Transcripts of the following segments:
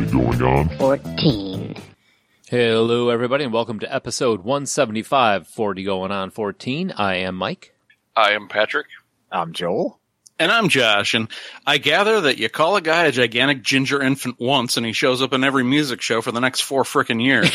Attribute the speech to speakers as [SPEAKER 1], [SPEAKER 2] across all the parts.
[SPEAKER 1] episode.
[SPEAKER 2] 14.
[SPEAKER 3] Hello, everybody, and welcome to episode 175, 40 going on 14. I am Mike.
[SPEAKER 4] I am Patrick.
[SPEAKER 5] I'm Joel.
[SPEAKER 6] And I'm Josh, and I gather that you call a guy a gigantic ginger infant once, and he shows up in every music show for the next four frickin' years.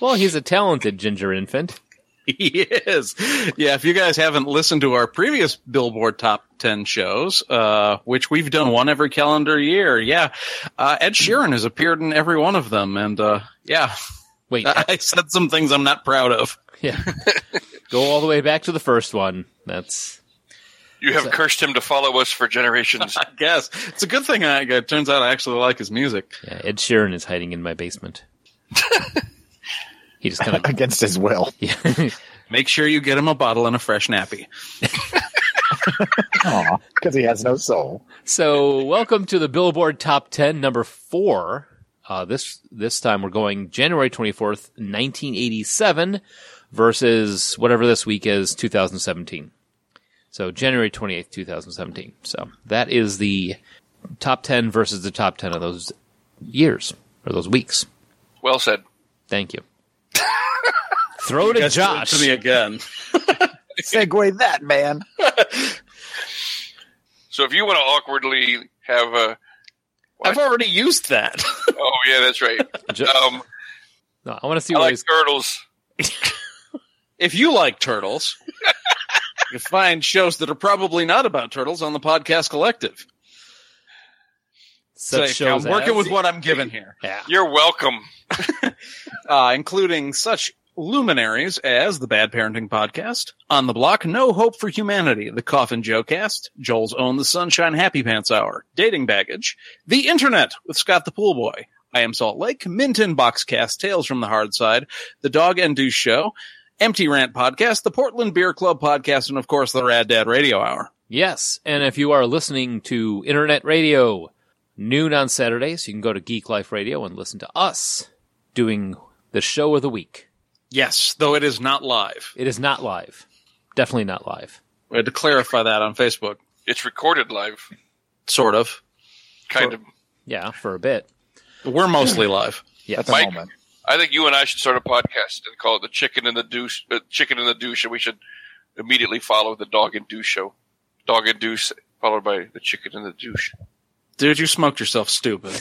[SPEAKER 3] Well, he's a talented ginger infant.
[SPEAKER 6] he is. Yeah, if you guys haven't listened to our previous Billboard Top 10 shows, uh, which we've done one every calendar year, yeah, uh, Ed Sheeran has appeared in every one of them, and uh, yeah,
[SPEAKER 3] Wait,
[SPEAKER 6] I said some things I'm not proud of.
[SPEAKER 3] yeah. Go all the way back to the first one. That's
[SPEAKER 4] You have cursed him to follow us for generations.
[SPEAKER 6] I guess it's a good thing. I, it turns out I actually like his music.
[SPEAKER 3] yeah, Ed Sheeran is hiding in my basement. he just kind of
[SPEAKER 5] Against his will.
[SPEAKER 3] yeah.
[SPEAKER 6] Make sure you get him a bottle and a fresh nappy.
[SPEAKER 5] Because he has no soul.
[SPEAKER 3] So, welcome to the Billboard Top 10, number four. Uh, this this time we're going January 24th, 1987 versus whatever this week is, 2017. So, January 28th, 2017. So, that is the top 10 versus the top 10 of those years or those weeks.
[SPEAKER 4] well said.
[SPEAKER 3] Thank you. Throw to Josh.
[SPEAKER 6] to me again.
[SPEAKER 5] Segway that, man.
[SPEAKER 4] So if you want to awkwardly have a,
[SPEAKER 6] I've already used that.
[SPEAKER 4] oh yeah, that's right.
[SPEAKER 3] Jo-
[SPEAKER 4] Um,
[SPEAKER 3] No, I want to see
[SPEAKER 4] I
[SPEAKER 3] what
[SPEAKER 4] like
[SPEAKER 3] he's.
[SPEAKER 4] turtles.
[SPEAKER 6] if you like turtles, you find shows that are probably not about turtles on the podcast collective.
[SPEAKER 3] Such
[SPEAKER 6] Say,
[SPEAKER 3] shows
[SPEAKER 6] I'm working
[SPEAKER 3] as-
[SPEAKER 6] with what I'm given here,
[SPEAKER 3] Yeah.
[SPEAKER 4] You're welcome.
[SPEAKER 6] uh, including such luminaries as the Bad Parenting Podcast, On the Block, No Hope for Humanity, The Coffin Joe Cast, Joel's Own The Sunshine Happy Pants Hour, Dating Baggage, The Internet with Scott the Pool Boy, I Am Salt Lake, Minton Boxcast, Tales from the Hard Side, The Dog and Deuce Show, Empty Rant Podcast, The Portland Beer Club Podcast, and of course, The Rad Dad Radio Hour.
[SPEAKER 3] Yes, and if you are listening to internet radio noon on Saturdays, you can go to Geek Life Radio and listen to us doing the show of the week.
[SPEAKER 6] Yes, though it is not live.
[SPEAKER 3] It is not live. Definitely not live.
[SPEAKER 6] We had to clarify that on Facebook.
[SPEAKER 4] It's recorded live,
[SPEAKER 6] Sort of.
[SPEAKER 4] kind of.
[SPEAKER 3] Yeah, for a bit.
[SPEAKER 6] We're mostly live.
[SPEAKER 5] At
[SPEAKER 3] Yes.
[SPEAKER 5] the
[SPEAKER 4] Mike.
[SPEAKER 5] moment.
[SPEAKER 4] I think you and I should start a podcast and call it the Chicken and the Deuce. Uh, Chicken and the Deuce, and we should immediately follow the Dog and Deuce show. Dog and Deuce followed by the Chicken and the Deuce.
[SPEAKER 6] Dude, you smoked yourself stupid.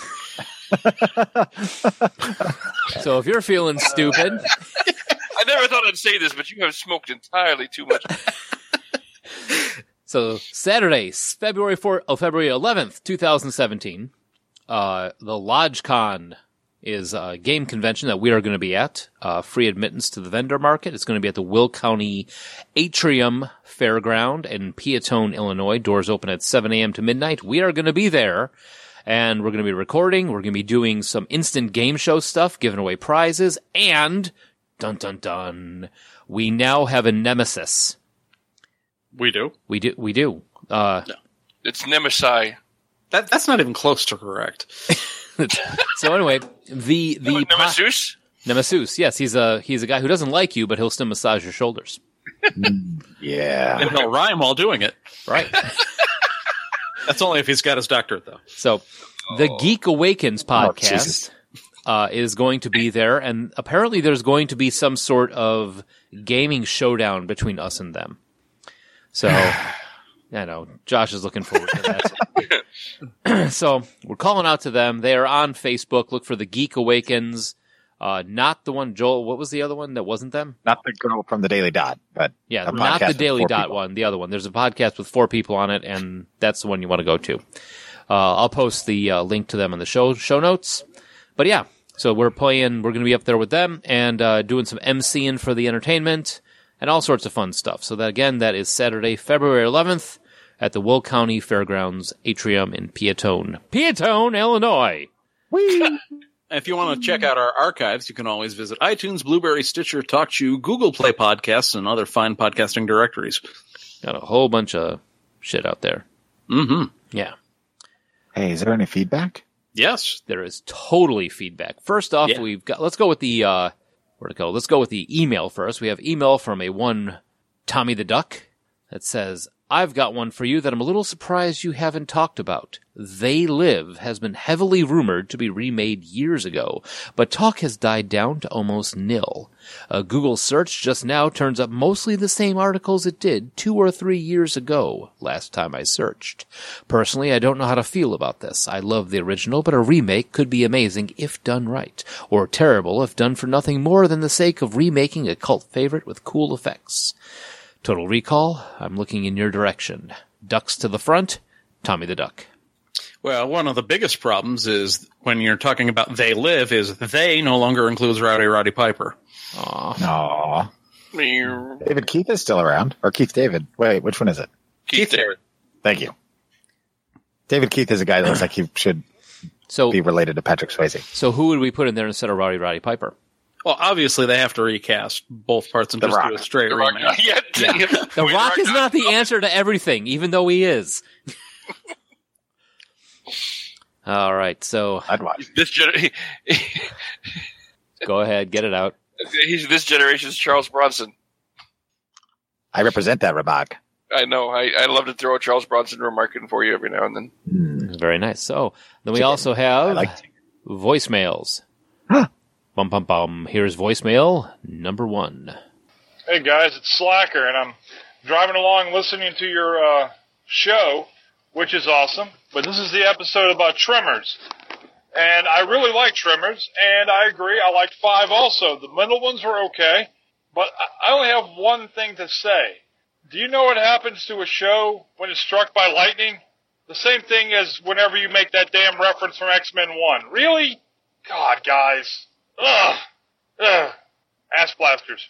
[SPEAKER 3] So if you're feeling stupid,
[SPEAKER 4] I never thought I'd say this, but you have smoked entirely too much.
[SPEAKER 3] so Saturday, February 4th, oh, February 11th, 2017, uh, the LodgeCon is a game convention that we are going to be at. Uh, free admittance to the vendor market. It's going to be at the Will County Atrium Fairground in Peatone, Illinois. Doors open at 7 a.m. to midnight. We are going to be there and we're going to be recording. We're going to be doing some instant game show stuff, giving away prizes and dun dun dun. We now have a nemesis.
[SPEAKER 6] We do.
[SPEAKER 3] We do. We do. Uh,
[SPEAKER 4] It's Nemesi.
[SPEAKER 6] That that's not even close to correct.
[SPEAKER 3] so anyway, the the po-
[SPEAKER 4] Nemesis?
[SPEAKER 3] Nemesis. Yes, he's a he's a guy who doesn't like you, but he'll still massage your shoulders.
[SPEAKER 5] Yeah.
[SPEAKER 6] And he'll rhyme while doing it.
[SPEAKER 3] Right.
[SPEAKER 6] That's only if he's got his doctorate though.
[SPEAKER 3] so, the Geek Awakens podcast
[SPEAKER 5] Jesus.
[SPEAKER 3] uh, is going to be there, and apparently there's going to be some sort of gaming showdown between us and them. So, I know Josh is looking forward to that. so we're calling out to them. They are on Facebook. Look for the Geek Awakens. Uh, not the one Joel. What was the other one that wasn't them?
[SPEAKER 5] Not the girl from the Daily Dot, but
[SPEAKER 3] Yeah,
[SPEAKER 5] A
[SPEAKER 3] not
[SPEAKER 5] podcast
[SPEAKER 3] the
[SPEAKER 5] with
[SPEAKER 3] Daily
[SPEAKER 5] four
[SPEAKER 3] Dot
[SPEAKER 5] people.
[SPEAKER 3] one, the other one. There's a podcast with four people on it, and that's the one you want to go to. Uh, I'll post the uh, link to them in the show show notes. But yeah, so we're playing. We're going to be up there with them and uh, doing some MCing for the entertainment and all sorts of fun stuff. So that again, that is Saturday, February 11th at the Will County Fairgrounds Atrium in Peatone, Peatone, Illinois.
[SPEAKER 6] If you want to check out our archives, you can always visit iTunes, Blueberry, Stitcher, TalkShoe, Google Play Podcasts, and other fine podcasting directories.
[SPEAKER 3] Got a whole bunch of shit out there.
[SPEAKER 6] Mm-hmm.
[SPEAKER 3] Yeah.
[SPEAKER 5] hey, is there any feedback?
[SPEAKER 6] Yes.
[SPEAKER 3] there is totally feedback. First off,
[SPEAKER 6] Yeah.
[SPEAKER 3] we've got let's go with the uh where to go. Let's go with the email first. We have email from a one Tommy the Duck that says, I've got one for you that I'm a little surprised you haven't talked about. They Live has been heavily rumored to be remade years ago, but talk has died down to almost nil. A Google search just now turns up mostly the same articles it did two or three years ago, last time I searched. Personally, I don't know how to feel about this. I love the original, but a remake could be amazing if done right, or terrible if done for nothing more than the sake of remaking a cult favorite with cool effects. Total Recall, I'm looking in your direction. Ducks to the front, Tommy the Duck.
[SPEAKER 6] Well, one of the biggest problems is when you're talking about they live is they no longer includes Rowdy Roddy Piper.
[SPEAKER 3] Aw.
[SPEAKER 5] No.
[SPEAKER 4] Keith,
[SPEAKER 5] David Keith is still around. Or Keith David. Wait, which one is it?
[SPEAKER 6] Keith
[SPEAKER 4] David.
[SPEAKER 5] Thank you. David Keith is a guy that looks like he should
[SPEAKER 3] So,
[SPEAKER 5] be related to Patrick Swayze.
[SPEAKER 3] so who would we put in there instead of Roddy Roddy Piper?
[SPEAKER 6] Well, obviously they have to recast both parts and
[SPEAKER 5] The
[SPEAKER 6] just
[SPEAKER 5] Rock.
[SPEAKER 6] do a straight
[SPEAKER 4] The Rock.
[SPEAKER 6] remake.
[SPEAKER 4] Yeah, damn.
[SPEAKER 3] The
[SPEAKER 4] Wait,
[SPEAKER 3] Rock is
[SPEAKER 4] Rock-
[SPEAKER 3] not the answer to everything, even though he is. All right, so
[SPEAKER 5] I'd watch.
[SPEAKER 4] This gener-
[SPEAKER 3] go ahead, get it out.
[SPEAKER 4] he's this generation's Charles Bronson.
[SPEAKER 5] I represent that remark.
[SPEAKER 4] I know. I, I love to throw a Charles Bronson remark in for you every now and then.
[SPEAKER 5] Hmm.
[SPEAKER 3] Very nice. So then we
[SPEAKER 5] Chicken.
[SPEAKER 3] also
[SPEAKER 5] I
[SPEAKER 3] have
[SPEAKER 5] like
[SPEAKER 3] voicemails.
[SPEAKER 5] Huh.
[SPEAKER 3] Bum bum bum. Here's voicemail number one.
[SPEAKER 1] Hey guys, it's Slacker, and I'm driving along listening to your uh, show, which is awesome. But this is the episode about trimmers, and I really like trimmers, and I agree. I liked five also. The middle ones were okay, but I- I only have one thing to say. Do you know what happens to a show when it's struck by lightning? The same thing as whenever you make that damn reference from X Men One. Really? God, guys. Ugh. Ugh. Ass blasters.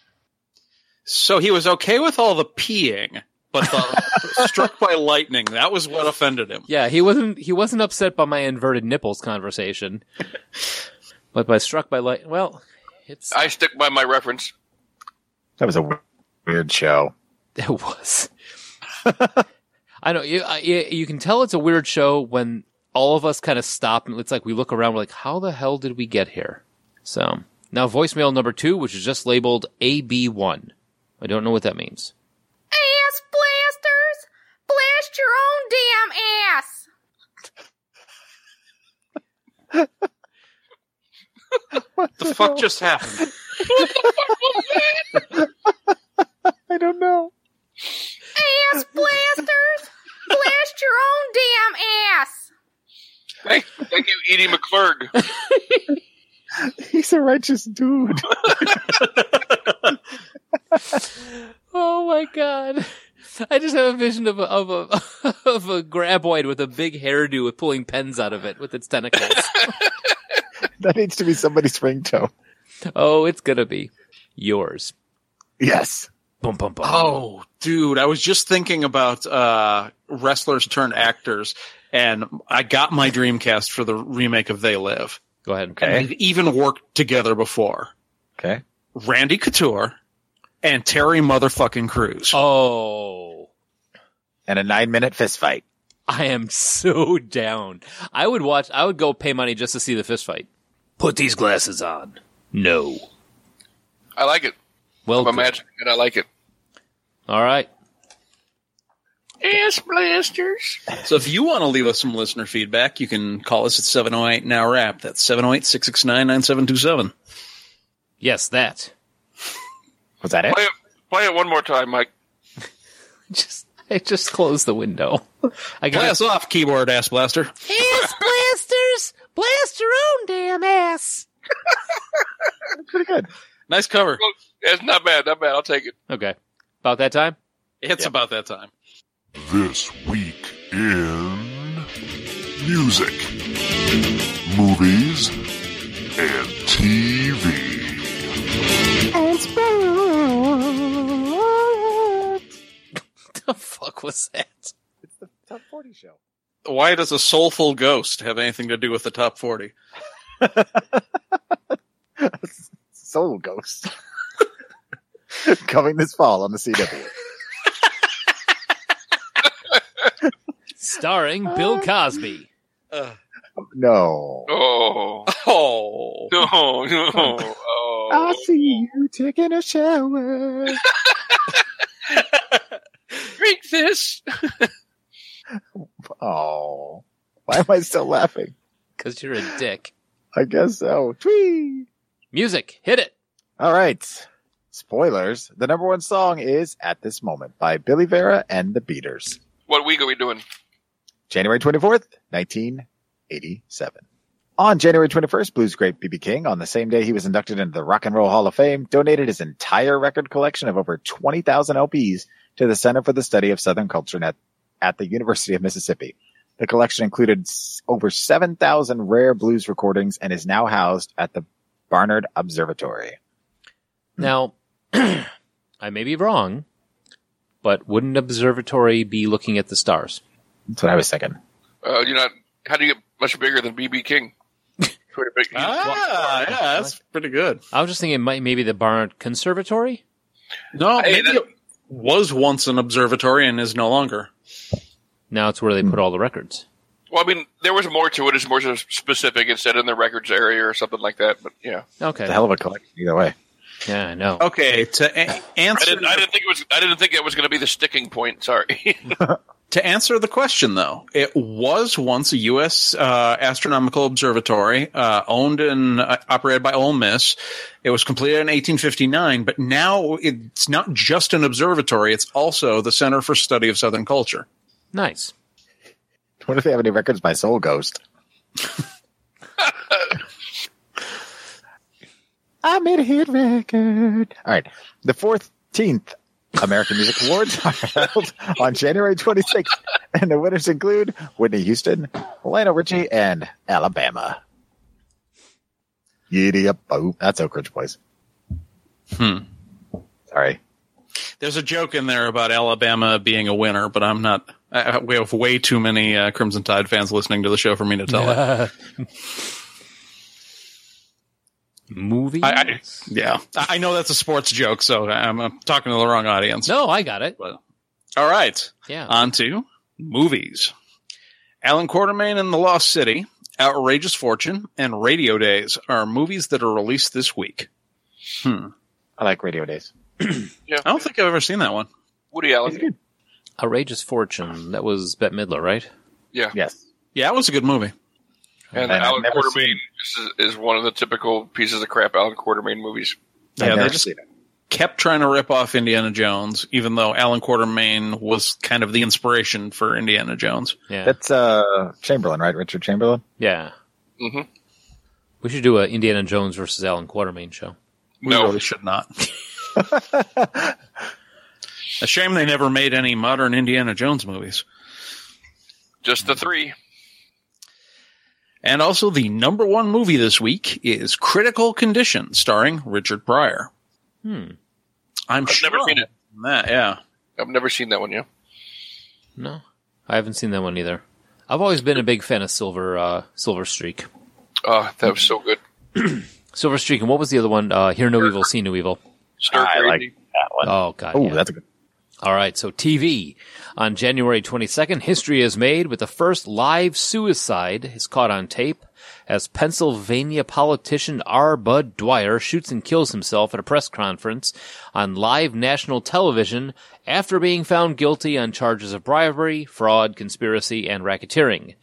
[SPEAKER 6] So he was okay with all the peeing, but the struck by lightning, that was what offended him.
[SPEAKER 3] Yeah, he wasn't he wasn't upset by my inverted nipples conversation. but by struck by light well, it's
[SPEAKER 4] I stick by my reference.
[SPEAKER 5] That was a w- weird show.
[SPEAKER 3] It was. I know you, I, you. You can tell it's a weird show when all of us kind of stop and it's like we look around. We're like, "How the hell did we get here?" So now voicemail number two, which is just labeled AB one. I don't know what that means.
[SPEAKER 2] Ass blasters! Blast your own damn ass!
[SPEAKER 6] The fuck just happened?
[SPEAKER 5] I don't know.
[SPEAKER 2] Ass blasters! Blast your own damn ass!
[SPEAKER 4] Thank, thank you, Edie McClurg.
[SPEAKER 5] He's a righteous dude.
[SPEAKER 3] Oh my god! I just have a vision of a of a of a graboid with a big hairdo with pulling pens out of it with its tentacles.
[SPEAKER 5] that needs to be somebody's ringtone.
[SPEAKER 3] oh, it's gonna be yours.
[SPEAKER 5] Yes.
[SPEAKER 3] Boom, boom, boom.
[SPEAKER 6] Oh, dude, I was just thinking about uh, wrestlers turned actors, and I got my Dreamcast for the remake of They Live.
[SPEAKER 3] go ahead.
[SPEAKER 6] And they've even worked together before.
[SPEAKER 5] Okay.
[SPEAKER 6] Randy Couture and Terry motherfucking Cruz.
[SPEAKER 3] Oh.
[SPEAKER 5] And a nine minute fist fight.
[SPEAKER 3] I am so down. I would watch. I would go pay money just to see the fist fight. Put these glasses on. No.
[SPEAKER 4] I like it.
[SPEAKER 3] Well,
[SPEAKER 4] I'm imagining it. I like it.
[SPEAKER 3] all right.
[SPEAKER 4] Ass blasters.
[SPEAKER 6] So if you want to leave us some listener feedback, you can call us at 708 Now Rap. That's 708 669 9727.
[SPEAKER 3] Yes, that.
[SPEAKER 5] Was that it?
[SPEAKER 4] Play it, play it one more time, Mike.
[SPEAKER 3] Just I just closed the window. I
[SPEAKER 6] Play
[SPEAKER 3] got
[SPEAKER 6] us off, keyboard ass blaster.
[SPEAKER 3] ass blasters. Blast your own damn ass.
[SPEAKER 5] Pretty good.
[SPEAKER 6] Nice cover.
[SPEAKER 4] It's not bad. Not bad. I'll take it.
[SPEAKER 3] Okay. About that time.
[SPEAKER 6] It's about that time.
[SPEAKER 7] This week in music, movies, and TV.
[SPEAKER 3] the fuck was that?
[SPEAKER 5] It's the top 40 show.
[SPEAKER 6] Why does a soulful ghost have anything to do with the top 40?
[SPEAKER 5] Soul Ghost. Coming this fall on the CW.
[SPEAKER 3] Starring Bill Cosby.
[SPEAKER 6] Uh,
[SPEAKER 5] No.
[SPEAKER 4] Oh.
[SPEAKER 6] oh.
[SPEAKER 4] No, no. Oh.
[SPEAKER 5] see you taking a shower.
[SPEAKER 4] Drink this.
[SPEAKER 5] Oh, why am I still laughing?
[SPEAKER 3] because you're a dick.
[SPEAKER 5] I guess so. Twee.
[SPEAKER 3] Music, hit it.
[SPEAKER 5] All right. Spoilers. The number one song is At This Moment by Billy Vera and the Beaters.
[SPEAKER 4] What week are we doing?
[SPEAKER 5] January 24th, 1987. On January 21st, blues great B.B. King, on the same day he was inducted into the Rock and Roll Hall of Fame, donated his entire record collection of over 20,000 LPs to the Center for the Study of Southern Culture at, at the University of Mississippi. The collection included s- over 7,000 rare blues recordings and is now housed at the Barnard Observatory.
[SPEAKER 3] Now, I may be wrong, but wouldn't observatory be looking at the stars?
[SPEAKER 5] That's what I was thinking.
[SPEAKER 4] Uh, you're not. How do you get much bigger than BB King? Pretty big.
[SPEAKER 6] Ah, yeah, that's pretty good.
[SPEAKER 3] I was just thinking it might maybe the Barnard Conservatory.
[SPEAKER 6] No,
[SPEAKER 4] Hey,
[SPEAKER 6] maybe
[SPEAKER 4] that-
[SPEAKER 6] it was once an observatory and is no longer.
[SPEAKER 3] Now it's where they put all the records.
[SPEAKER 4] Well, I mean, there was more to it. It's more sort of specific. It said in the records area or something like that. But yeah,
[SPEAKER 3] Okay.
[SPEAKER 5] It's a hell of a collection either way.
[SPEAKER 3] Yeah, I know.
[SPEAKER 6] Okay, to a-
[SPEAKER 4] I
[SPEAKER 6] answer
[SPEAKER 4] didn't. I didn't think it was. I didn't think that was going to be the sticking point. Sorry.
[SPEAKER 6] to answer the question though, it was once a U.S. Uh, astronomical observatory uh, owned and uh, operated by Ole Miss. It was completed in 1859, but now it's not just an observatory; it's also the Center for Study of Southern Culture.
[SPEAKER 3] Nice.
[SPEAKER 5] What if they have any records by Soul Ghost? I made a hit record. All right. The 14th American Music Awards are held on January 26th, and the winners include Whitney Houston, Lionel Richie, and Alabama. Giddy up. Oh, that's Oak Ridge Boys.
[SPEAKER 6] Hmm.
[SPEAKER 5] Sorry.
[SPEAKER 6] There's a joke in there about Alabama being a winner, but I'm not. I, I- we have way too many uh, Crimson Tide fans listening to the show for me to tell it.
[SPEAKER 3] Movie?
[SPEAKER 6] I- I- Yeah, I I know that's a sports joke, so I'm, I'm talking to the wrong audience.
[SPEAKER 3] no, I got it.
[SPEAKER 6] But, all right,
[SPEAKER 3] Yeah.
[SPEAKER 6] on to movies. Alan Quartermain and The Lost City, Outrageous Fortune, and Radio Days are movies that are released this week. Hmm.
[SPEAKER 5] I like Radio Days.
[SPEAKER 4] yeah.
[SPEAKER 6] I don't think I've ever seen that one.
[SPEAKER 4] Woody Allen.
[SPEAKER 3] Outrageous Fortune. That was Bette Midler, right?
[SPEAKER 5] Yes.
[SPEAKER 6] Yeah, it was a good movie.
[SPEAKER 4] And
[SPEAKER 5] I've
[SPEAKER 4] Alan
[SPEAKER 5] never
[SPEAKER 4] Quartermain is, is one of the typical pieces of crap Alan Quartermain movies.
[SPEAKER 5] I've
[SPEAKER 6] Yeah, they
[SPEAKER 5] never
[SPEAKER 6] just
[SPEAKER 5] seen it.
[SPEAKER 6] kept trying to rip off Indiana Jones, even though Alan Quartermain was kind of the inspiration for Indiana Jones.
[SPEAKER 3] Yeah.
[SPEAKER 5] That's uh, Chamberlain, right? Richard Chamberlain?
[SPEAKER 3] yeah.
[SPEAKER 4] Mhm.
[SPEAKER 6] Mm-hmm.
[SPEAKER 3] We should do a Indiana Jones versus Alan Quartermain show.
[SPEAKER 6] We
[SPEAKER 4] No.
[SPEAKER 6] really should not. a shame they never made any modern Indiana Jones movies.
[SPEAKER 4] Just the three.
[SPEAKER 6] And also, the number one movie this week is Critical Condition, starring Richard Pryor.
[SPEAKER 3] Hmm.
[SPEAKER 6] I'm
[SPEAKER 4] I've
[SPEAKER 6] sure
[SPEAKER 4] never seen it.
[SPEAKER 6] That, yeah.
[SPEAKER 4] I've never seen that one. Yeah.
[SPEAKER 3] No, I haven't seen that one either. I've always been a big fan of Silver uh, Silver Streak.
[SPEAKER 4] Oh, that was so good.
[SPEAKER 3] Silver Streak, and what was the other one? Uh, Hear No Evil, See No Evil.
[SPEAKER 4] Stir
[SPEAKER 5] I
[SPEAKER 4] crazy.
[SPEAKER 5] like that one.
[SPEAKER 3] Oh God!
[SPEAKER 5] oh,
[SPEAKER 3] yeah.
[SPEAKER 5] that's a good
[SPEAKER 3] All right, so TV. On January 22nd, history is made with the first live suicide is caught on tape as Pennsylvania politician R. Bud Dwyer shoots and kills himself at a press conference on live national television after being found guilty on charges of bribery, fraud, conspiracy, and racketeering.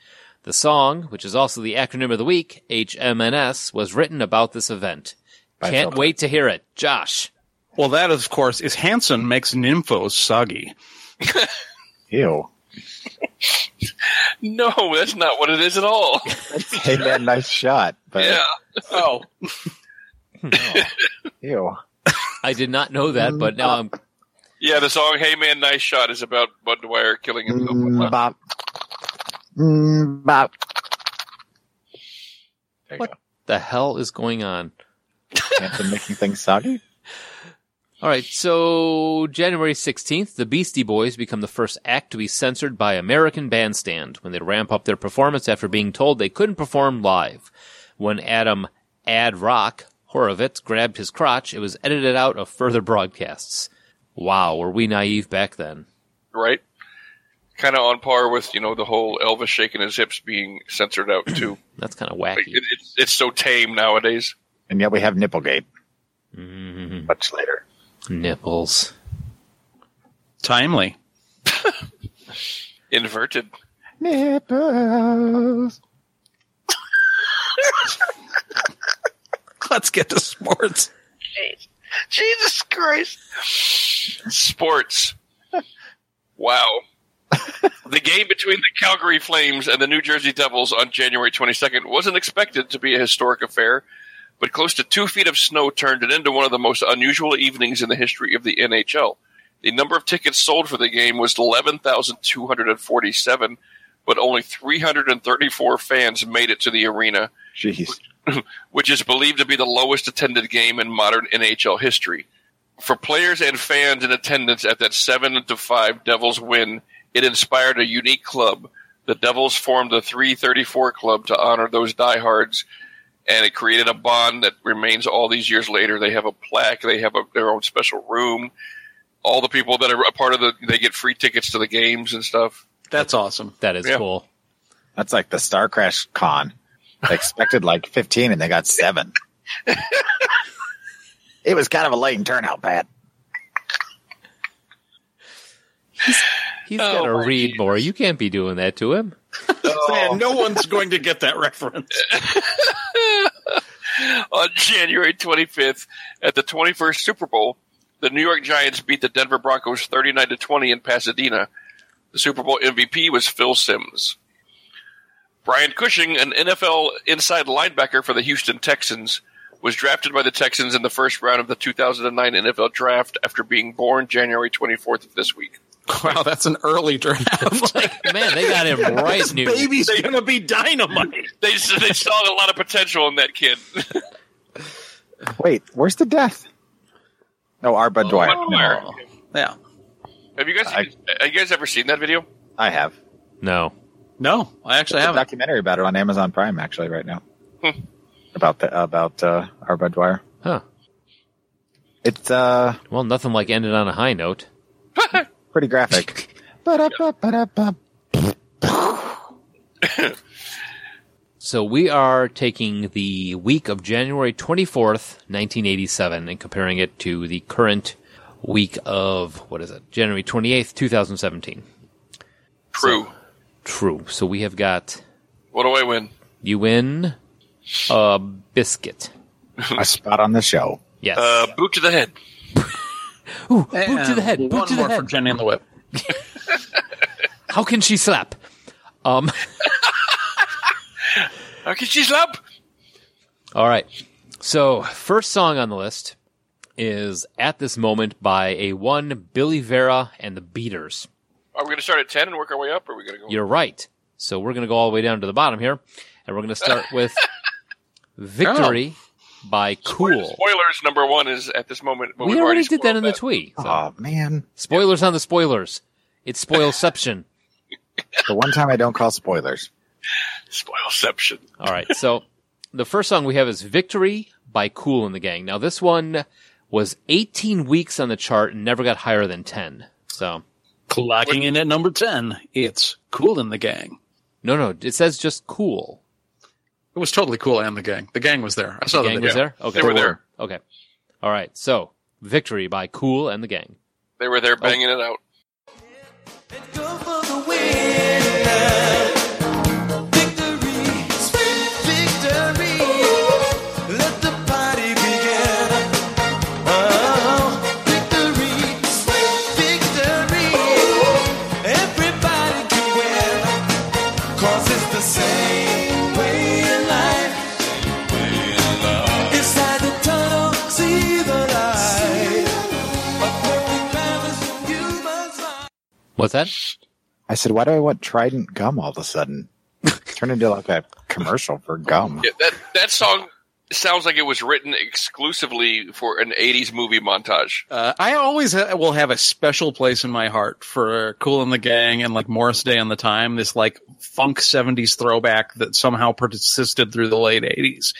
[SPEAKER 3] The song, which is also the acronym of the week, HMNS, was written about this event. Can't
[SPEAKER 5] Phil.
[SPEAKER 3] wait to hear it. Josh.
[SPEAKER 6] Well, that, of course, is Hanson makes Nymphos soggy.
[SPEAKER 5] Ew.
[SPEAKER 4] No, that's not what it is at all.
[SPEAKER 5] Hey man, nice shot. But
[SPEAKER 4] yeah.
[SPEAKER 6] Oh,
[SPEAKER 5] ew.
[SPEAKER 3] I did not know that, but now I'm
[SPEAKER 4] Yeah, the song "Hey Man, Nice Shot" is about Bud Dwyer killing himself.
[SPEAKER 5] Mm, bop. Mm, bop. There you
[SPEAKER 3] What? the hell is going on?
[SPEAKER 5] go. Anthem making things soggy?
[SPEAKER 3] All right, so January 16th, the Beastie Boys become the first act to be censored by American Bandstand when they ramp up their performance after being told they couldn't perform live. When Adam Ad Rock Horovitz grabbed his crotch, it was edited out of further broadcasts. Wow, were we naive back then?
[SPEAKER 4] right? Kind of on par with you know the whole Elvis shaking his hips being censored out too.
[SPEAKER 3] That's kind of
[SPEAKER 4] Like,
[SPEAKER 3] wacky.
[SPEAKER 4] it, it's it's so tame nowadays.
[SPEAKER 5] And yet we have Nipplegate
[SPEAKER 3] Mm,
[SPEAKER 5] much later.
[SPEAKER 3] nipples.
[SPEAKER 6] timely.
[SPEAKER 4] Inverted.
[SPEAKER 5] Nipples.
[SPEAKER 6] Let's get to sports.
[SPEAKER 4] Jesus Christ. Sports. Wow. the game between the Calgary Flames and the New Jersey Devils on January 22nd wasn't expected to be a historic affair, but close to two feet of snow turned it into one of the most unusual evenings in the history of the NHL. The number of tickets sold for the game was 11,247, but only 334 fans made it to the arena
[SPEAKER 5] Jeez.
[SPEAKER 4] which is believed to be the lowest attended game in modern NHL history. For players and fans in attendance at that 7 to 5 Devils win, it inspired a unique club. The Devils formed the 334 Club to honor those diehards, and it created a bond that remains all these years later. They have a plaque, they have a, their own special room. All the people that are a part of the, they get free tickets to the games and stuff.
[SPEAKER 6] That's awesome.
[SPEAKER 3] That is
[SPEAKER 4] Yeah.
[SPEAKER 3] cool.
[SPEAKER 5] That's like the Star Crash con. They expected like 15 and they got seven. it was kind of a lame turnout, Pat.
[SPEAKER 3] He's
[SPEAKER 4] Oh,
[SPEAKER 3] got to
[SPEAKER 4] my
[SPEAKER 3] read more. You can't be doing that to him.
[SPEAKER 6] Oh. Man, no one's going to get that reference.
[SPEAKER 4] On January 25th, at the 21st Super Bowl, the New York Giants beat the Denver Broncos 39 to 20 in Pasadena. The Super Bowl MVP was Phil Simms. Brian Cushing, an NFL inside linebacker for the Houston Texans, was drafted by the Texans in the first round of the 2009 NFL draft after being born January 24th of this week.
[SPEAKER 6] Wow, that's an early turnout.
[SPEAKER 3] Man, they got him right new.
[SPEAKER 6] Baby's gonna be dynamite.
[SPEAKER 4] They, they saw a lot of potential in that kid.
[SPEAKER 5] Wait, where's the death? No, our Bud Dwyer.
[SPEAKER 4] Bud Dwyer.
[SPEAKER 6] Yeah.
[SPEAKER 4] Have you guys, have you guys ever seen that video?
[SPEAKER 5] I have.
[SPEAKER 3] No.
[SPEAKER 6] No, I actually
[SPEAKER 5] There's a
[SPEAKER 6] haven't.
[SPEAKER 5] documentary about it on Amazon Prime actually right now. about the about uh, our Bud Dwyer.
[SPEAKER 3] Huh.
[SPEAKER 5] It's uh
[SPEAKER 3] Well, nothing like ending on a high note.
[SPEAKER 5] pretty graphic. Ba-da-ba-ba-da-ba.
[SPEAKER 3] So we are taking the week of January 24th, 1987, and comparing it to the current week of, what is it, January 28th, 2017.
[SPEAKER 4] True.
[SPEAKER 3] True. So we have got
[SPEAKER 4] what do I win?
[SPEAKER 3] you win a biscuit.
[SPEAKER 5] A spot on the show.
[SPEAKER 3] Yes.
[SPEAKER 4] Uh, boot to the head.
[SPEAKER 3] Ooh, boot to the head.
[SPEAKER 6] And
[SPEAKER 3] Boot
[SPEAKER 6] one
[SPEAKER 3] to the
[SPEAKER 6] more
[SPEAKER 3] head.
[SPEAKER 6] for Jenny and the Whip.
[SPEAKER 3] How can she slap? Um,
[SPEAKER 4] Okay, she's up.
[SPEAKER 3] all right. So first song on the list is At This Moment by a one Billy Vera and the Beaters.
[SPEAKER 4] Are we going to start at 10 and work our way up, or are we going to go?
[SPEAKER 3] You're right. So we're going to go all the way down to the bottom here, and we're going to start with "Victory" by Cool.
[SPEAKER 4] Oh. Spoilers number one is at this moment. but
[SPEAKER 3] We
[SPEAKER 4] we've
[SPEAKER 3] already, did that
[SPEAKER 4] spoiled
[SPEAKER 3] in the tweet. So,
[SPEAKER 5] Oh man.
[SPEAKER 3] spoilers on the spoilers. It's spoilception.
[SPEAKER 5] The one time I don't call spoilers.
[SPEAKER 4] Spoilception.
[SPEAKER 3] all right. So the first song we have is "Victory" by Cool and the Gang. Now this one was 18 weeks on the chart and never got higher than 10. So
[SPEAKER 6] Clocking in at number ten, it's Cool in the Gang.
[SPEAKER 3] no, no, it says just Cool.
[SPEAKER 6] It was totally Cool and the Gang. The gang was there. I saw
[SPEAKER 3] The
[SPEAKER 6] the
[SPEAKER 3] gang
[SPEAKER 6] video.
[SPEAKER 3] was there. Okay,
[SPEAKER 4] They were there.
[SPEAKER 3] Okay. All right. So "Victory" by Cool and the Gang.
[SPEAKER 4] They were there banging it out.
[SPEAKER 8] Oh,
[SPEAKER 3] What's that?
[SPEAKER 5] I said, why do I want Trident gum all of a sudden? Turned into like a commercial for gum.
[SPEAKER 4] Yeah, that that song sounds like it was written exclusively for an '80s movie montage.
[SPEAKER 6] Uh, I always ha- will have a special place in my heart for Cool and the Gang and like Morris Day and the Time, this like funk 70s throwback that somehow persisted through the late 80s.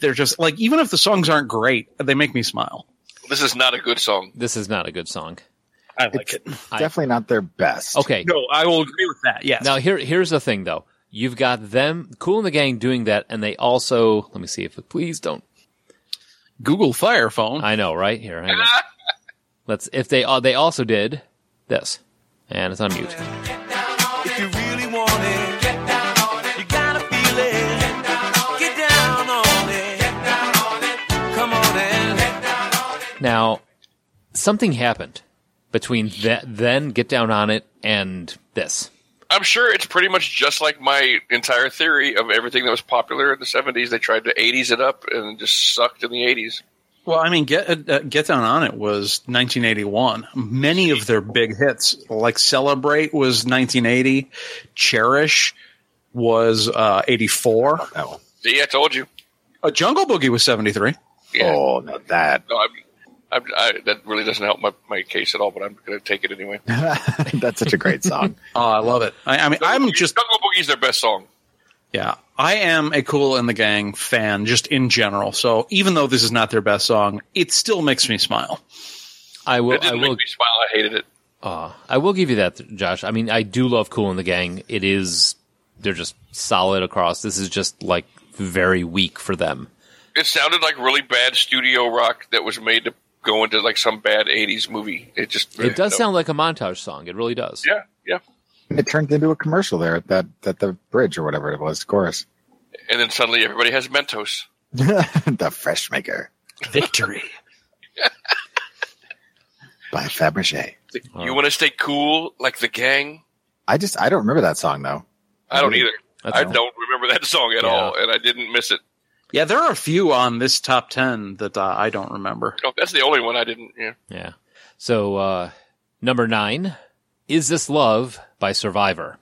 [SPEAKER 6] They're just like, even if the songs aren't great, they make me smile.
[SPEAKER 4] This is not a good song.
[SPEAKER 3] This is not a good song.
[SPEAKER 6] I like it.
[SPEAKER 5] Definitely not their best.
[SPEAKER 3] Okay.
[SPEAKER 6] No, I will agree with that. Yes.
[SPEAKER 3] Now here here's the thing though. You've got them Cool and the Gang doing that and they also let me see if please don't
[SPEAKER 6] Google Fire Phone.
[SPEAKER 3] I know, right? Here, hang on. Let's if they uh, they also did this. And it's on mute.
[SPEAKER 8] If you really want it, get down on it. You gotta feel it. Get down on it. Get down on it. Come on and get down.
[SPEAKER 3] Now, something happened between that, then get down on it, and this.
[SPEAKER 4] I'm sure it's pretty much just like my entire theory of everything that was popular in the 70s. They tried to 80s it up and it just sucked in the 80s.
[SPEAKER 6] Well, I mean, get uh, get down on it was 1981. Many of their big hits, like "Celebrate," was 1980. "Cherish" was uh, 84.
[SPEAKER 5] That one.
[SPEAKER 4] See, I told you.
[SPEAKER 6] Uh, "Jungle Boogie" was 73.
[SPEAKER 4] Yeah.
[SPEAKER 5] Oh, no, that
[SPEAKER 4] No, I'm, I'm, I, that really doesn't help my, my case at all, but I'm going to take it anyway.
[SPEAKER 5] that's such a great song.
[SPEAKER 6] Oh, I love it. I, I mean, I'm just
[SPEAKER 4] Jungle Boogie's their best song.
[SPEAKER 6] Yeah, I am a Cool and the Gang fan just in general. So even though this is not their best song, it still makes me smile.
[SPEAKER 3] I will.
[SPEAKER 4] It
[SPEAKER 3] I
[SPEAKER 4] didn't
[SPEAKER 3] will.
[SPEAKER 4] make me smile. I hated it.
[SPEAKER 3] Uh, I will give you that, Josh. I mean, I do love Cool and the Gang. It is they're just solid across. This is just like very weak for them.
[SPEAKER 4] It sounded like really bad studio rock that was made to go into like some bad 80s movie. It just
[SPEAKER 3] It does
[SPEAKER 4] no.
[SPEAKER 3] sound like a montage song. It really does.
[SPEAKER 4] Yeah, yeah.
[SPEAKER 5] It turned into a commercial there at that at the bridge or whatever it was chorus.
[SPEAKER 4] And then suddenly everybody has Mentos.
[SPEAKER 5] the Fresh Maker
[SPEAKER 6] Victory.
[SPEAKER 5] by Fabergé.
[SPEAKER 4] You want to stay cool like the gang?
[SPEAKER 5] I just I don't remember that song though.
[SPEAKER 4] I don't either.
[SPEAKER 3] Mm-hmm. That's
[SPEAKER 4] I
[SPEAKER 3] all.
[SPEAKER 4] don't remember that song at
[SPEAKER 3] Yeah.
[SPEAKER 4] all, and I didn't miss it.
[SPEAKER 6] yeah, there are a few on this top 10 that uh, I don't remember.
[SPEAKER 4] No, Oh, that's the only one I didn't. Yeah.
[SPEAKER 3] Yeah. So uh, number nine is this love by Survivor.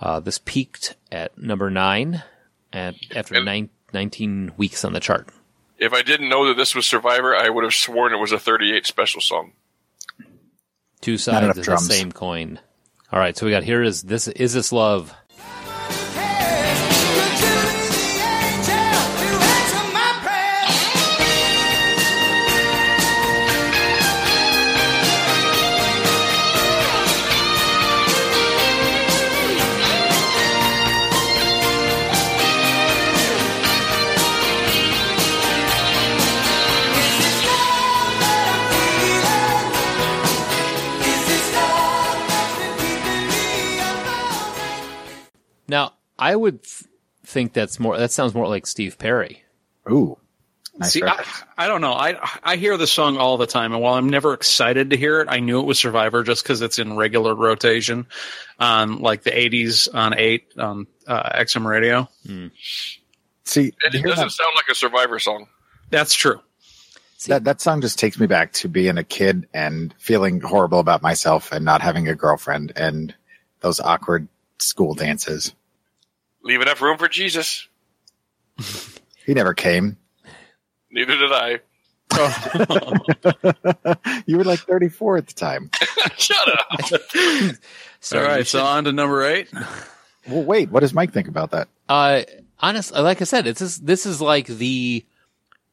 [SPEAKER 3] Uh, this peaked at number nine at after
[SPEAKER 4] And-
[SPEAKER 3] nine, 19 weeks on the chart.
[SPEAKER 4] If I didn't know that this was Survivor, I would have sworn it was a 38 special song.
[SPEAKER 3] Two sides
[SPEAKER 5] enough
[SPEAKER 3] of
[SPEAKER 5] drums.
[SPEAKER 3] the same coin. All right, so we got here is this is this love.
[SPEAKER 8] Yes, could you be the angel to answer my prayer? Is this love that I'm feeling? Is this love that's been keeping me up all night?
[SPEAKER 3] Now I would th- think that's more. That sounds more like Steve Perry.
[SPEAKER 5] Ooh, nice
[SPEAKER 6] See, I,
[SPEAKER 5] reference.
[SPEAKER 6] I don't know. I I hear the song all the time, and while I'm never excited to hear it, I knew it was Survivor just because it's in regular rotation on like the 80s on 8 on uh, XM radio.
[SPEAKER 5] See,
[SPEAKER 4] And it
[SPEAKER 5] hear
[SPEAKER 4] doesn't
[SPEAKER 5] that,
[SPEAKER 4] sound like a Survivor song.
[SPEAKER 6] That's true.
[SPEAKER 5] that that song just takes me back to being a kid and feeling horrible about myself and not having a girlfriend and those awkward school dances.
[SPEAKER 4] Leave enough room for Jesus.
[SPEAKER 5] He never came.
[SPEAKER 4] Neither did I.
[SPEAKER 5] You were like 34 at the time.
[SPEAKER 4] Shut up.
[SPEAKER 3] So
[SPEAKER 6] all right, so on to number 8.
[SPEAKER 5] Well, wait, what does Mike think about that?
[SPEAKER 3] uh, honestly, like I said, it's just, this is like the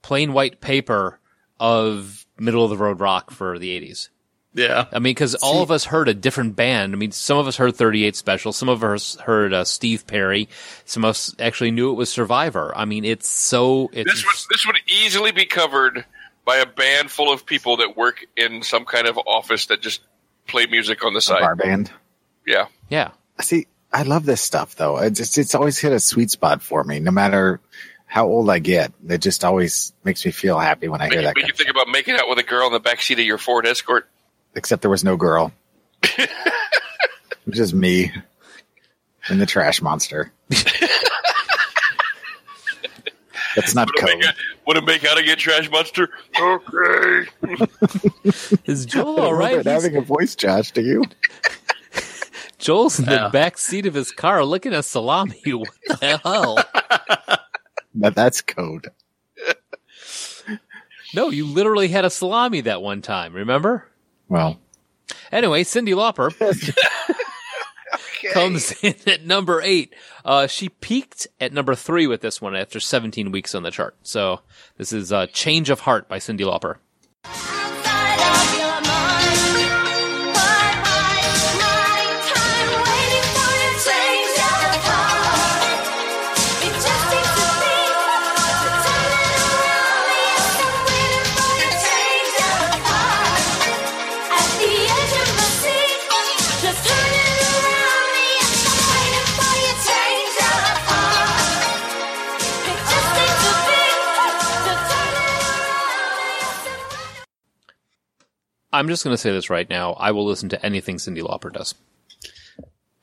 [SPEAKER 3] plain white paper of middle of the road rock for the eighties.
[SPEAKER 6] Yeah.
[SPEAKER 3] I mean, because all of us heard a different band. I mean, some of us heard 38 Special, some of us heard uh, Steve Perry, some of us actually knew it was Survivor. I mean, it's so it's
[SPEAKER 4] This would this would easily be covered by a band full of people that work in some kind of office that just play music on the side.
[SPEAKER 5] Bar band.
[SPEAKER 4] Yeah.
[SPEAKER 3] yeah.
[SPEAKER 5] See, I love this stuff though. It's just, it's always hit a sweet spot for me, no matter how old I get. It just always makes me feel happy when I
[SPEAKER 4] Make,
[SPEAKER 5] hear
[SPEAKER 4] you-
[SPEAKER 5] that.
[SPEAKER 4] make you
[SPEAKER 5] kind of-
[SPEAKER 4] think about making out with a girl in the backseat of your Ford Escort.
[SPEAKER 5] Except there was no girl. it was just me and the trash monster. That's not
[SPEAKER 4] Want to
[SPEAKER 5] code.
[SPEAKER 4] make out, want to make out again, Trash Monster? Okay.
[SPEAKER 3] Is Joel all right?
[SPEAKER 5] Remember it having a voice, Josh. Do you?
[SPEAKER 3] Joel's in the
[SPEAKER 6] Yeah.
[SPEAKER 3] back seat of his car looking at salami. What the hell?
[SPEAKER 5] That that's code.
[SPEAKER 3] No, you literally had a salami that one time, remember?
[SPEAKER 5] Well,
[SPEAKER 3] Anyway, Cindy Lauper comes in at number eight. Uh, she peaked at number three with this one after 17 weeks on the chart. So this is uh, Change of Heart by Cindy Lauper.
[SPEAKER 8] Outside of your mind, wide, wide nighttime waiting for your change of heart. It just seems to be the turning around me. I'm waiting for your change of heart. At the edge of my seat, just turn
[SPEAKER 3] I'm just going to say this right now. I will listen to anything Cindy Lauper does.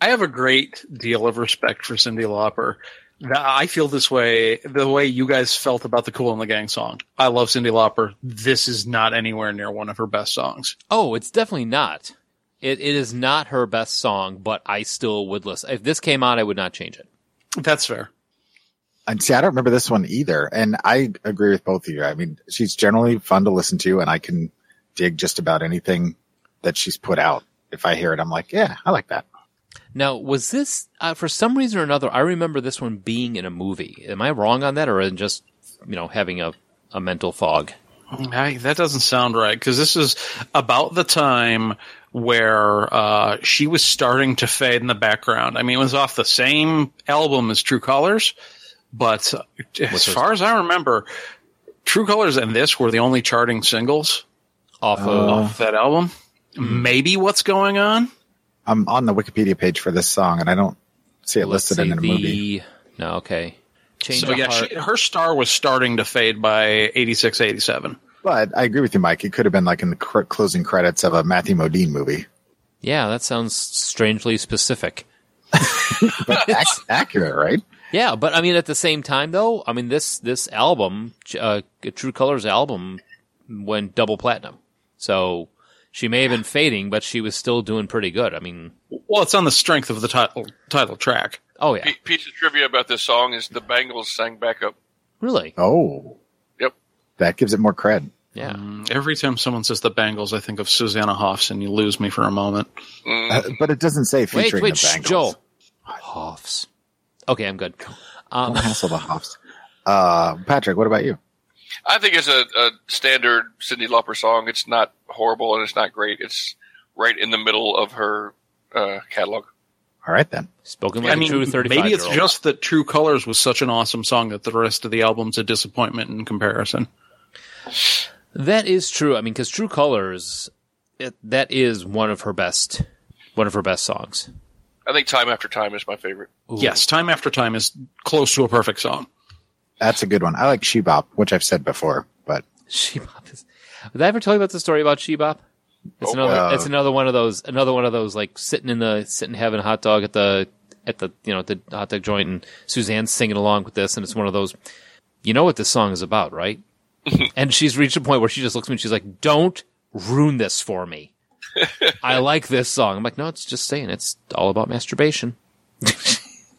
[SPEAKER 6] I have a great deal of respect for Cindy Lauper. Th- I feel this way, the way you guys felt about the Cool and the Gang song. I love Cindy Lauper. This is not anywhere near one of her best songs.
[SPEAKER 3] Oh, it's definitely not. It, it is not her best song, but I still would listen. If this came out, I would not change it.
[SPEAKER 6] That's fair.
[SPEAKER 5] And see, I don't remember this one either. And I agree with both of you. I mean, she's generally fun to listen to, and I can dig just about anything that she's put out. If I hear it, I'm like, yeah, I like that.
[SPEAKER 3] Now, was this, uh, for some reason or another, I remember this one being in a movie. Am I wrong on that or am I just, you know, having a, a mental fog?
[SPEAKER 6] I, that doesn't sound right because this is about the time where uh, she was starting to fade in the background. I mean, it was off the same album as True Colors, but uh, as
[SPEAKER 3] was-
[SPEAKER 6] far as I remember, True Colors and this were the only charting singles
[SPEAKER 3] Off
[SPEAKER 5] Oh,
[SPEAKER 3] of.
[SPEAKER 6] off that album. Maybe What's Going On?
[SPEAKER 5] I'm on the Wikipedia page for this song, and I don't see it
[SPEAKER 3] Let's
[SPEAKER 5] listed in
[SPEAKER 3] see,
[SPEAKER 5] a movie.
[SPEAKER 3] the- No, okay. Change
[SPEAKER 6] So
[SPEAKER 3] of
[SPEAKER 6] yeah,
[SPEAKER 3] heart.
[SPEAKER 6] she, her star was starting to fade by 86, 87.
[SPEAKER 5] But I agree with you, Mike. It could have been like in the cr- closing credits of a Matthew Modine movie.
[SPEAKER 3] yeah, that sounds strangely specific.
[SPEAKER 5] Ac- accurate, right?
[SPEAKER 3] Yeah, but I mean, at the same time, though, I mean this this album, uh, True Colors album, went double platinum. So she may have been fading, but she was still doing pretty good. I mean,
[SPEAKER 6] Well, it's on the strength of the title title track.
[SPEAKER 3] oh yeah,
[SPEAKER 4] P- piece of trivia about this song is the Bengals sang backup.
[SPEAKER 3] really?
[SPEAKER 5] Oh,
[SPEAKER 4] Yep.
[SPEAKER 5] that gives it more cred.
[SPEAKER 3] Yeah.
[SPEAKER 6] Mm, Every time someone says the Bengals, I think of Susanna Hoffs, and you lose me for a moment.
[SPEAKER 5] Uh, but it doesn't say
[SPEAKER 3] Wait,
[SPEAKER 5] featuring
[SPEAKER 3] wait,
[SPEAKER 5] the
[SPEAKER 3] shh,
[SPEAKER 5] Bangles.
[SPEAKER 3] Joel. Hoffs. Okay, I'm good. Um,
[SPEAKER 5] Don't hassle the Hoffs. Uh, Patrick, what about you?
[SPEAKER 4] I think it's a, a standard Cindy Lauper song. It's not horrible and it's not great. It's right in the middle of her uh, catalog.
[SPEAKER 5] All right then.
[SPEAKER 3] Spoken like
[SPEAKER 6] I mean,
[SPEAKER 3] a true thirty-five.
[SPEAKER 6] maybe it's
[SPEAKER 3] year old.
[SPEAKER 6] just that True Colors was such an awesome song that the rest of the album's a disappointment in comparison.
[SPEAKER 3] That is true. I mean, because True Colors, it, that is one of her best, one of her best songs.
[SPEAKER 4] I think Time After Time is my favorite.
[SPEAKER 6] Yes, Time After Time is close to a perfect song.
[SPEAKER 5] That's a good one. I like Shebop, which I've said before, but
[SPEAKER 3] Shebop is. Did I ever tell you about the story about Shebop? It's another.
[SPEAKER 5] wow.
[SPEAKER 3] It's another one of those. Another one of those like sitting in the sitting having a hot dog at the at the you know at the hot dog joint and Suzanne's singing along with this and it's one of those. You know what this song is about, right? and she's reached a point where she just looks at me and she's like, "Don't ruin this for me. I like this song." I'm like, "No, it's just saying it's all about masturbation."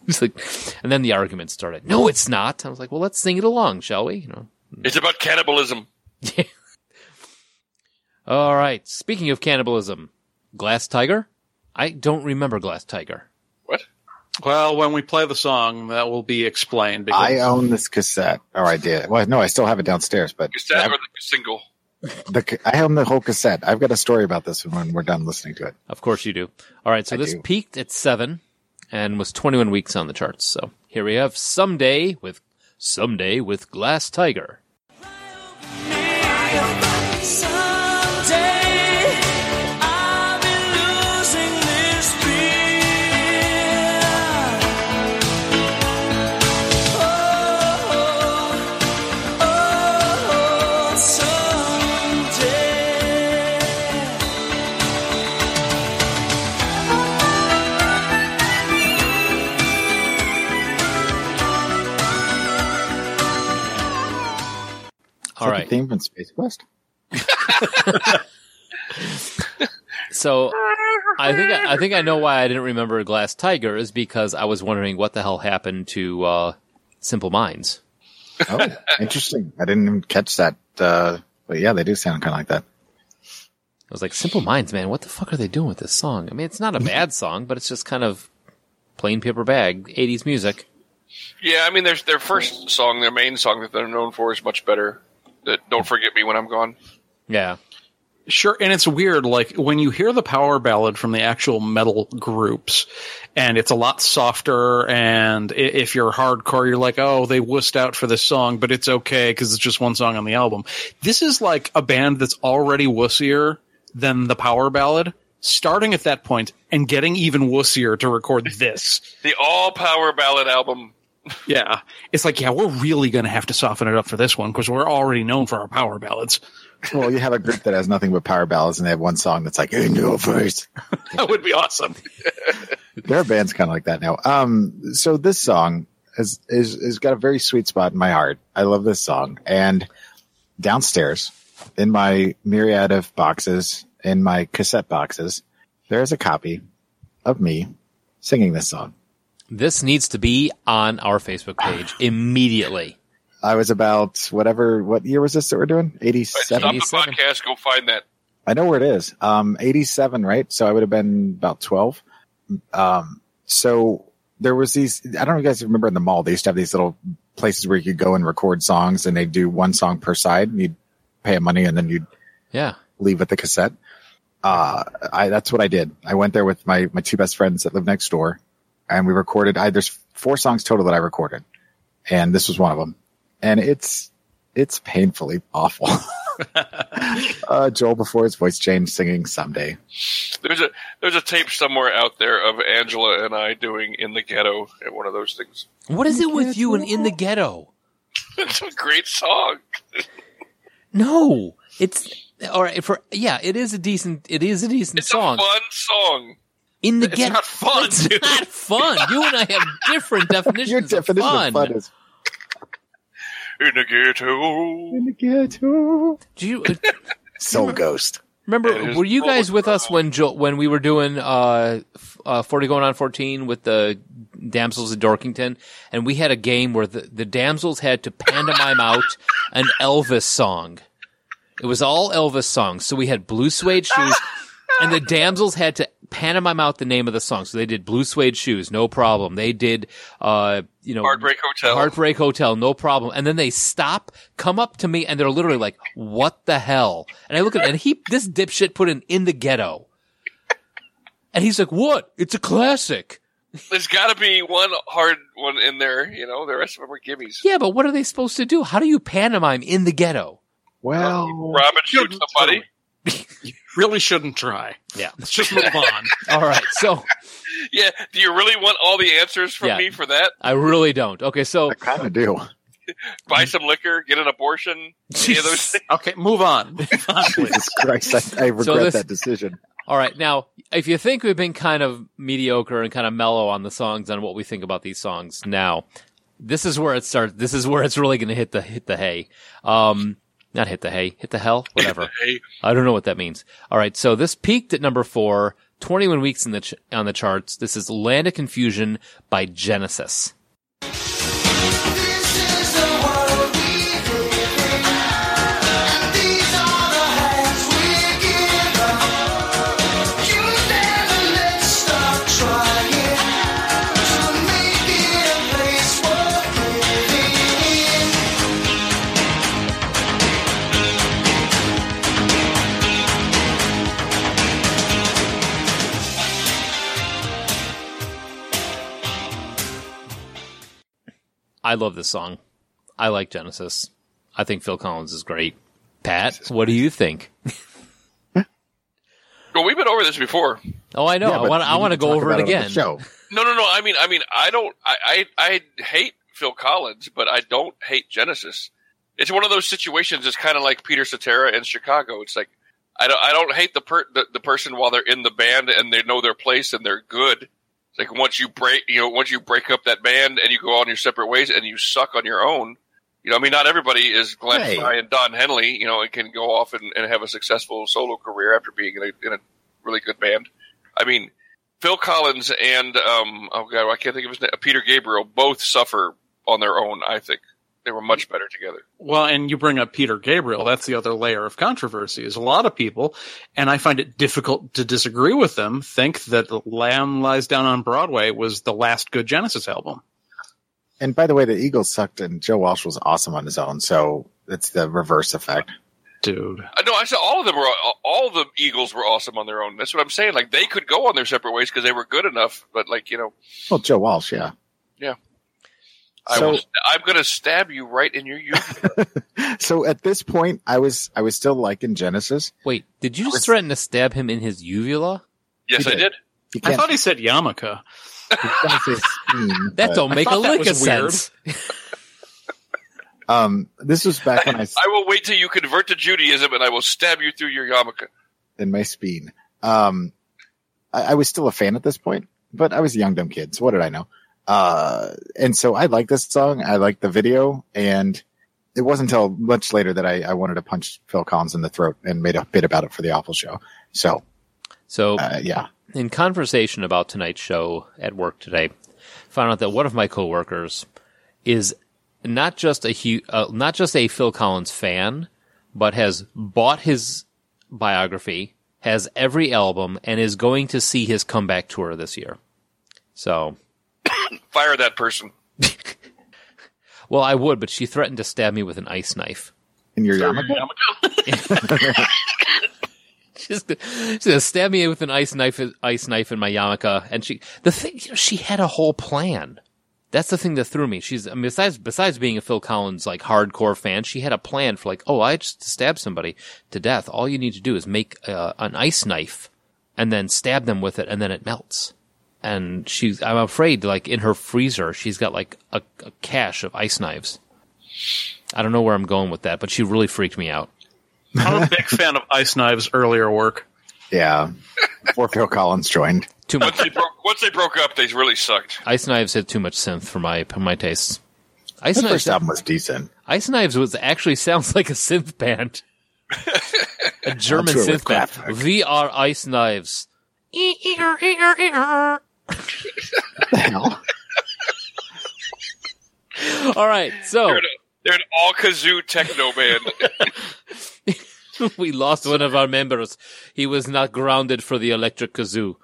[SPEAKER 3] It's like, and then the argument started. No, it's not. I was like, "Well, let's sing it along, shall we?" You know.
[SPEAKER 4] It's about cannibalism.
[SPEAKER 3] All right. Speaking of cannibalism, Glass Tiger? I don't remember Glass Tiger.
[SPEAKER 4] What?
[SPEAKER 6] Well, when we play the song, that will be explained. Because
[SPEAKER 5] I own this cassette, or I did. Well, no, I still have it downstairs, but
[SPEAKER 4] Is that
[SPEAKER 5] I've-
[SPEAKER 4] or the single?
[SPEAKER 5] the, ca- I own the whole cassette. I've got a story about this when we're done listening to it.
[SPEAKER 3] Of course you do. All right. So
[SPEAKER 5] I
[SPEAKER 3] this
[SPEAKER 5] do.
[SPEAKER 3] peaked at seven and was 21 weeks on the charts. So here we have Someday with Someday with Glass Tiger.
[SPEAKER 8] Oh,
[SPEAKER 5] Is
[SPEAKER 3] All
[SPEAKER 5] that the
[SPEAKER 3] right.
[SPEAKER 5] theme from Space Quest.
[SPEAKER 3] So I think I think I know why I didn't remember Glass Tiger is because I was wondering what the hell happened to uh, Simple Minds.
[SPEAKER 5] Oh, interesting. I didn't even catch that. Uh, but yeah, they do sound kind of like that.
[SPEAKER 3] I was like, Simple Minds, man, what the fuck are they doing with this song? I mean, it's not a bad song, but it's just kind of plain paper bag, 80s music.
[SPEAKER 4] Yeah, I mean, there's their first song, their main song that they're known for is much better. That Don't Forget Me When I'm Gone.
[SPEAKER 3] Yeah.
[SPEAKER 6] Sure, and it's weird. Like when you hear the power ballad from the actual metal groups, and it's a lot softer. And i- if you're hardcore, you're like, "Oh, they wussed out for this song," but it's okay because it's just one song on the album. This is like a band that's already wussier than the power ballad, starting at that point and getting even wussier to record this.
[SPEAKER 4] The all power ballad album.
[SPEAKER 6] Yeah. It's like, yeah, we're really going to have to soften it up for this one because we're already known for our power ballads.
[SPEAKER 5] Well, you have a group that has nothing but power ballads, and they have one song that's like in your face.
[SPEAKER 6] That would be awesome.
[SPEAKER 5] There are bands kind of like that now. Um, so this song has is is got a very sweet spot in my heart. I love this song. And downstairs, in my myriad of boxes, in my cassette boxes, there is a copy of me singing this song.
[SPEAKER 3] This needs to be on our Facebook page immediately.
[SPEAKER 5] I was about whatever. What year was this that we're doing?
[SPEAKER 4] Stop
[SPEAKER 5] Eighty-seven.
[SPEAKER 4] the
[SPEAKER 3] 77.
[SPEAKER 4] podcast. Go find that.
[SPEAKER 5] I know where it is. Um, 87, right? So I would have been about 12. Um, so there was these, I don't know if you guys remember in the mall, they used to have these little places where you could go and record songs and they'd do one song per side and you'd pay them money and then you'd
[SPEAKER 3] Yeah.
[SPEAKER 5] leave with the cassette. Uh, I, that's what I did. I went there with my, my two best friends that live next door and we recorded, I, there's four songs total that I recorded and this was one of them. And it's, it's painfully awful. uh, Joel before his voice changed singing someday.
[SPEAKER 4] There's a there's a tape somewhere out there of Angela and I doing in the ghetto at one of those things.
[SPEAKER 3] What is it with you and in the ghetto?
[SPEAKER 4] it's a great song.
[SPEAKER 3] No, it's all right for yeah. It is a decent. It is a decent
[SPEAKER 4] It's
[SPEAKER 3] song.
[SPEAKER 4] a fun song.
[SPEAKER 3] in the
[SPEAKER 4] It's
[SPEAKER 3] ghetto.
[SPEAKER 4] not fun,
[SPEAKER 3] It's
[SPEAKER 4] dude.
[SPEAKER 3] not fun. You and I have different definitions.
[SPEAKER 5] Your definition
[SPEAKER 3] of fun.
[SPEAKER 5] of fun is
[SPEAKER 4] In the ghetto.
[SPEAKER 5] in the ghetto.
[SPEAKER 3] Do you uh,
[SPEAKER 5] Soul Ghost.
[SPEAKER 4] It
[SPEAKER 3] remember?
[SPEAKER 4] is
[SPEAKER 3] Were you
[SPEAKER 4] full of
[SPEAKER 3] guys with us
[SPEAKER 4] trouble.
[SPEAKER 3] when jo- when we were doing uh, f- uh, forty going on fourteen with the damsels at Dorkington, and we had a game where the, the damsels had to pantomime out an Elvis song. It was all Elvis songs. So we had blue suede shoes, and the damsels had to pantomime out the name of the song. So they did blue suede shoes, no problem. They did, uh, you know,
[SPEAKER 4] Heartbreak Hotel.
[SPEAKER 3] Heartbreak Hotel, no problem. And then they stop, come up to me, and they're literally like, "What the hell?" And I look at and he, this dipshit, put in in the ghetto, and he's like, "What? It's a classic."
[SPEAKER 4] There's got to be one hard one in there. You know, the rest of them are gimmies.
[SPEAKER 3] Yeah, but what are they supposed to do? How do you pantomime in the ghetto?
[SPEAKER 5] Well,
[SPEAKER 4] Robin shoots somebody.
[SPEAKER 6] really shouldn't try.
[SPEAKER 3] Yeah.
[SPEAKER 6] Let's just move on.
[SPEAKER 3] All right, so
[SPEAKER 4] Yeah. Do you really want all the answers from
[SPEAKER 3] Yeah.
[SPEAKER 4] me for that?
[SPEAKER 3] I really don't. Okay, so
[SPEAKER 5] I kind of do.
[SPEAKER 4] Buy some liquor, get an abortion. Any of those things?
[SPEAKER 6] Okay, move on. Move on, please.
[SPEAKER 5] Jesus Christ, I, I regret
[SPEAKER 3] this-
[SPEAKER 5] that decision.
[SPEAKER 3] All right. Now, if you think we've been kind of mediocre and kind of mellow on the songs and what we think about these songs now, this is where it starts. This is where it's really going to hit the hit the hay. Um, not hit the hay, hit the hell, whatever.
[SPEAKER 4] Hey,
[SPEAKER 3] I don't know what that means. All right. So this peaked at number four, 21 weeks in the ch- on the charts. This is Land of Confusion by Genesis. I love this song. I like Genesis. I think Phil Collins is great. Pat, what do you think?
[SPEAKER 4] Well, we've been over this before.
[SPEAKER 3] Oh, I know.
[SPEAKER 5] Yeah,
[SPEAKER 3] I
[SPEAKER 5] but
[SPEAKER 3] want I
[SPEAKER 5] we
[SPEAKER 3] want to
[SPEAKER 5] need
[SPEAKER 3] go
[SPEAKER 5] talk
[SPEAKER 3] over it
[SPEAKER 5] about on the
[SPEAKER 3] again.
[SPEAKER 5] Show.
[SPEAKER 4] No, no, no. I mean, I mean, I don't. I, I, I hate Phil Collins, but I don't hate Genesis. It's one of those situations. It's kind of like Peter Cetera in Chicago. It's like I don't, I don't hate the, per, the the person while they're in the band and they know their place and they're good. It's like once you break, you know, once you break up that band and you go on your separate ways and you suck on your own. You know, I mean, not everybody is Glenn
[SPEAKER 5] Right.
[SPEAKER 4] Fry and Don Henley. You know, and can go off and, and have a successful solo career after being in a, in a really good band. I mean, Phil Collins and um, oh god, I can't think of his name. Peter Gabriel both suffer on their own. I think they were much better together.
[SPEAKER 6] Well, and you bring up Peter Gabriel. That's the other layer of controversy is a lot of people, and I find it difficult to disagree with them, think that Lamb Lies Down on Broadway was the last good Genesis album.
[SPEAKER 5] And by the way, the Eagles sucked, and Joe Walsh was awesome on his own. So it's the reverse effect.
[SPEAKER 6] Dude.
[SPEAKER 4] Uh, No, I said all of them were uh, all the Eagles were awesome on their own. That's what I'm saying. Like they could go on their separate ways because they were good enough. But like you know,
[SPEAKER 5] Well, Joe Walsh, yeah.
[SPEAKER 4] I
[SPEAKER 5] So-
[SPEAKER 4] will, I'm going to stab you right in your youth.
[SPEAKER 5] So at this point, I was I was still liking Genesis.
[SPEAKER 3] Wait, did you
[SPEAKER 5] was-
[SPEAKER 3] just threaten to stab him in his uvula?
[SPEAKER 4] yes, I
[SPEAKER 5] did.
[SPEAKER 4] did.
[SPEAKER 5] You
[SPEAKER 6] I
[SPEAKER 5] can't-
[SPEAKER 6] thought he said Yamaka.
[SPEAKER 5] I was gonna say steam,
[SPEAKER 3] That
[SPEAKER 5] but-
[SPEAKER 3] don't make a
[SPEAKER 6] thought that
[SPEAKER 3] lick of
[SPEAKER 6] was weird.
[SPEAKER 3] sense.
[SPEAKER 5] Um, this was back when I s-
[SPEAKER 4] I will wait till you convert to Judaism, and I will stab you through your yarmulke.
[SPEAKER 5] in my speen. Um, I, I was still a fan at this point, but I was a young dumb kid, so what did I know? Uh, and so I liked this song. I liked the video, and it wasn't until much later that I, I wanted to punch Phil Collins in the throat and made a bit about it for the awful show. So
[SPEAKER 3] So
[SPEAKER 5] uh, yeah,
[SPEAKER 3] in conversation about tonight's show at work today, found out that one of my coworkers is not just a hu- uh, not just a Phil Collins fan, but has bought his biography, has every album, and is going to see his comeback tour this year. So,
[SPEAKER 4] Fire that person.
[SPEAKER 3] well, I would, but she threatened to stab me with an ice knife.
[SPEAKER 5] in your yarmulke.
[SPEAKER 3] She's gonna, she's gonna stab me with an ice knife, ice knife in my yarmulke. And she, the thing, she had a whole plan. That's the thing that threw me. She's I mean, besides besides being a Phil Collins like hardcore fan, she had a plan for like, oh, I just stab somebody to death. All you need to do is make uh, an ice knife and then stab them with it, and then it melts. And she's, I'm afraid, like in her freezer, she's got like a, a cache of ice knives. I don't know where I'm going with that, but she really freaked me out.
[SPEAKER 6] I'm a big fan of Ice Knives' earlier work.
[SPEAKER 5] Yeah, before Phil Collins joined.
[SPEAKER 3] Too much.
[SPEAKER 4] Once they broke, once they broke up, they really sucked.
[SPEAKER 3] Ice Knives had too much synth for my for my tastes. Ice
[SPEAKER 5] His
[SPEAKER 3] Knives,
[SPEAKER 5] first album was decent.
[SPEAKER 3] Ice Knives was actually sounds like a synth band, a German
[SPEAKER 5] tour with
[SPEAKER 3] synth band.
[SPEAKER 5] Kraftwerk.
[SPEAKER 3] We are Ice Knives.
[SPEAKER 5] Hell.
[SPEAKER 3] All right, so
[SPEAKER 4] They're an, they're an all kazoo techno band.
[SPEAKER 3] we lost one of our members. He was not grounded for the electric kazoo.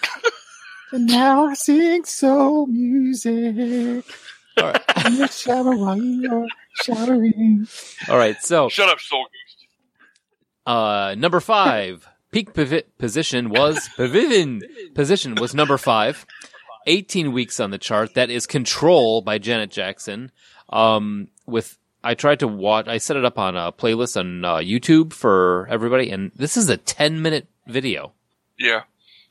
[SPEAKER 5] and now I sing soul music.
[SPEAKER 3] All right,
[SPEAKER 5] In the shower while you're showering.
[SPEAKER 3] all right. So
[SPEAKER 4] Shut up, Soul Goose.
[SPEAKER 3] uh, number five, peak pivi- position was pavilion position was number five. 18 weeks on the chart. That is Control by Janet Jackson. Um, with I tried to watch. I set it up on a playlist on uh, YouTube for everybody, and this is a 10 minute video.
[SPEAKER 4] Yeah,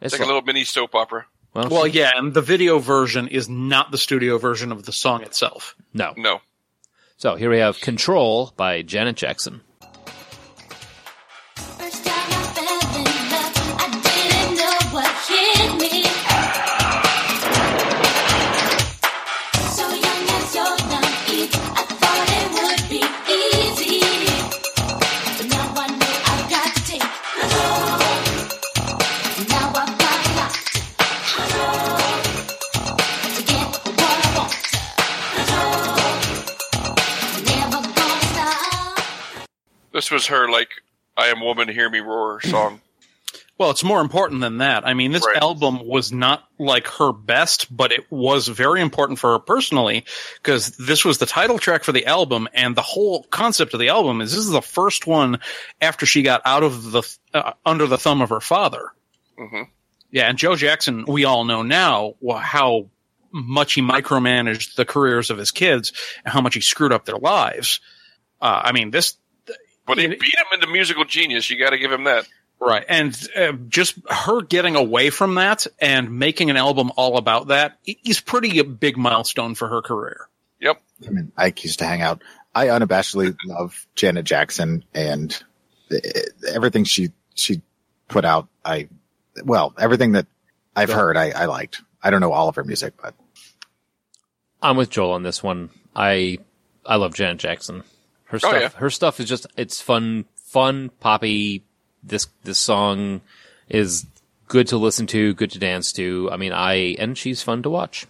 [SPEAKER 3] It's
[SPEAKER 4] it's like a little mini soap opera.
[SPEAKER 3] well,
[SPEAKER 6] Well, yeah, and the video version is not the studio version of the song itself.
[SPEAKER 3] no.
[SPEAKER 4] No,
[SPEAKER 3] So here we have Control by Janet Jackson.
[SPEAKER 8] First time I fell in love, I didn't know what hit me. So young and so naive, I thought it would be easy. But now I know I've got to take control. Now I've got a lot to control. To get what I want to control. Never gonna stop.
[SPEAKER 4] this was her like "I Am Woman, Hear Me Roar" song.
[SPEAKER 6] Well, it's more important than that. I mean, this
[SPEAKER 4] Right.
[SPEAKER 6] album was not like her best, but it was very important for her personally because this was the title track for the album, and the whole concept of the album is this is the first one after she got out of the uh, under the thumb of her father.
[SPEAKER 4] Mhm.
[SPEAKER 6] Yeah, and Joe Jackson, we all know now wh- how much he micromanaged the careers of his kids and how much he screwed up their lives. Uh, I mean, this
[SPEAKER 4] But he
[SPEAKER 6] Yeah.
[SPEAKER 4] beat him into musical genius. You got to give him that.
[SPEAKER 6] Right. And uh, just her getting away from that and making an album all about that i- is pretty a big milestone for her career.
[SPEAKER 4] Yep.
[SPEAKER 5] I mean, Ike used to hang out. I unabashedly love Janet Jackson and eh, eh, everything she she put out. I well, everything that I've heard, I, I liked. I don't know all of her music, but
[SPEAKER 3] I'm with Joel on this one. I I love Janet Jackson.
[SPEAKER 5] Oh,
[SPEAKER 3] Her stuff
[SPEAKER 4] yeah.
[SPEAKER 3] her stuff is just it's fun fun poppy. This this song is good to listen to, good to dance to. I mean, I and she's fun to watch.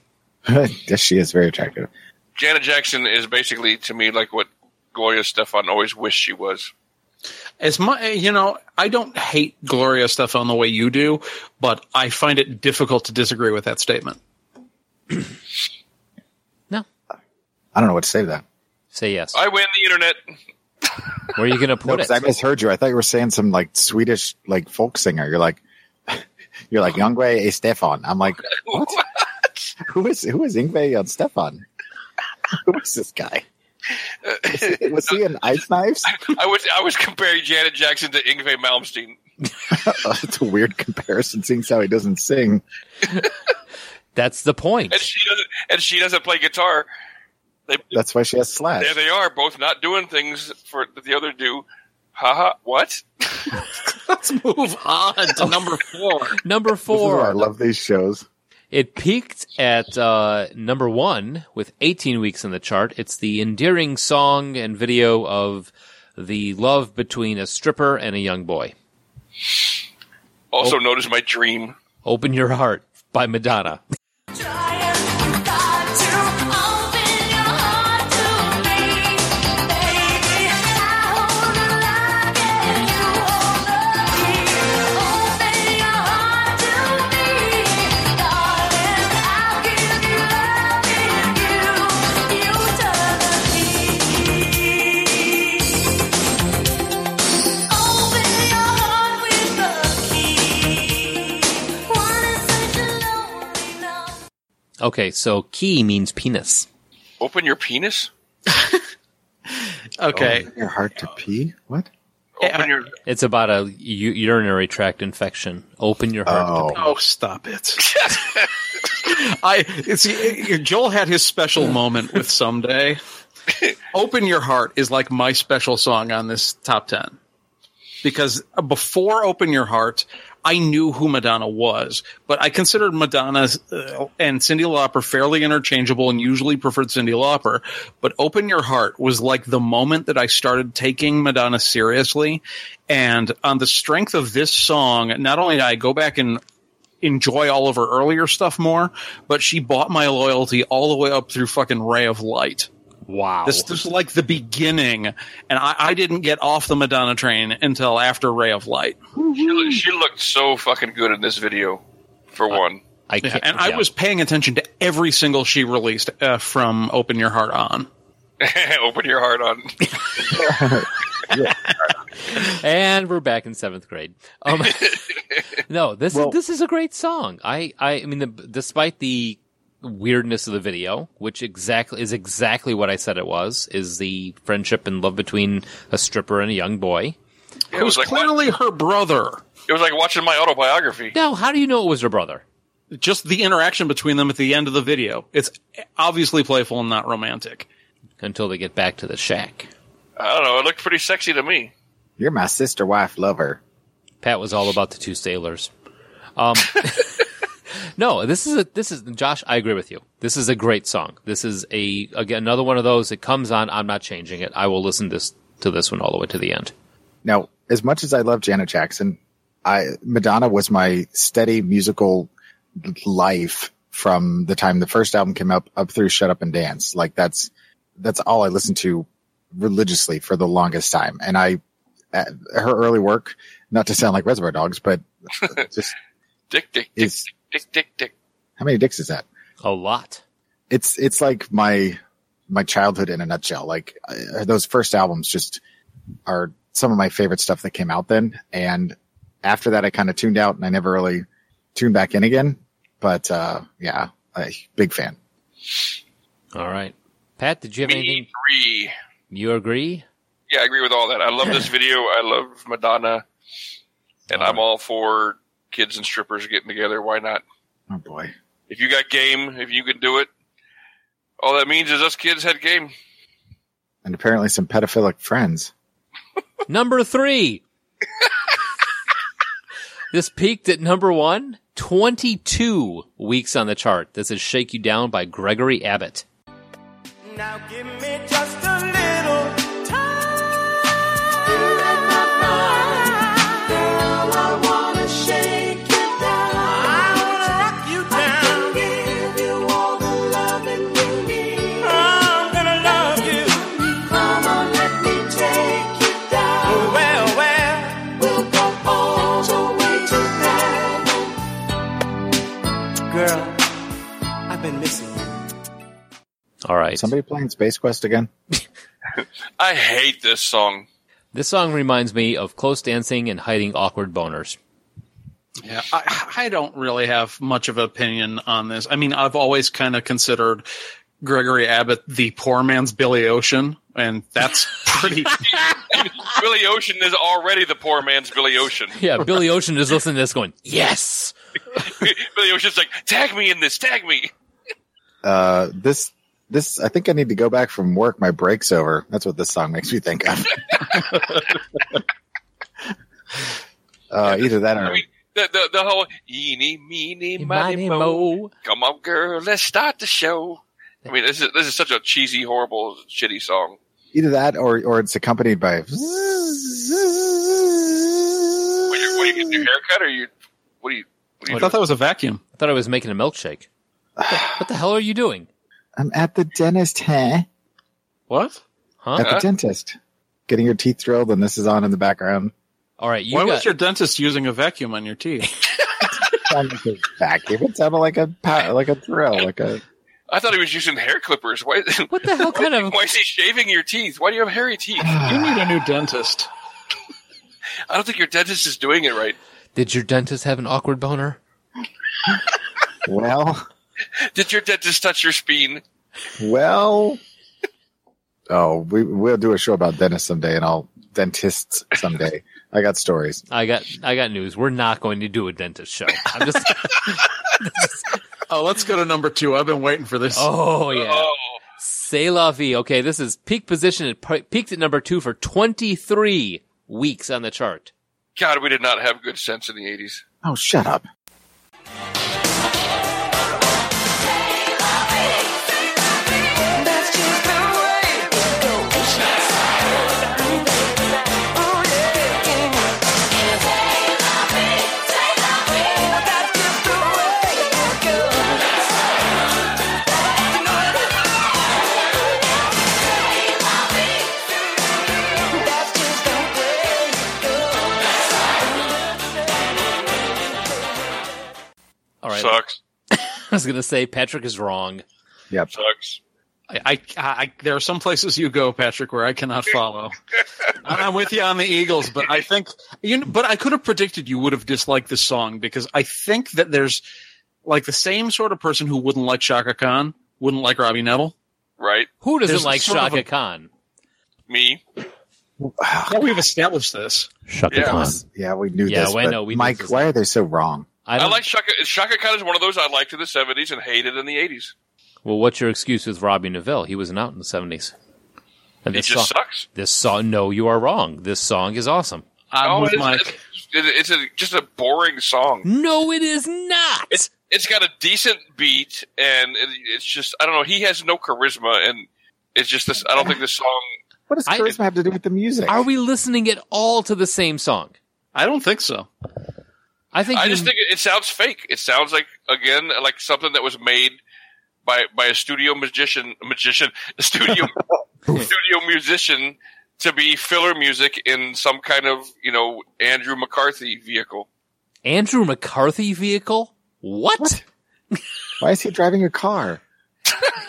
[SPEAKER 5] yes, she is very attractive.
[SPEAKER 4] Janet Jackson is basically to me like what Gloria Stefan always wished she was.
[SPEAKER 6] As my, you know, I don't hate Gloria Stefan the way you do, but I find it difficult to disagree with that statement.
[SPEAKER 3] No.
[SPEAKER 5] I don't know what to say to that.
[SPEAKER 3] Say yes.
[SPEAKER 4] I win the internet.
[SPEAKER 3] Where are you going to
[SPEAKER 5] No,
[SPEAKER 3] put
[SPEAKER 5] 'cause I
[SPEAKER 3] it?
[SPEAKER 5] misheard you. I thought you were saying some like Swedish like folk singer. You're like you're like Yngwie Stefan. I'm like, what? who is who is Yngwie and Stefan? Who is this guy? Was he, was he in Ice Knives?
[SPEAKER 4] I was I was comparing Janet Jackson to Ingve Malmsteen.
[SPEAKER 5] Oh, That's a weird comparison, seeing as how he doesn't sing.
[SPEAKER 3] That's the point.
[SPEAKER 4] and she doesn't and she doesn't play guitar. They
[SPEAKER 5] That's why she has Slash.
[SPEAKER 4] there they are, both not doing things for that the other do. Haha, what?
[SPEAKER 6] Let's move on to number four.
[SPEAKER 3] Number
[SPEAKER 5] This is why I
[SPEAKER 3] four.
[SPEAKER 5] love these shows.
[SPEAKER 3] It peaked at uh, number one with 18 weeks in the chart. It's the endearing song and video of the love between a stripper and a young boy.
[SPEAKER 4] Also notice my dream.
[SPEAKER 3] Open Your Heart by Madonna. Okay, so key means penis.
[SPEAKER 4] Open your penis.
[SPEAKER 6] Okay.
[SPEAKER 5] Your heart to pee? What?
[SPEAKER 4] Open
[SPEAKER 6] Yeah.
[SPEAKER 4] your
[SPEAKER 3] It's about a u- urinary tract infection. Open your heart.
[SPEAKER 5] Oh,
[SPEAKER 6] Oh, stop it! I see. Joel had his special moment with someday. Open your heart is like my special song on this top ten because before Open Your Heart, I knew who Madonna was, but I considered Madonna uh, and Cindy Lauper fairly interchangeable and usually preferred Cindy Lauper. But Open Your Heart was like the moment that I started taking Madonna seriously. And on the strength of this song, not only did I go back and enjoy all of her earlier stuff more, but she bought my loyalty all the way up through fucking Ray of Light.
[SPEAKER 3] Wow.
[SPEAKER 6] This, this is like the beginning, and I, I didn't get off the Madonna train until after Ray of Light.
[SPEAKER 4] she, loo- she looked so fucking good in this video for one.
[SPEAKER 3] I can't,
[SPEAKER 6] And I
[SPEAKER 3] yeah.
[SPEAKER 6] was paying attention to every single she released uh, from Open Your Heart on.
[SPEAKER 4] Open your heart on
[SPEAKER 3] and we're back in seventh grade. Um, no, this this is a great song. I I, I mean, the, despite the weirdness of the video, which exactly is exactly what I said it was, is the friendship and love between a stripper and a young boy.
[SPEAKER 4] it was
[SPEAKER 6] Who's
[SPEAKER 4] like wa-
[SPEAKER 6] clearly her brother.
[SPEAKER 4] it was like watching my autobiography.
[SPEAKER 3] Now, how do you know it was her brother?
[SPEAKER 6] Just the interaction between them at the end of the video. It's obviously playful and not romantic.
[SPEAKER 3] Until they get back to the shack,
[SPEAKER 4] I don't know, it looked pretty sexy to me.
[SPEAKER 5] you're my sister, wife, lover.
[SPEAKER 3] Pat was all about the two sailors. Um, no, this is a this is Josh. I agree with you. This is a great song. This is a again another one of those. It comes on. I'm not changing it. I will listen this to this one all the way to the end.
[SPEAKER 5] Now, as much as I love Janet Jackson, I Madonna was my steady musical life from the time the first album came up up through Shut Up and Dance. Like that's that's all I listened to religiously for the longest time. And I uh, her early work, not to sound like Reservoir Dogs, but just
[SPEAKER 4] Dick dick dick
[SPEAKER 5] is
[SPEAKER 4] dick dick dick.
[SPEAKER 5] how many dicks is that?
[SPEAKER 3] A lot.
[SPEAKER 5] it's it's like my my childhood in a nutshell. Like uh, those first albums just are some of my favorite stuff that came out then. And after that, I kind of tuned out and I never really tuned back in again. But uh, yeah, a big fan.
[SPEAKER 3] All right, Pat. Did you have anything
[SPEAKER 4] Me three.
[SPEAKER 3] you agree?
[SPEAKER 4] yeah, I agree with all that. I love this video. I love Madonna, and I'm all for kids and strippers getting together. Why not?
[SPEAKER 5] Oh boy,
[SPEAKER 4] If you got game, if you can do it, all that means is us kids had game.
[SPEAKER 5] and apparently some pedophilic friends.
[SPEAKER 3] Number three. this peaked at number one. 22 weeks on the chart. This is Shake You Down by Gregory Abbott.
[SPEAKER 9] Now give me just a little you down. I'm gonna love you. Oh, well, well. Girl, I've been missing you.
[SPEAKER 3] All right.
[SPEAKER 5] Somebody playing Space Quest again?
[SPEAKER 4] I hate this song.
[SPEAKER 3] This song reminds me of close dancing and hiding awkward boners.
[SPEAKER 6] Yeah, I, I don't really have much of an opinion on this. I mean, I've always kind of considered Gregory Abbott the poor man's Billy Ocean, and that's pretty.
[SPEAKER 4] Billy Ocean is already the poor man's Billy Ocean.
[SPEAKER 3] Yeah, Billy Ocean is listening to this going, yes,
[SPEAKER 4] Billy Ocean's like, tag me in this, tag me.
[SPEAKER 5] Uh, this this I think I need to go back from work. My break's over. That's what this song makes me think of. uh, either that
[SPEAKER 4] I
[SPEAKER 5] or
[SPEAKER 4] mean, the, the, the whole eeny, meeny, miny,
[SPEAKER 3] Mighty
[SPEAKER 4] mo.
[SPEAKER 3] Mo.
[SPEAKER 4] Come on, girl, let's start the show. I mean, this is this is such a cheesy, horrible, shitty song.
[SPEAKER 5] either that or or it's accompanied by.
[SPEAKER 4] When you're, when you get your haircut, or you, what do you? What do
[SPEAKER 6] I
[SPEAKER 4] you
[SPEAKER 6] thought that was a vacuum.
[SPEAKER 3] I thought I was making a milkshake. what the hell are you doing?
[SPEAKER 5] I'm at the dentist, huh?
[SPEAKER 6] What?
[SPEAKER 3] Huh?
[SPEAKER 5] At the dentist, getting your teeth drilled, and this is on in the background.
[SPEAKER 3] All right, you
[SPEAKER 6] Why
[SPEAKER 3] got,
[SPEAKER 6] was your dentist using a vacuum on your teeth?
[SPEAKER 5] sounded like a vacuum. It sounded like a pow- like a drill, like a
[SPEAKER 4] I thought he was using hair clippers. Why?
[SPEAKER 3] what the hell kind of
[SPEAKER 4] Why is he shaving your teeth? Why do you have hairy teeth? I
[SPEAKER 6] you need a new dentist.
[SPEAKER 4] don't think your dentist is doing it right.
[SPEAKER 3] did your dentist have an awkward boner?
[SPEAKER 5] well,
[SPEAKER 4] Did your dentist touch your spine?
[SPEAKER 5] well. Oh, we we'll do a show about dentists someday, and I'll dentists someday. I got stories.
[SPEAKER 3] I got I got news. We're not going to do a dentist show. I'm just
[SPEAKER 6] Oh, let's go to number two. I've been waiting for this.
[SPEAKER 3] Oh yeah.
[SPEAKER 4] Oh,
[SPEAKER 3] C'est la vie. Okay, this is peak position. It pe- peaked at number two for 23 weeks on the chart.
[SPEAKER 4] God, we did not have good sense in the '80s.
[SPEAKER 5] Oh, shut up!
[SPEAKER 3] All right.
[SPEAKER 4] Sucks.
[SPEAKER 3] I was gonna say Patrick is wrong.
[SPEAKER 5] Yep.
[SPEAKER 4] Sucks.
[SPEAKER 6] I, I, I, there are some places you go, Patrick, where I cannot follow. And I'm with you on the Eagles, but I think you. Know, but I could have predicted you would have disliked this song because I think that there's like the same sort of person who wouldn't like Shaka Khan wouldn't like Robbie Neville.
[SPEAKER 4] Right?
[SPEAKER 3] Who doesn't
[SPEAKER 6] There's
[SPEAKER 3] like
[SPEAKER 6] sort of
[SPEAKER 3] Shaka
[SPEAKER 6] a-
[SPEAKER 3] Khan?
[SPEAKER 4] Me?
[SPEAKER 6] Now we've established this.
[SPEAKER 3] Shaka
[SPEAKER 4] Yeah.
[SPEAKER 3] Khan.
[SPEAKER 5] Ah, Yeah, we knew
[SPEAKER 3] Yeah,
[SPEAKER 5] this.
[SPEAKER 3] I
[SPEAKER 5] but
[SPEAKER 3] know, we knew
[SPEAKER 5] Mike,
[SPEAKER 3] this.
[SPEAKER 5] why are they so wrong?
[SPEAKER 3] I,
[SPEAKER 4] I
[SPEAKER 3] don't,
[SPEAKER 4] like Shaka. Shaka Khan is one of those I liked in the '70s and hated in the '80s.
[SPEAKER 3] Well, what's your excuse with Robbie Neville? He wasn't out in the 70s. And
[SPEAKER 4] It
[SPEAKER 3] this
[SPEAKER 4] just
[SPEAKER 3] song,
[SPEAKER 4] sucks.
[SPEAKER 3] this song, no, you are wrong. This song is awesome.
[SPEAKER 6] I'm
[SPEAKER 4] Oh,
[SPEAKER 6] with
[SPEAKER 4] it's,
[SPEAKER 6] Mike.
[SPEAKER 4] it's, it's a, just a boring song.
[SPEAKER 3] No, it is not.
[SPEAKER 4] It's it's got a decent beat, and it, it's just I don't know. He has no charisma, and it's just this. I don't think this song.
[SPEAKER 5] What does
[SPEAKER 3] I-
[SPEAKER 5] charisma have to do with the music?
[SPEAKER 3] Are we listening at all to the same song?
[SPEAKER 6] I don't think so.
[SPEAKER 3] I think
[SPEAKER 4] I
[SPEAKER 3] you-
[SPEAKER 4] just think it, it sounds fake. It sounds like again like something that was made by by a studio magician, magician, a studio studio musician to be filler music in some kind of you know Andrew McCarthy vehicle.
[SPEAKER 3] Andrew McCarthy vehicle. What?
[SPEAKER 5] Why is he driving a car?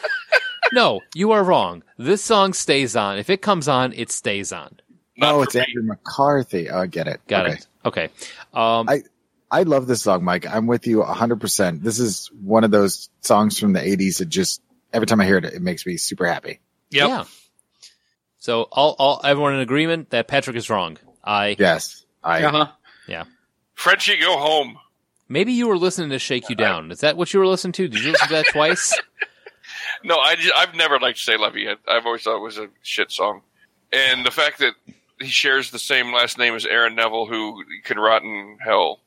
[SPEAKER 3] No, you are wrong. This song stays on. If it comes on, it stays on.
[SPEAKER 4] Not
[SPEAKER 5] oh,
[SPEAKER 4] for
[SPEAKER 5] it's
[SPEAKER 4] me.
[SPEAKER 5] Andrew McCarthy. Oh, I get it.
[SPEAKER 3] Got
[SPEAKER 5] Okay.
[SPEAKER 3] it. Okay. Um,
[SPEAKER 5] I- I love this song, Mike. I'm with you 100%. This is one of those songs from the 80s that just every time I hear it, it makes me super happy.
[SPEAKER 6] Yep.
[SPEAKER 3] Yeah. So all, all, everyone in agreement that Patrick is wrong. I
[SPEAKER 5] Yes. I
[SPEAKER 6] Uh-huh.
[SPEAKER 4] Frenchie, go home.
[SPEAKER 3] maybe you were listening to "Shake You Down." Is that what you were listening to? Did you listen to that twice?
[SPEAKER 4] No, I just, I've never liked Say La Vie. I- I've always thought it was a shit song, and the fact that he shares the same last name as Aaron Neville, who can rot in hell,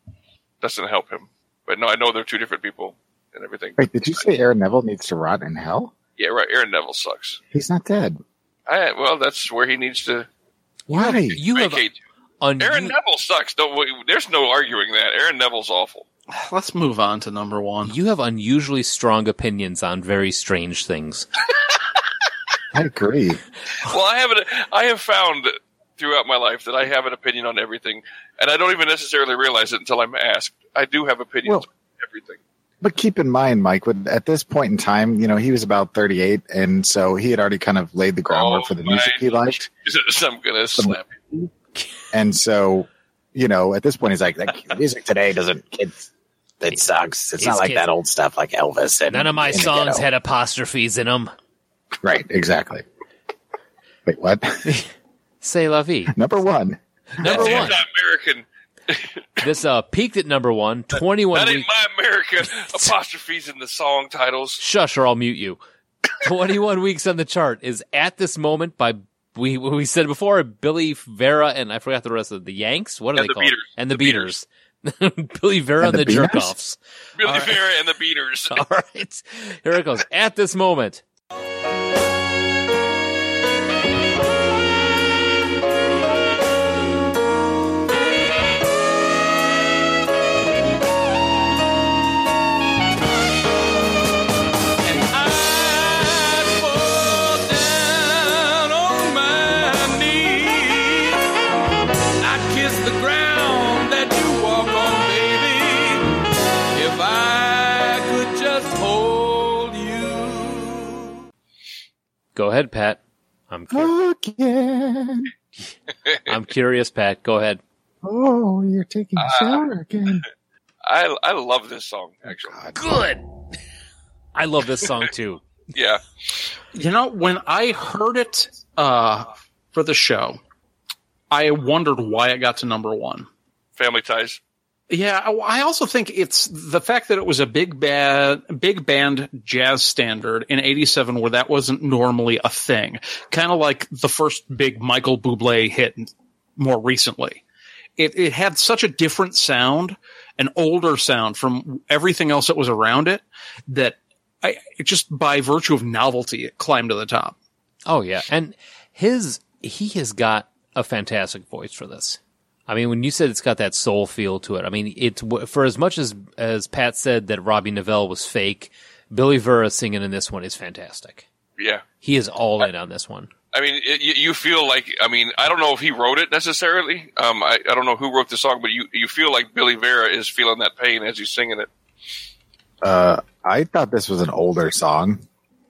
[SPEAKER 4] doesn't help him. But no, I know they're two different people and everything.
[SPEAKER 5] Wait, did you say Aaron Neville needs to rot in hell?
[SPEAKER 4] Yeah, right. Aaron Neville sucks.
[SPEAKER 5] He's not dead.
[SPEAKER 4] I, well, that's where he needs to
[SPEAKER 5] Why?
[SPEAKER 3] You have
[SPEAKER 4] vacate.
[SPEAKER 3] un-
[SPEAKER 4] Aaron Neville sucks. Don't, wait, there's no arguing that. Aaron Neville's awful.
[SPEAKER 6] Let's move on to number one.
[SPEAKER 3] you have unusually strong opinions on very strange things.
[SPEAKER 5] I agree.
[SPEAKER 4] Well, I have an, I have found throughout my life that I have an opinion on everything, and I don't even necessarily realize it until I'm asked. I do have opinions
[SPEAKER 5] Well-
[SPEAKER 4] on everything.
[SPEAKER 5] But keep in mind, Mike, when- at this point in time, you know, he was about 38, and so he had already kind of laid the groundwork
[SPEAKER 4] Oh,
[SPEAKER 5] for the
[SPEAKER 4] my
[SPEAKER 5] music he liked.
[SPEAKER 4] Jesus, I'm gonna slap you.
[SPEAKER 5] And so, you know, at this point, he's like, like the music today doesn't, it's, it sucks. It's
[SPEAKER 3] It's
[SPEAKER 5] not like
[SPEAKER 3] kids.
[SPEAKER 5] that old stuff like Elvis. And,
[SPEAKER 3] None of my
[SPEAKER 5] and the
[SPEAKER 3] songs
[SPEAKER 5] ghetto.
[SPEAKER 3] had apostrophes in them.
[SPEAKER 5] Right, exactly. Wait, what?
[SPEAKER 3] Say la vie.
[SPEAKER 5] Number one.
[SPEAKER 3] Number
[SPEAKER 4] That's
[SPEAKER 3] one.
[SPEAKER 4] anti-American.
[SPEAKER 3] This uh, peaked at number one, 21
[SPEAKER 4] That
[SPEAKER 3] weeks.
[SPEAKER 4] ain't my America. Apostrophes in the song titles.
[SPEAKER 3] Shush, or I'll mute you. 21 weeks on the chart is at this moment by we we said before Billy Vera and I forgot the rest of the Yanks. What are
[SPEAKER 4] And
[SPEAKER 3] they
[SPEAKER 4] the
[SPEAKER 3] called?
[SPEAKER 4] Beaters.
[SPEAKER 3] And the,
[SPEAKER 4] The
[SPEAKER 3] Beaters. Billy Vera and,
[SPEAKER 5] And
[SPEAKER 3] the,
[SPEAKER 5] the
[SPEAKER 3] jerk
[SPEAKER 5] Beaters?
[SPEAKER 3] offs.
[SPEAKER 4] Billy
[SPEAKER 3] All right.
[SPEAKER 4] Vera and the Beaters.
[SPEAKER 3] All right, here it goes. At this moment, go ahead, Pat. I'm cur-
[SPEAKER 5] Again.
[SPEAKER 3] I'm curious, Pat. Go ahead.
[SPEAKER 5] Oh, you're taking a shower again.
[SPEAKER 4] I I love this song actually.
[SPEAKER 3] Good. I love this song too.
[SPEAKER 4] Yeah,
[SPEAKER 6] You know, when I heard it uh, for the show, I wondered why it got to number one.
[SPEAKER 4] Family Ties.
[SPEAKER 6] Yeah, I I also think it's the fact that it was a big bad big band jazz standard in '87, where that wasn't normally a thing. Kind of like the first big Michael Bublé hit more recently. It it had such a different sound, an older sound from everything else that was around it, that I it just by virtue of novelty, it climbed to the top.
[SPEAKER 3] Oh yeah, and his he has got a fantastic voice for this. I mean, when you said it's got that soul feel to it, I mean, it's for as much as as Pat said that Robbie Nevell was fake, Billy Vera singing in this one is fantastic.
[SPEAKER 4] Yeah,
[SPEAKER 3] He is all in on this one.
[SPEAKER 4] I mean it, you, you feel like I mean I don't know if he wrote it necessarily. Um, I, I don't know who wrote the song, but you you feel like Billy Vera is feeling that pain as he's singing it.
[SPEAKER 5] Uh, I thought this was an older song.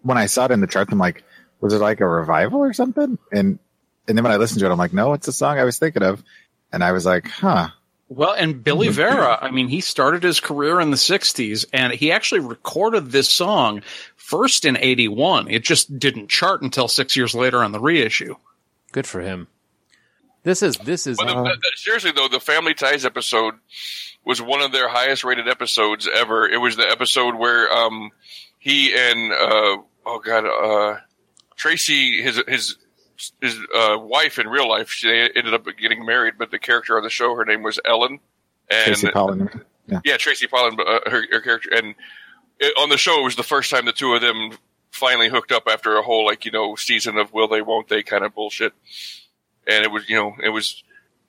[SPEAKER 5] When I saw it in the charts, I'm like, was it like a revival or something? And and then when I listened to it, I'm like, no, it's a song I was thinking of. And I was like, huh.
[SPEAKER 6] Well, and Billy Vera, I mean, he started his career in the 60s and he actually recorded this song first in 81. It just didn't chart until six years later on the reissue.
[SPEAKER 3] Good for him. This is this is
[SPEAKER 4] But the, the- the- seriously though, the Family Ties episode was one of their highest rated episodes ever. It was the episode where um he and uh oh god uh Tracy his his his uh, wife in real life she they ended up getting married, but the character on the show her name was Ellen and
[SPEAKER 5] Casey Pollen. Yeah.
[SPEAKER 4] yeah Tracy Pollan but, uh, her, her character and it, on the show it was the first time the two of them finally hooked up after a whole like you know season of will they won't they kind of bullshit and it was you know it was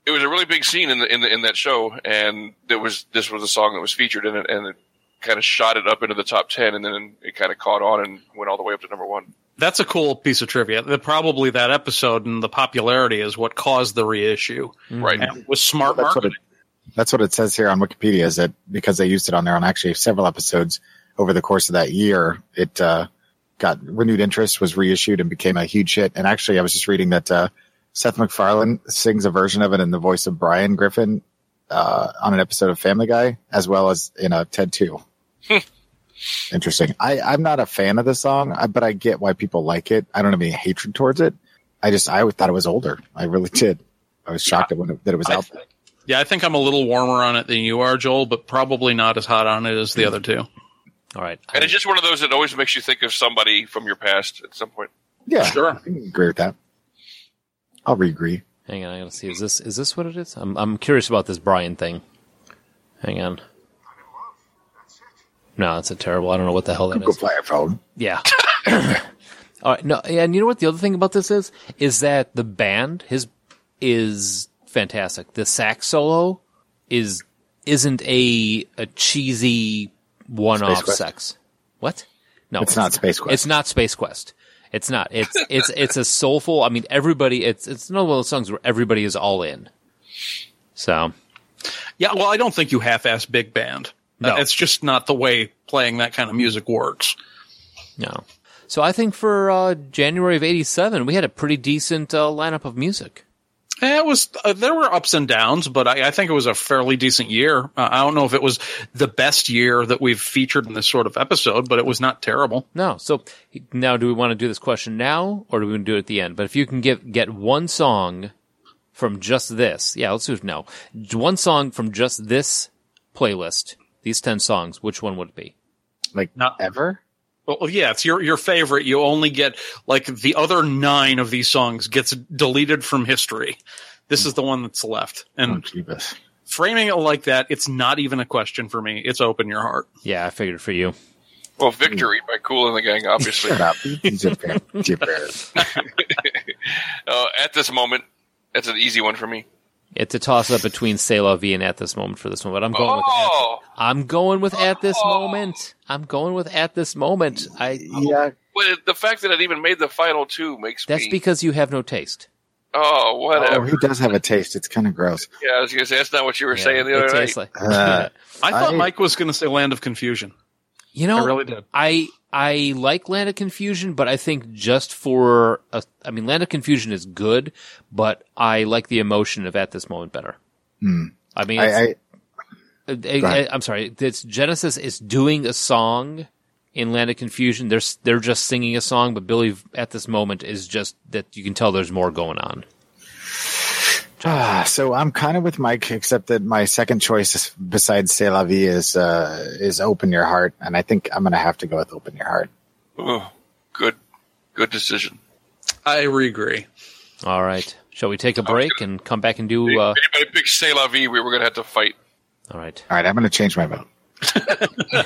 [SPEAKER 4] it was a really big scene in the in the, in that show and it was this was a song that was featured in it and it kind of shot it up into the top 10 and then it kind of caught on and went all the way up to number 1
[SPEAKER 6] That's a cool piece of trivia. That Probably that episode and the popularity is what caused the reissue.
[SPEAKER 4] right
[SPEAKER 6] And it was smart
[SPEAKER 5] That's what,
[SPEAKER 6] marketing.
[SPEAKER 5] it, that's what it says here on Wikipedia is that because they used it on there on actually several episodes over the course of that year, it uh, got renewed interest, was reissued, and became a huge hit. And actually, I was just reading that uh, Seth MacFarlane sings a version of it in the voice of Brian Griffin uh, on an episode of Family Guy, as well as in a TED 2.
[SPEAKER 6] Hmm.
[SPEAKER 5] Interesting. I, I'm not a fan of the song, I- but I get why people like it. I don't have any hatred towards it. I just I thought it was older. I really did. I was shocked that when it, that it was out there.
[SPEAKER 6] Yeah, I think I'm a little warmer on it than you are, Joel, but probably not as hot on it as the other two.
[SPEAKER 3] all right.
[SPEAKER 4] and it's just one of those that always makes you think of somebody from your past at some point
[SPEAKER 5] Yeah,
[SPEAKER 6] Sure.
[SPEAKER 5] I can agree with that. I'll re-agree.
[SPEAKER 3] Hang on, I gotta see. Is this is this what it is? I'm I'm curious about this Brian thing. Hang on. No, that's a terrible. I don't know what the hell that
[SPEAKER 5] Go
[SPEAKER 3] is.
[SPEAKER 5] fly a phone.
[SPEAKER 3] Yeah. All right. No, and you know what the other thing about this is is that the band his is fantastic. The sax solo is isn't a a cheesy one off
[SPEAKER 5] Space Quest?
[SPEAKER 3] sax. What? No,
[SPEAKER 5] It's not Space Quest.
[SPEAKER 3] It's not Space Quest. It's not. It's it's it's a soulful. I mean, everybody. It's it's another one of those songs where everybody is all in. So
[SPEAKER 6] Yeah, well, I don't think you half-ass big band.
[SPEAKER 3] No.
[SPEAKER 6] It's just not the way playing that kind of music works.
[SPEAKER 3] no. So I think for uh, January of '87, we had a pretty decent uh, lineup of music.
[SPEAKER 6] Yeah, It was uh, there were ups and downs, but I, I think it was a fairly decent year. Uh, I don't know if it was the best year that we've featured in this sort of episode, but it was not terrible.
[SPEAKER 3] No. So now, do we want to do this question now, or do we want to do it at the end? But if you can give get one song from just this. Yeah, let's do it now. One song from just this playlist, these 10 songs, which one would it be?
[SPEAKER 5] Like
[SPEAKER 6] Not-
[SPEAKER 5] ever?
[SPEAKER 6] Well, yeah, it's your your favorite. You only get like the other nine of these songs gets deleted from history. This is the one that's left.
[SPEAKER 5] Oh,
[SPEAKER 6] And
[SPEAKER 5] Jeebus.
[SPEAKER 6] framing it like that, it's not even a question for me. It's open your heart.
[SPEAKER 3] Yeah, I figured for you.
[SPEAKER 4] Well, Victory by Cool and the Gang, obviously.
[SPEAKER 5] Shut up. He's a fair- he's a fair-
[SPEAKER 4] uh, at this moment, that's an easy one for me.
[SPEAKER 3] It's a toss up between C'est La Vie and At This Moment for this one, but I'm going with
[SPEAKER 4] Oh,
[SPEAKER 3] At, I'm going with At This
[SPEAKER 4] Oh.
[SPEAKER 3] Moment. I'm going with At This Moment. I
[SPEAKER 5] Yeah.
[SPEAKER 4] but the fact that it even made the final two makes
[SPEAKER 3] That's
[SPEAKER 4] me.
[SPEAKER 3] because you have no taste.
[SPEAKER 4] oh,
[SPEAKER 5] Oh,
[SPEAKER 4] whatever.
[SPEAKER 5] he does have a taste. It's kind of gross.
[SPEAKER 4] yeah, I was gonna say that's not what you were
[SPEAKER 3] Yeah,
[SPEAKER 4] saying the
[SPEAKER 3] it
[SPEAKER 4] other night.
[SPEAKER 3] tastes like-
[SPEAKER 5] Uh,
[SPEAKER 6] I thought
[SPEAKER 5] I-
[SPEAKER 6] Mike was going to say Land of Confusion.
[SPEAKER 3] you know,
[SPEAKER 6] I really did.
[SPEAKER 3] I I like Land of Confusion, but I think just for a, I mean, Land of Confusion is good, but I like the emotion of at this moment better. I mean,
[SPEAKER 5] Hmm. I, I,
[SPEAKER 3] it's-
[SPEAKER 5] go
[SPEAKER 3] I,
[SPEAKER 5] ahead.
[SPEAKER 3] am sorry, it's Genesis is doing a song in Land of Confusion. They're s- they're just singing a song, but Billy at this moment is just that you can tell there's more going on.
[SPEAKER 5] Ah, so I'm kind of with Mike, except that my second choice is- besides "C'est la vie" is uh, is "Open Your Heart," and I think I'm going to have to go with "Open Your Heart."
[SPEAKER 4] Oh, good, good decision.
[SPEAKER 6] I re agree.
[SPEAKER 3] All right, shall we take a break and come back and do? Uh,
[SPEAKER 4] if anybody picked "C'est la Vie," we were gonna have to fight.
[SPEAKER 3] all right,
[SPEAKER 5] All right, I'm going to change my vote.
[SPEAKER 6] All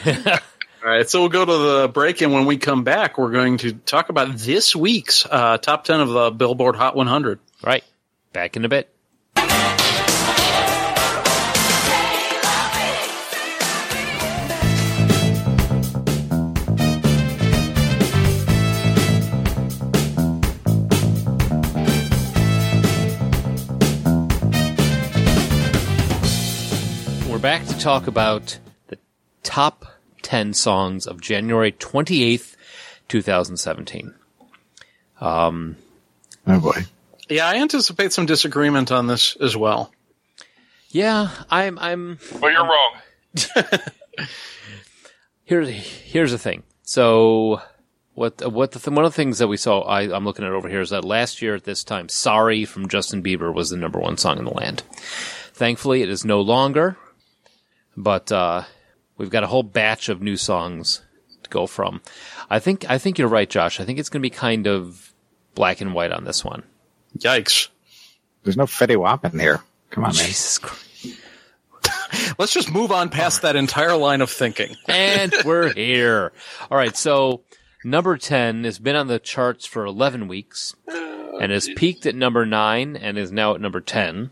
[SPEAKER 6] right, so we'll go to the break, and when we come back, we're going to talk about this week's uh, top ten of the Billboard Hot 100.
[SPEAKER 3] all right, back in a bit. We're back to talk about the top 10 songs of January 28th, 2017.
[SPEAKER 5] Oh boy,
[SPEAKER 6] Yeah, I anticipate some disagreement on this as well.
[SPEAKER 3] Yeah, I'm, I'm,
[SPEAKER 4] Well, you're wrong.
[SPEAKER 3] here's here's the thing. So what what the th- one of the things that we saw I, I'm looking at over here is that last year at this time, "Sorry" from Justin Bieber was the number one song in the land. Thankfully, it is no longer, but uh, we've got a whole batch of new songs to go from. I think I think you're right, Josh. I think it's going to be kind of black and white on this one.
[SPEAKER 6] Yikes!
[SPEAKER 5] there's no Fetty Wap in here. Come on, man.
[SPEAKER 3] Jesus Christ!
[SPEAKER 6] Let's just move on past that entire line of thinking.
[SPEAKER 3] and we're here. All right, so number 10 has been on the charts for 11 weeks and has peaked at number 9 and is now at number 10.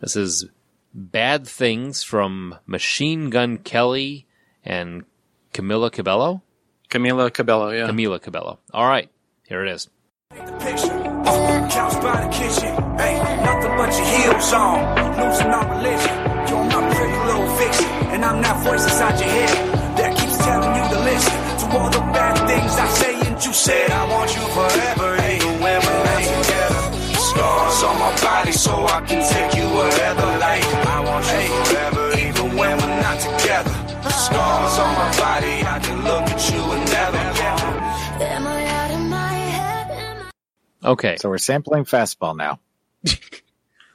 [SPEAKER 3] This is Bad Things from Machine Gun Kelly and Camila Cabello.
[SPEAKER 6] Camila Cabello, yeah.
[SPEAKER 3] Camila Cabello. All right, here it is.
[SPEAKER 10] picture. Couch by the kitchen. Hey, nothing but your heels on. Losing all religion. You're my pretty little fiction. And I'm that voice inside your head that keeps telling you to listen to all the bad things I say. And you said, I want you forever. Even when we're not together. Scars on my body so I can take you wherever. Like, I want you forever. Even when we're not together. Scars on my body. I can look at you and never.
[SPEAKER 8] Am I out of my head? Am I-
[SPEAKER 3] Okay.
[SPEAKER 5] So we're sampling fastball now.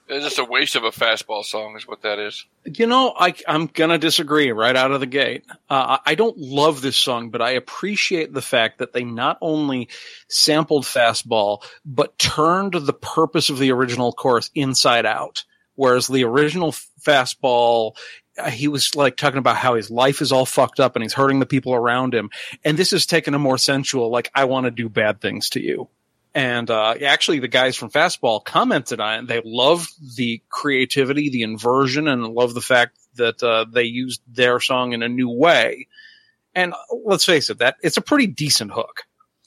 [SPEAKER 4] It's just a waste of a fastball song, is what that is.
[SPEAKER 6] You know, I, I'm going to disagree right out of the gate. Uh, I I don't love this song, but I appreciate the fact that they not only sampled Fastball, but turned the purpose of the original chorus inside out. Whereas the original Fastball, uh, he was like talking about how his life is all fucked up and he's hurting the people around him. And this is taking a more sensual, like, I want to do bad things to you. And uh, actually, the guys from Fastball commented on it. They loved the creativity, the inversion, and love the fact that uh, they used their song in a new way. And uh, let's face it, that it's a pretty decent hook.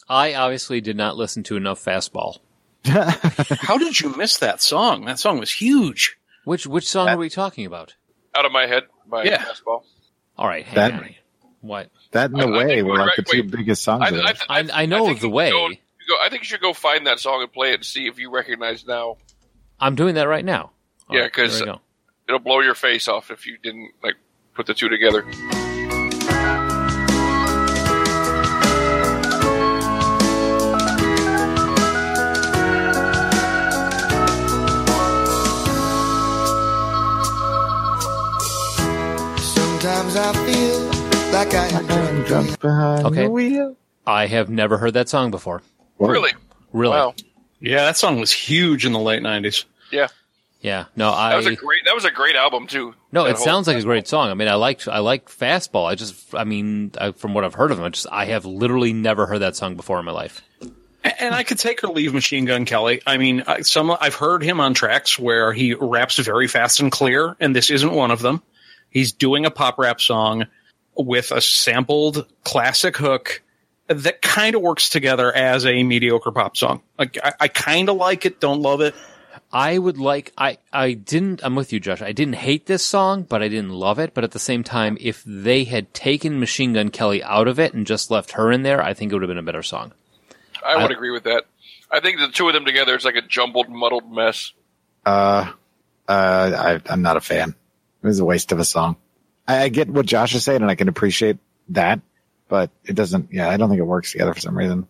[SPEAKER 3] I obviously did not listen to enough fastball.
[SPEAKER 6] How did you miss that song? That song was huge.
[SPEAKER 3] Which which song are we talking about?
[SPEAKER 4] Out of my head by
[SPEAKER 6] Yeah.
[SPEAKER 4] fastball.
[SPEAKER 3] All right, hang
[SPEAKER 5] That-
[SPEAKER 3] on. What?
[SPEAKER 5] That in
[SPEAKER 4] I-
[SPEAKER 5] the
[SPEAKER 4] I
[SPEAKER 5] way
[SPEAKER 4] think
[SPEAKER 5] were
[SPEAKER 4] we're
[SPEAKER 5] like
[SPEAKER 4] right-
[SPEAKER 5] the two
[SPEAKER 4] wait.
[SPEAKER 5] biggest songs. of it.
[SPEAKER 3] I- I know
[SPEAKER 4] think
[SPEAKER 3] the
[SPEAKER 4] you
[SPEAKER 3] way.
[SPEAKER 4] go- you go- I think you should go find that song and play it and see if you recognize now.
[SPEAKER 3] I'm doing that right now. All
[SPEAKER 4] Yeah,
[SPEAKER 3] right, here
[SPEAKER 4] 'cause-
[SPEAKER 3] we go.
[SPEAKER 4] It'll blow your face off if you didn't like put the two together.
[SPEAKER 11] I feel like I am drunk.
[SPEAKER 3] Okay. I have never heard that song before.
[SPEAKER 4] Really?
[SPEAKER 3] Really?
[SPEAKER 4] Wow.
[SPEAKER 6] Yeah, that song was huge in the late '90s.
[SPEAKER 4] Yeah.
[SPEAKER 3] Yeah. No,
[SPEAKER 4] That
[SPEAKER 3] I
[SPEAKER 4] was a great. That was a great album too.
[SPEAKER 3] No,
[SPEAKER 4] That
[SPEAKER 3] it
[SPEAKER 4] whole-
[SPEAKER 3] sounds like a great song. I mean, I like I like fastball. I just, I mean, I, from what I've heard of him, I just I have literally never heard that song before in my life.
[SPEAKER 6] A- And I could take or leave Machine Gun Kelly. I mean, I, some I've heard him on tracks where he raps very fast and clear, and this isn't one of them. He's doing a pop rap song with a sampled classic hook that kind of works together as a mediocre pop song. Like I, I kind of like it, don't love it.
[SPEAKER 3] I would like I I didn't I'm with you Josh. I didn't hate this song, but I didn't love it, but at the same time if they had taken Machine Gun Kelly out of it and just left her in there, I think it would have been a better song.
[SPEAKER 4] I would
[SPEAKER 3] I-
[SPEAKER 4] agree with that. I think the two of them together is like a jumbled, muddled mess.
[SPEAKER 5] Uh, uh, I, I'm not a fan. It was a waste of a song. I, I get what Josh is saying, and I can appreciate that, but it doesn't. Yeah, I don't think it works together for some reason.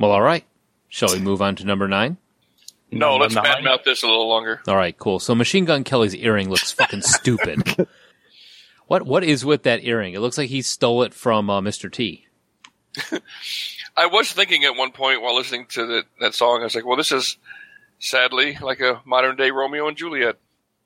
[SPEAKER 3] Well, all right. Shall we move on to number 9?
[SPEAKER 4] No, let's
[SPEAKER 6] nine.
[SPEAKER 4] badmouth this a little longer.
[SPEAKER 3] All right, cool. So Machine Gun Kelly's earring looks fucking stupid. What what is with that earring? It looks like he stole it from uh, Mr. T.
[SPEAKER 4] I was thinking at one point while listening to the, that song, I was like, "Well, this is sadly like a modern day Romeo and Juliet."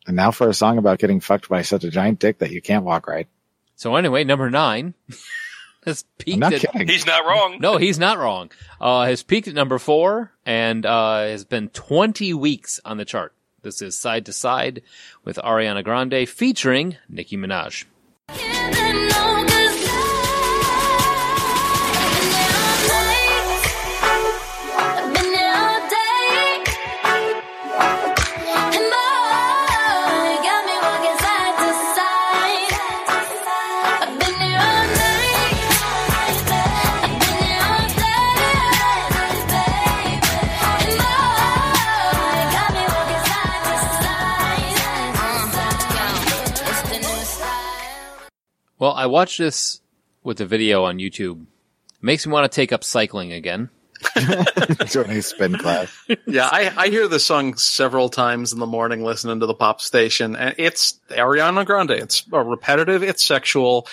[SPEAKER 5] And now for a song about getting fucked by such a giant dick that you can't walk right.
[SPEAKER 3] So anyway, number 9 has peaked
[SPEAKER 5] I'm not
[SPEAKER 3] at
[SPEAKER 5] kidding.
[SPEAKER 4] He's not wrong.
[SPEAKER 3] No, he's not wrong. Uh, has peaked at number four and uh, has been 20 weeks on the chart. This is Side to Side with Ariana Grande featuring Nicki Minaj. Well, I watched this with a video on YouTube. Makes me want to take up cycling again.
[SPEAKER 5] doing a spin class.
[SPEAKER 6] Yeah, I, I hear this song several times in the morning listening to the pop station, and it's Ariana Grande. It's uh, repetitive. It's sexual.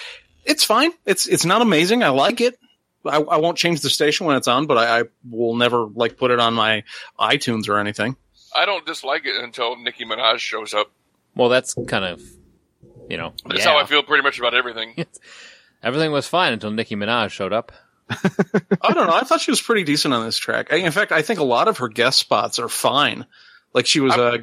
[SPEAKER 6] It's fine. It's it's not amazing. I like it. I, I won't change the station when it's on, but I, I will never like put it on my iTunes or anything.
[SPEAKER 4] I don't dislike it until Nicki Minaj shows up.
[SPEAKER 3] Well, that's kind of, you know,
[SPEAKER 4] That's
[SPEAKER 3] yeah.
[SPEAKER 4] how I feel pretty much about everything.
[SPEAKER 3] Everything was fine until Nicki Minaj showed up.
[SPEAKER 6] I don't know. I thought she was pretty decent on this track. I, in fact, I think a lot of her guest spots are fine. Like she was a. Uh,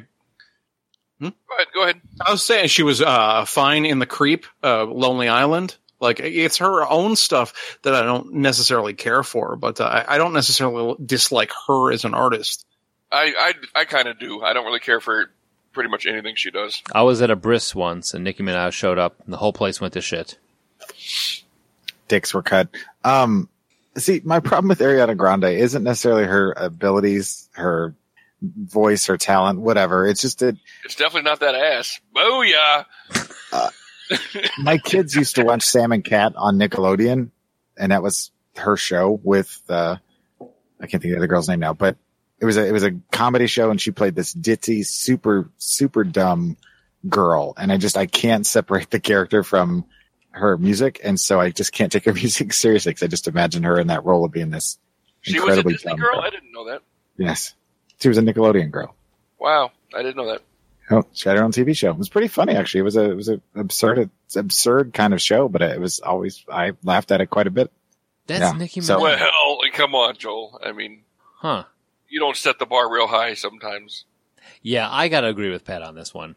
[SPEAKER 4] Go ahead, go ahead.
[SPEAKER 6] I was saying she was uh, fine in the creep, uh, Lonely Island. Like it's her own stuff that I don't necessarily care for, but uh, I- I don't necessarily dislike her as an artist.
[SPEAKER 4] I I, I kind of do. I don't really care for pretty much anything she does.
[SPEAKER 3] I was at a Briss once and Nicki Minaj showed up and the whole place went to shit.
[SPEAKER 5] dicks were cut. Um, see, my problem with Ariana Grande isn't necessarily her abilities, her voice, her talent, whatever. It's just that
[SPEAKER 4] It's definitely not that ass. Booyah!
[SPEAKER 5] my kids used to watch Sam and Cat on Nickelodeon, and that was her show with uh, I can't think of the other girl's name now, but it was a it was a comedy show, and she played this ditzy, super super dumb girl, and I just I can't separate the character from her music, and so I just can't take her music seriously because I just imagine her in that role of being this
[SPEAKER 4] She was a
[SPEAKER 5] incredibly
[SPEAKER 4] Disney
[SPEAKER 5] dumb
[SPEAKER 4] girl. I didn't know that.
[SPEAKER 5] Yes. She was a Nickelodeon girl.
[SPEAKER 4] Wow, I didn't know that.
[SPEAKER 5] Oh, she had her own TV show. It was pretty funny, actually. It was a, it was a absurd, absurd kind of show, but it was always, I laughed at it quite a bit.
[SPEAKER 3] That's
[SPEAKER 5] Yeah.
[SPEAKER 3] Nicki Minaj.
[SPEAKER 5] So-
[SPEAKER 4] Well, come on, Joel. I mean,
[SPEAKER 3] huh.
[SPEAKER 4] you don't set the bar real high sometimes.
[SPEAKER 3] Yeah, I got to agree with Pat on this one.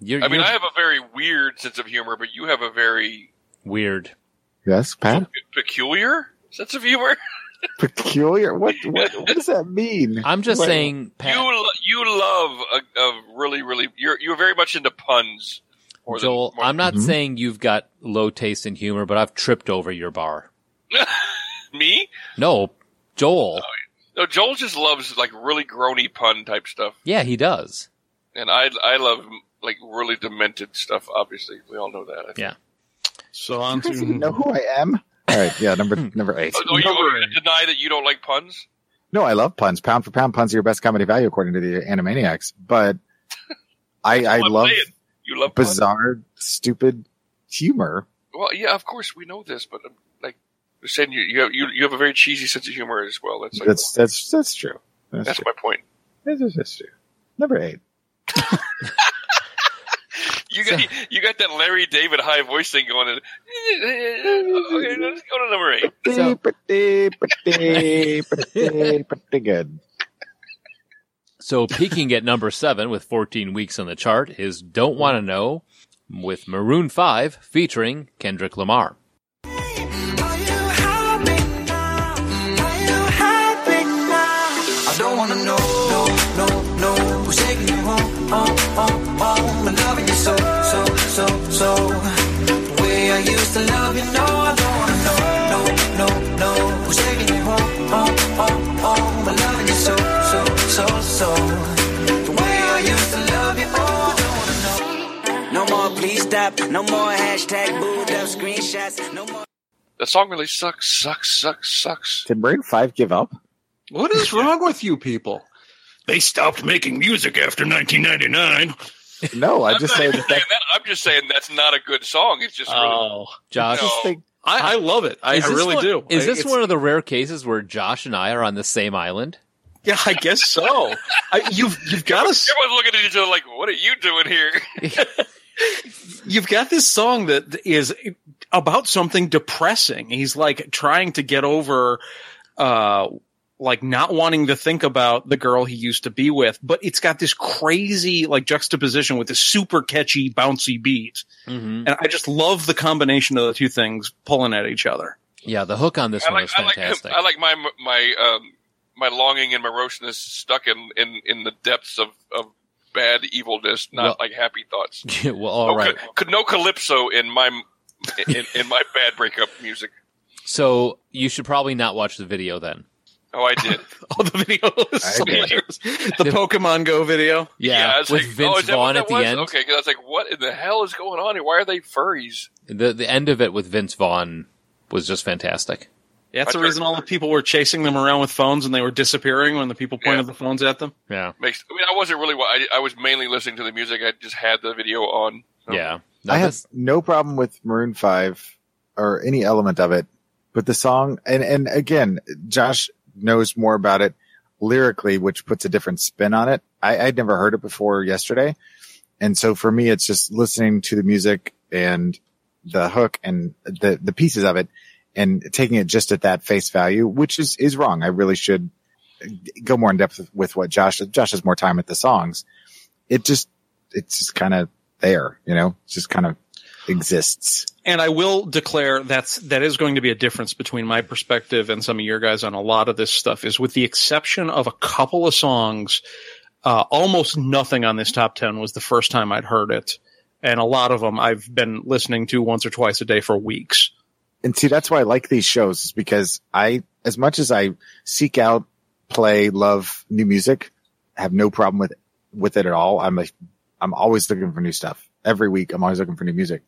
[SPEAKER 3] You're,
[SPEAKER 4] I mean,
[SPEAKER 3] you're
[SPEAKER 4] I have a very weird sense of humor, but you have a very
[SPEAKER 3] weird.
[SPEAKER 5] Yes, Pat?
[SPEAKER 4] peculiar sense of humor.
[SPEAKER 5] Peculiar? What, what, what does that mean?
[SPEAKER 3] I'm just
[SPEAKER 5] Wait,
[SPEAKER 3] saying, Pat.
[SPEAKER 4] You lo- you love a, a really really you're you're very much into puns. more than-
[SPEAKER 3] Joel,
[SPEAKER 4] more
[SPEAKER 3] I'm not
[SPEAKER 5] Mhm.
[SPEAKER 3] saying you've got low taste in humor, but I've tripped over your bar.
[SPEAKER 4] than me.
[SPEAKER 3] No, Joel.
[SPEAKER 4] Oh, No, Joel just loves like really groany pun type stuff,
[SPEAKER 3] Yeah, he does.
[SPEAKER 4] and I I love like really demented stuff. Obviously, we all know that.
[SPEAKER 3] Yeah.
[SPEAKER 6] So on
[SPEAKER 5] You guys
[SPEAKER 6] to
[SPEAKER 5] even know
[SPEAKER 4] Hmm.
[SPEAKER 5] who I am? All right. Yeah. Number, number eight.
[SPEAKER 4] Oh, no, you are going to deny that you don't like puns?
[SPEAKER 5] No, I love puns. Pound for pound, puns are your best comedy value, according to the Animaniacs, but I, I
[SPEAKER 4] I'm
[SPEAKER 5] love
[SPEAKER 4] saying. You love puns?
[SPEAKER 5] bizarre, stupid humor.
[SPEAKER 4] Well, yeah, of course we know this, but um, like you're saying, you you have, you, you have a very cheesy sense of humor as well. That's like,
[SPEAKER 5] That's that's that's true. That's,
[SPEAKER 4] that's
[SPEAKER 5] true.
[SPEAKER 4] my point.
[SPEAKER 5] That's, that's- that's true. Number eight.
[SPEAKER 4] You got you got that Larry David high voice thing going. In. Okay, let's go to number eight.
[SPEAKER 5] Pretty,
[SPEAKER 3] So-
[SPEAKER 5] pretty, pretty, pretty, pretty good.
[SPEAKER 3] So peaking at number seven with 14 weeks on the chart is Don't Want to Know with Maroon 5 featuring Kendrick Lamar.
[SPEAKER 12] Are you happy now? Are you happy now?
[SPEAKER 8] I don't wanna know, no, no, no. Who's taking you home, home, home, home? And loving you so, so, so, so. The way I used to love you, no, I don't wanna know, no, no, no. Who's taking you home, home, home, home? And loving you so, so, so, so. The way I used to love you, oh, I don't wanna know. No more, please stop. No more hashtag booed up screenshots. No more.
[SPEAKER 4] That song really sucks, sucks, sucks, sucks.
[SPEAKER 5] Did Maroon Five give up?
[SPEAKER 6] What is wrong with you people?
[SPEAKER 13] They stopped making music after 1999.
[SPEAKER 5] No, I just
[SPEAKER 4] I'm,
[SPEAKER 5] say
[SPEAKER 4] not even
[SPEAKER 5] that.
[SPEAKER 4] saying
[SPEAKER 5] that
[SPEAKER 4] that. I'm just saying that's not a good song. It's just really,
[SPEAKER 3] Oh. Josh,
[SPEAKER 5] I just think
[SPEAKER 6] I, I love it. I,
[SPEAKER 3] is
[SPEAKER 6] I
[SPEAKER 3] this
[SPEAKER 6] really
[SPEAKER 3] one-
[SPEAKER 6] do.
[SPEAKER 3] Is
[SPEAKER 6] I-
[SPEAKER 3] this
[SPEAKER 6] it's-
[SPEAKER 3] one of the rare cases where Josh and I are on the same island?
[SPEAKER 6] Yeah, I guess so. I, you've you've got a
[SPEAKER 4] everyone's looking at each other like, "What are you doing here?"
[SPEAKER 6] you've got this song that is about something depressing. He's like trying to get over, uh, like not wanting to think about the girl he used to be with, but it's got this crazy like juxtaposition with this super catchy bouncy beat.
[SPEAKER 3] Mm-hmm.
[SPEAKER 6] And I just love the combination of the two things pulling at each other.
[SPEAKER 3] Yeah, the hook on this
[SPEAKER 4] I
[SPEAKER 3] one
[SPEAKER 4] like,
[SPEAKER 3] is
[SPEAKER 4] I like,
[SPEAKER 3] fantastic.
[SPEAKER 4] I like my my um, my longing and moroseness stuck in in, in the depths of, of bad evilness, not
[SPEAKER 3] Well-
[SPEAKER 4] like happy thoughts.
[SPEAKER 3] Yeah, well, all
[SPEAKER 4] no,
[SPEAKER 3] Oh, right.
[SPEAKER 4] ca- ca- no calypso in my in, in my bad breakup music.
[SPEAKER 3] So you should probably not watch the video then.
[SPEAKER 4] Oh, I did.
[SPEAKER 6] All the videos,
[SPEAKER 5] I get
[SPEAKER 6] the Pokemon Go video.
[SPEAKER 4] I was
[SPEAKER 3] with
[SPEAKER 4] like,
[SPEAKER 3] Vince
[SPEAKER 4] oh, is that
[SPEAKER 3] Vaughn
[SPEAKER 4] what that
[SPEAKER 3] at the
[SPEAKER 4] was?
[SPEAKER 3] end.
[SPEAKER 4] Okay, because I was like, "What in the hell is going on here? Why are they furries?"
[SPEAKER 3] The the end of it with Vince Vaughn was just fantastic.
[SPEAKER 6] That's
[SPEAKER 4] I
[SPEAKER 6] the
[SPEAKER 4] turned-
[SPEAKER 6] reason all the people were chasing them around with phones and they were disappearing when the people pointed
[SPEAKER 4] Yeah.
[SPEAKER 6] the phones at them.
[SPEAKER 3] Yeah,
[SPEAKER 4] Makes. I mean, I wasn't really. wa- I, I was mainly listening to the music. I just had the video on. So-
[SPEAKER 3] yeah. No,
[SPEAKER 5] I have
[SPEAKER 3] this-
[SPEAKER 5] no problem with Maroon Five or any element of it, but the song and and again, Josh knows more about it lyrically, which puts a different spin on it. I, I'd never heard it before yesterday, and so for me, it's just listening to the music and the hook and the the pieces of it, and taking it just at that face value, which is is wrong. I really should go more in depth with what Josh. Josh has more time with the songs. It just it's just kind of there, you know, It just kind of exists.
[SPEAKER 6] and I will declare that's that is going to be a difference between my perspective and some of your guys on a lot of this stuff is with the exception of a couple of songs uh, almost nothing on this top 10 was the first time I'd heard it and a lot of them I've been listening to once or twice a day for weeks
[SPEAKER 5] And see, that's why I like these shows is because I, as much as I seek out, play, love new music, I have no problem with, with it at all. I'm a, I'm always looking for new stuff every week. I'm always looking for new music.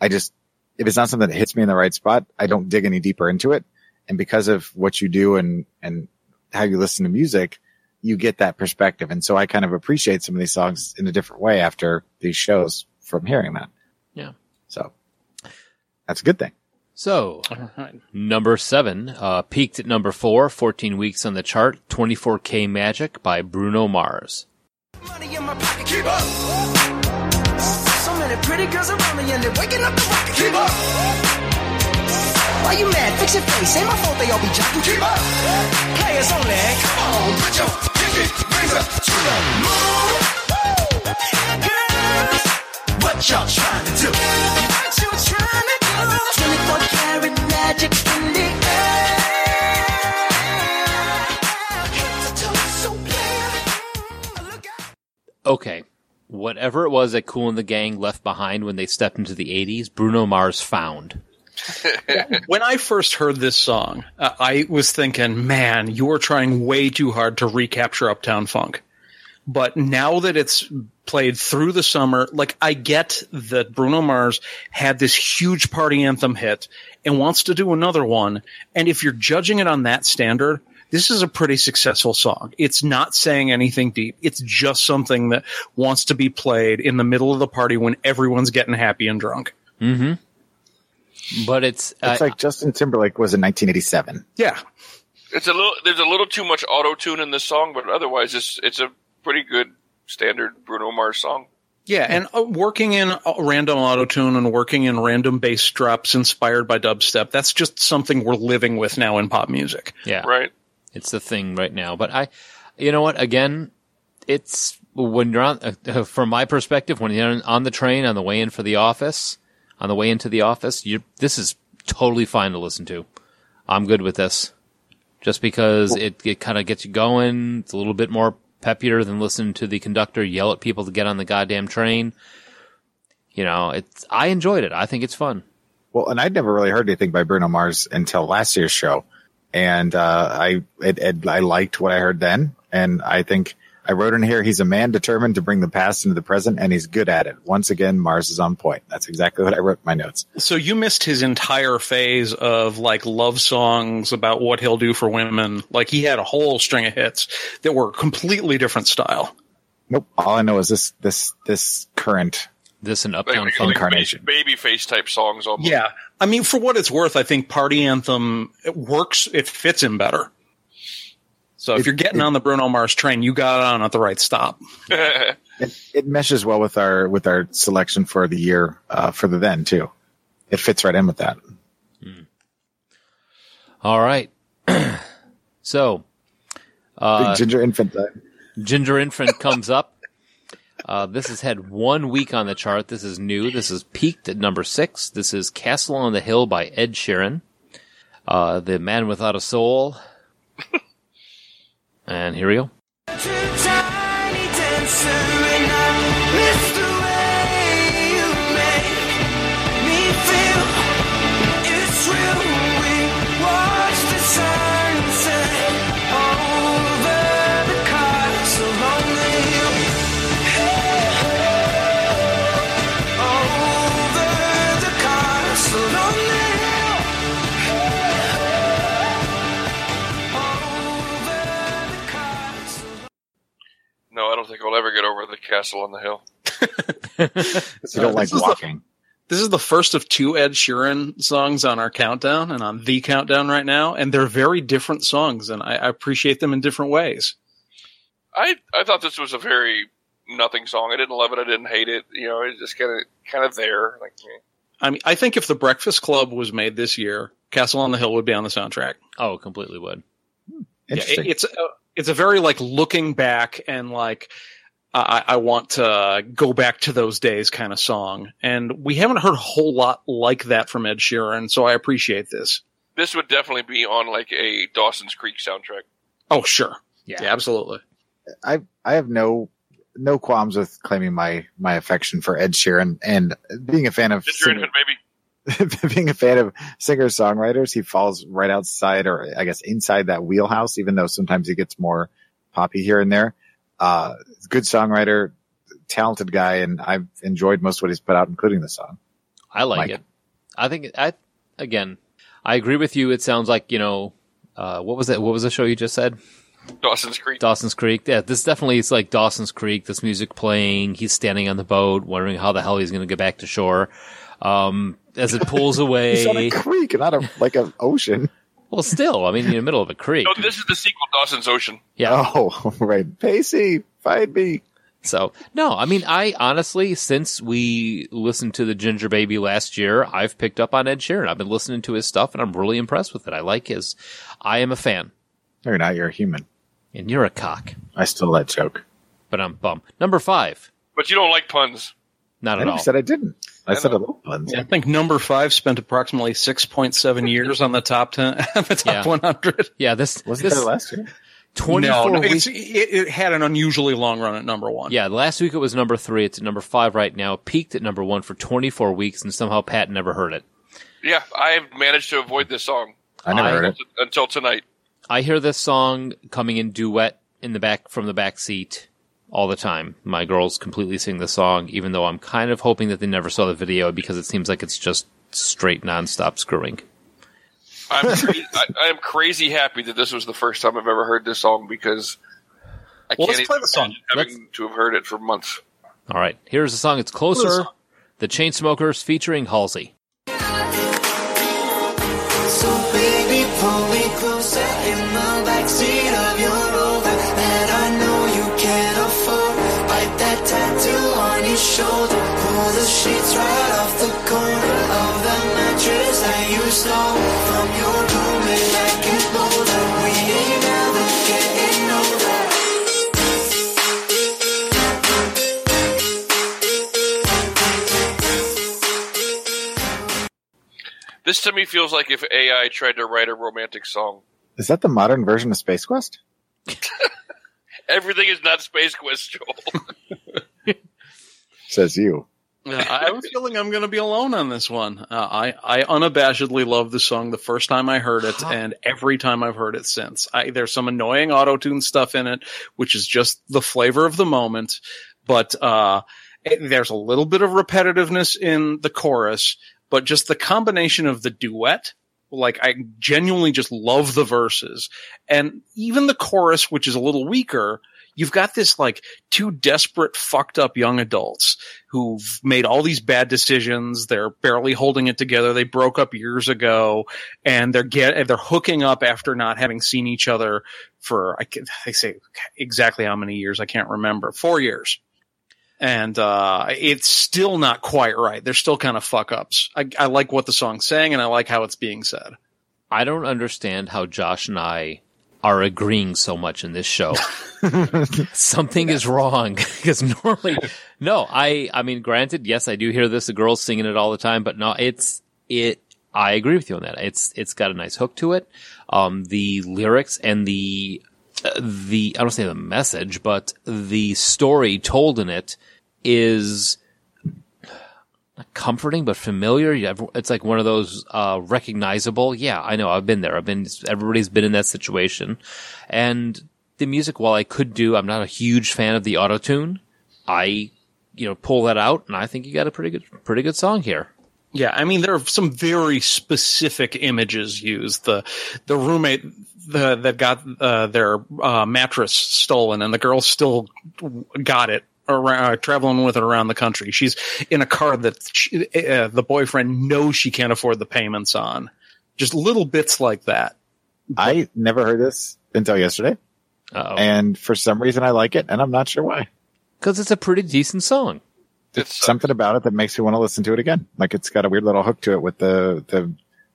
[SPEAKER 5] I just, if it's not something that hits me in the right spot, I don't dig any deeper into it. And because of what you do and, and how you listen to music, you get that perspective. And so I kind of appreciate some of these songs in a different way after these shows from hearing that.
[SPEAKER 3] Yeah.
[SPEAKER 5] So that's a good thing.
[SPEAKER 3] So number seven uh, peaked at number four, 14 weeks on the chart. 24K Magic by Bruno Mars.
[SPEAKER 8] Money in my pocket, keep up. So many pretty girls around me and they're waking up the rocket, keep up. Why you mad? Fix your face. Ain't my fault they all be jocking, keep up. Players only, come on, put your pinky rings up to the moon. Girls, what y'all trying to do? What you trying to do? 24 karat magic in the air. Head to toe, so clear. Look out.
[SPEAKER 3] Okay. Whatever it was that Cool and the Gang left behind when they stepped into the 80s, Bruno Mars found.
[SPEAKER 6] when I first heard this song uh, I was thinking man you were trying way too hard to recapture uptown funk but now that it's played through the summer, like I get that Bruno Mars had this huge party anthem hit and wants to do another one. And if you're judging it on that standard, this is a pretty successful song. It's not saying anything deep. It's just something that wants to be played in the middle of the party when everyone's getting happy and drunk.
[SPEAKER 3] Mm-hmm. But it's uh,
[SPEAKER 5] It's like Justin Timberlake was in 1987.
[SPEAKER 6] Yeah.
[SPEAKER 4] It's a little. There's a little too much auto tune in this song, but otherwise, it's it's a pretty good standard Bruno Mars song.
[SPEAKER 6] Yeah, and uh, working in uh, random auto tune and working in random bass drops inspired by dubstep, that's just something we're living with now in pop music.
[SPEAKER 3] yeah,
[SPEAKER 4] Right.
[SPEAKER 3] it's the thing right now. But I, you know what? Again, it's when you're on, uh, from my perspective, when you're on the train on the way in for the office, on the way into the office, you this is totally fine to listen to. I'm good with this, just because it it kind of gets you going. It's a little bit more peppier than listening to the conductor yell at people to get on the goddamn train. You know, it's I enjoyed it. I think it's fun.
[SPEAKER 5] Well, and I'd never really heard anything by Bruno Mars until last year's show, and uh, I it, it, I liked what I heard then, and I think I wrote in here he's a man determined to bring the past into the present, and he's good at it. Once again, Mars is on point. That's exactly what I wrote in my notes.
[SPEAKER 6] So you missed his entire phase of like love songs about what he'll do for women. Like he had a whole string of hits that were completely different style.
[SPEAKER 5] Nope. All I know is this this this current.
[SPEAKER 3] This and
[SPEAKER 4] Like,
[SPEAKER 3] Uptown
[SPEAKER 4] like,
[SPEAKER 3] Funk.
[SPEAKER 5] Incarnation.
[SPEAKER 4] baby face type songs. Almost.
[SPEAKER 6] Yeah. I mean, for what it's worth, I think Party Anthem it works, it fits him better. So if
[SPEAKER 5] It-
[SPEAKER 6] you're getting
[SPEAKER 5] it-
[SPEAKER 6] on the Bruno Mars train, you got on at the right stop.
[SPEAKER 5] It, it meshes well with our with our selection for the year uh, for the then too. It fits right in with that.
[SPEAKER 3] All right. so
[SPEAKER 6] Uh,
[SPEAKER 5] Big ginger infant. uh, time.
[SPEAKER 3] Ginger Infant comes up. Uh, this has had one week on the chart. This is new. This is peaked at number six. This is Castle on the Hill by Ed Sheeran, uh, The Man Without a Soul. and here we go.
[SPEAKER 8] Tiny dancer, and I miss the way you make me feel. It's real. We watch the sunset over the castle on the hill. Over the castle on the hill. Over the castle.
[SPEAKER 4] No, I don't think I'll ever get over the castle on the hill.
[SPEAKER 5] You don't like
[SPEAKER 6] uh, is the-
[SPEAKER 5] walking.
[SPEAKER 6] This is the first of two Ed Sheeran songs on our countdown and on the countdown right now, and they're very different songs, and I, I appreciate them in different ways.
[SPEAKER 4] I I thought this was a very nothing song. I didn't love it. I didn't hate it. You know, it's just kind of kind of there. Like, eh.
[SPEAKER 6] I mean, I think if the Breakfast Club was made this year, Castle on the Hill would be on the soundtrack.
[SPEAKER 3] Oh, completely would.
[SPEAKER 6] Yeah,
[SPEAKER 5] Interesting.
[SPEAKER 6] it, it's a, it's a very like looking back and like I, I want to go back to those days kind of song, and we haven't heard a whole lot like that from Ed Sheeran, so I appreciate this.
[SPEAKER 4] this would definitely be on like a Dawson's Creek soundtrack.
[SPEAKER 6] Oh sure,
[SPEAKER 3] Yeah.
[SPEAKER 6] yeah absolutely.
[SPEAKER 5] I I have no no qualms with claiming my my affection for Ed Sheeran and being a fan of
[SPEAKER 4] Ginger
[SPEAKER 5] singer-
[SPEAKER 4] Infant Baby.
[SPEAKER 5] being a fan of singer songwriters. He falls right outside, or I guess inside that wheelhouse, even though sometimes he gets more poppy here and there. Uh, good songwriter, talented guy, and I've enjoyed most of what he's put out, including this song.
[SPEAKER 3] I like
[SPEAKER 5] Mike.
[SPEAKER 3] it. I think I again. I agree with you. It sounds like you know. Uh, what was that? What was the show you just said?
[SPEAKER 4] Dawson's Creek.
[SPEAKER 3] Dawson's Creek. Yeah, this definitely is like Dawson's Creek. This music playing. He's standing on the boat, wondering how the hell he's going to get back to shore. Um, as it pulls
[SPEAKER 5] He's on a
[SPEAKER 3] away.
[SPEAKER 5] creek, not a like an ocean.
[SPEAKER 3] well, still, I mean, in the middle of a creek.
[SPEAKER 4] No, this is the sequel, Dawson's Ocean.
[SPEAKER 3] Yeah.
[SPEAKER 5] Oh, right, Pacey, find me.
[SPEAKER 3] So no, I mean, I honestly, since we listened to the Ginger Baby last year, I've picked up on Ed Sheeran. I've been listening to his stuff, and I'm really impressed with it. I like his. I am a fan,
[SPEAKER 5] No, you're not. You're a human.
[SPEAKER 3] and you're a cock,
[SPEAKER 5] I still that joke.
[SPEAKER 3] but I'm bum. Number five,
[SPEAKER 4] But you don't like puns.
[SPEAKER 3] not
[SPEAKER 5] I
[SPEAKER 3] at
[SPEAKER 5] never
[SPEAKER 3] all.
[SPEAKER 5] said I didn't. I, said I love puns.
[SPEAKER 6] I think number five spent approximately six point seven years on the top ten, the top
[SPEAKER 3] Yeah.
[SPEAKER 6] one hundred.
[SPEAKER 3] Yeah, this
[SPEAKER 5] Wasn't
[SPEAKER 3] this
[SPEAKER 5] there last year?
[SPEAKER 6] No,
[SPEAKER 3] twenty-four
[SPEAKER 6] no,
[SPEAKER 3] week
[SPEAKER 6] it's, it, it had an unusually long run at number one.
[SPEAKER 3] Yeah, last week it was number three. It's at number five right now. It peaked at number one for 24 weeks, and somehow Pat never heard it.
[SPEAKER 4] Yeah, I've managed to avoid this song
[SPEAKER 5] I never
[SPEAKER 3] I-
[SPEAKER 5] heard it.
[SPEAKER 4] until tonight.
[SPEAKER 3] I hear this song coming in duet in the back from the back seat all the time. My girls completely sing the song, even though I'm kind of hoping that they never saw the video because it seems like it's just straight nonstop screwing.
[SPEAKER 4] I'm cra- I, I am crazy happy that this was the first time I've ever heard this song because I
[SPEAKER 6] Well,
[SPEAKER 4] can't
[SPEAKER 6] let's play
[SPEAKER 4] even
[SPEAKER 6] the song.
[SPEAKER 4] imagine having to have heard it for months.
[SPEAKER 3] All right, here's the song. It's closer. The Chainsmokers featuring Halsey.
[SPEAKER 11] So baby, pull me closer in the backseat of your Rover that I know you can't afford. Bite that tattoo on your shoulder. Pull the sheets right off the corner of the mattress that you stole from your roommate back in Boulder. We ain't ever getting over.
[SPEAKER 4] This to me feels like if AI tried to write a romantic song.
[SPEAKER 5] Is that the modern version of Space Quest?
[SPEAKER 4] Everything is not Space Quest, Joel.
[SPEAKER 5] Says you.
[SPEAKER 6] Yeah, I have a feeling I'm going to be alone on this one. Uh, I I unabashedly love the song the first time I heard it, and every time I've heard it since. I, there's some annoying auto tune stuff in it, which is just the flavor of the moment. But uh, it- there's a little bit of repetitiveness in the chorus, but just the combination of the duet. Like I genuinely just love the verses, and even the chorus, which is a little weaker. You've got this like two desperate, fucked up young adults who've made all these bad decisions. They're barely holding it together. They broke up years ago and they're get, and they're hooking up after not having seen each other for, I can, I say exactly how many years. I can't remember. Four years. And, uh, it's still not quite right. They're still kind of fuck ups. I, I like what the song's saying and I like how it's being said.
[SPEAKER 3] I don't understand how Josh and I are agreeing so much in this show. Something is wrong because normally, no, I, I mean, granted, yes, I do hear this, the girls singing it all the time, but no, it's, it, I agree with you on that. It's, it's got a nice hook to it. Um, the lyrics and the, uh, the, I don't say the message, but the story told in it is, comforting but familiar. You have- It's like one of those uh, recognizable. Yeah, I know. I've been there. I've been. Everybody's been in that situation. And the music, while I could do, I'm not a huge fan of the auto tune. I, you know, pull that out, and I think you got a pretty good, pretty good song here.
[SPEAKER 6] Yeah, I mean there are some very specific images used. The the roommate the, that got uh, their uh, mattress stolen, and the girl still got it around, uh, traveling with it around the country. She's in a car that she, uh, the boyfriend knows she can't afford the payments on. Just little bits like that.
[SPEAKER 5] I never heard this until yesterday.
[SPEAKER 3] Uh-oh.
[SPEAKER 5] And for some reason, I like it, and I'm not sure why.
[SPEAKER 3] Because it's a pretty decent song.
[SPEAKER 5] It's something about it that makes me want to listen to it again. Like it's got a weird little hook to it with the the,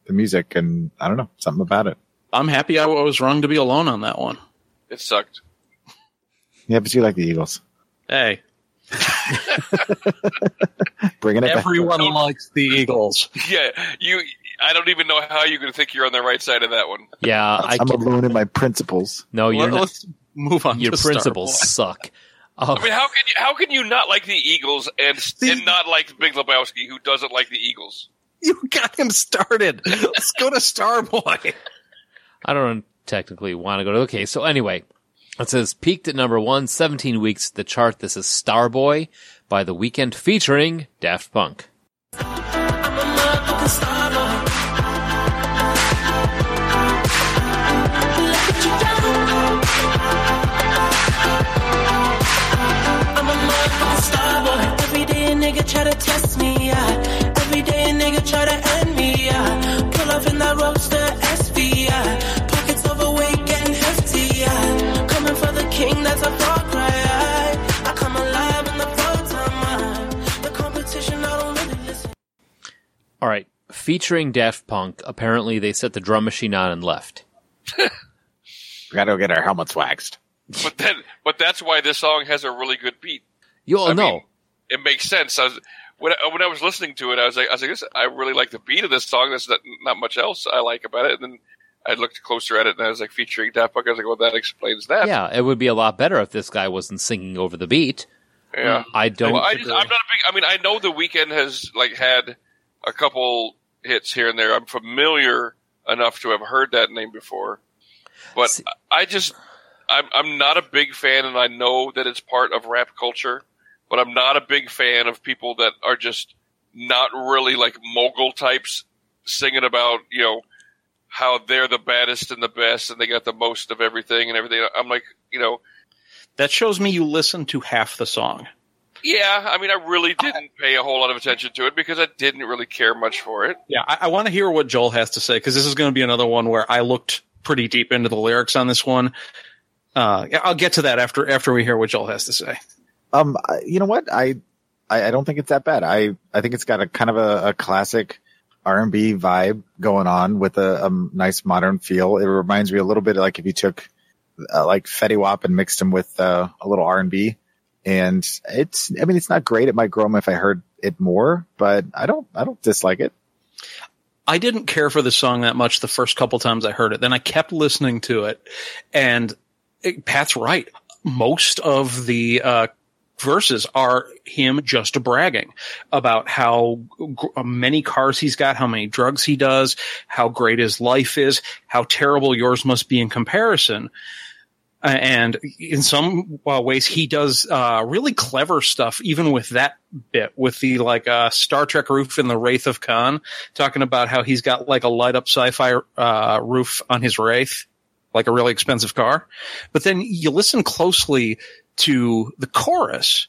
[SPEAKER 5] the music, and I don't know something about it.
[SPEAKER 6] I'm happy I was wrong to be alone on that one.
[SPEAKER 4] it sucked.
[SPEAKER 5] Yeah, but you like the Eagles,
[SPEAKER 6] Hey,
[SPEAKER 5] bringing it back.
[SPEAKER 6] everyone likes the Eagles.
[SPEAKER 4] Yeah, you. I don't even know how you can think you're on the right side of that one.
[SPEAKER 3] Yeah, I
[SPEAKER 5] I'm
[SPEAKER 3] can,
[SPEAKER 5] alone in my principles.
[SPEAKER 3] no, you're
[SPEAKER 6] Let,
[SPEAKER 3] not,
[SPEAKER 6] us move on.
[SPEAKER 3] your
[SPEAKER 6] to Star
[SPEAKER 3] principles
[SPEAKER 6] Boy.
[SPEAKER 3] suck. Uh,
[SPEAKER 4] I mean, how can you, how can you not like the Eagles and and not like the Big Lebowski, who doesn't like the Eagles?
[SPEAKER 6] You got him started. Let's go to Starboy.
[SPEAKER 3] I don't technically want to go to. Okay, so anyway, it says peaked at number one, 17 weeks at the chart. This is Starboy by The Weekend featuring Daft Punk.
[SPEAKER 8] Every day a nigga try to test me, yeah. Every day a nigga try to end me, yeah. Pull up in that roadster SVI. Pockets overweight, getting hefty, yeah. Coming for the king, that's a far cry. I come alive in the full-time mind. The competition, I don't really listen.
[SPEAKER 3] All right, featuring Daft Punk. Apparently, they set the drum machine on and left.
[SPEAKER 5] We gotta go get our helmets waxed.
[SPEAKER 4] But then, but that's why this song has a really good beat.
[SPEAKER 3] You all
[SPEAKER 4] I
[SPEAKER 3] know.
[SPEAKER 4] mean, it makes sense. I was, when I, when I was listening to it, I was like, I was like, this, I really like the beat of this song. There's not, not much else I like about it. And then I looked closer at it, and I was like, featuring Daft Punk. I was like, well, that explains that.
[SPEAKER 3] yeah, it would be a lot better if this guy wasn't singing over the beat.
[SPEAKER 4] Yeah.
[SPEAKER 3] I don't.
[SPEAKER 4] Well, I just, I'm not a big. I mean, I know the weekend has like had a couple hits here and there. I'm familiar enough to have heard that name before, but
[SPEAKER 3] See-
[SPEAKER 4] I just I'm I'm not a big fan, and I know that it's part of rap culture, but I'm not a big fan of people that are just not really like mogul types singing about you know how they're the baddest and the best and they got the most of everything and everything. I'm like you know
[SPEAKER 6] That shows me you listen to half the song.
[SPEAKER 4] yeah, I mean, I really didn't pay a whole lot of attention to it because I didn't really care much for it.
[SPEAKER 6] Yeah, I, I want to hear what Joel has to say because this is going to be another one where I looked pretty deep into the lyrics on this one. Uh, yeah, I'll get to that after after we hear what Joel has to say.
[SPEAKER 5] Um, I- you know what? I, I I don't think it's that bad. I I think it's got a kind of a, a classic R and B vibe going on with a, a nice modern feel. It reminds me a little bit like if you took uh, like Fetty Wap and mixed him with uh, a little R and B. And it's I mean it's not great. It might grow him if I heard it more, but I don't I don't dislike it.
[SPEAKER 6] I didn't care for the song that much the first couple times I heard it. Then I kept listening to it, and it- Pat's right. Most of the uh, verses are him just bragging about how gr- uh, many cars he's got, how many drugs he does, how great his life is, how terrible yours must be in comparison. Uh, And in some uh, ways, he does uh, really clever stuff, even with that bit, with the like uh, Star Trek roof in the Wraith of Khan, talking about how he's got like a light up sci fi uh, roof on his Wraith, like a really expensive car. But then you listen closely to the chorus,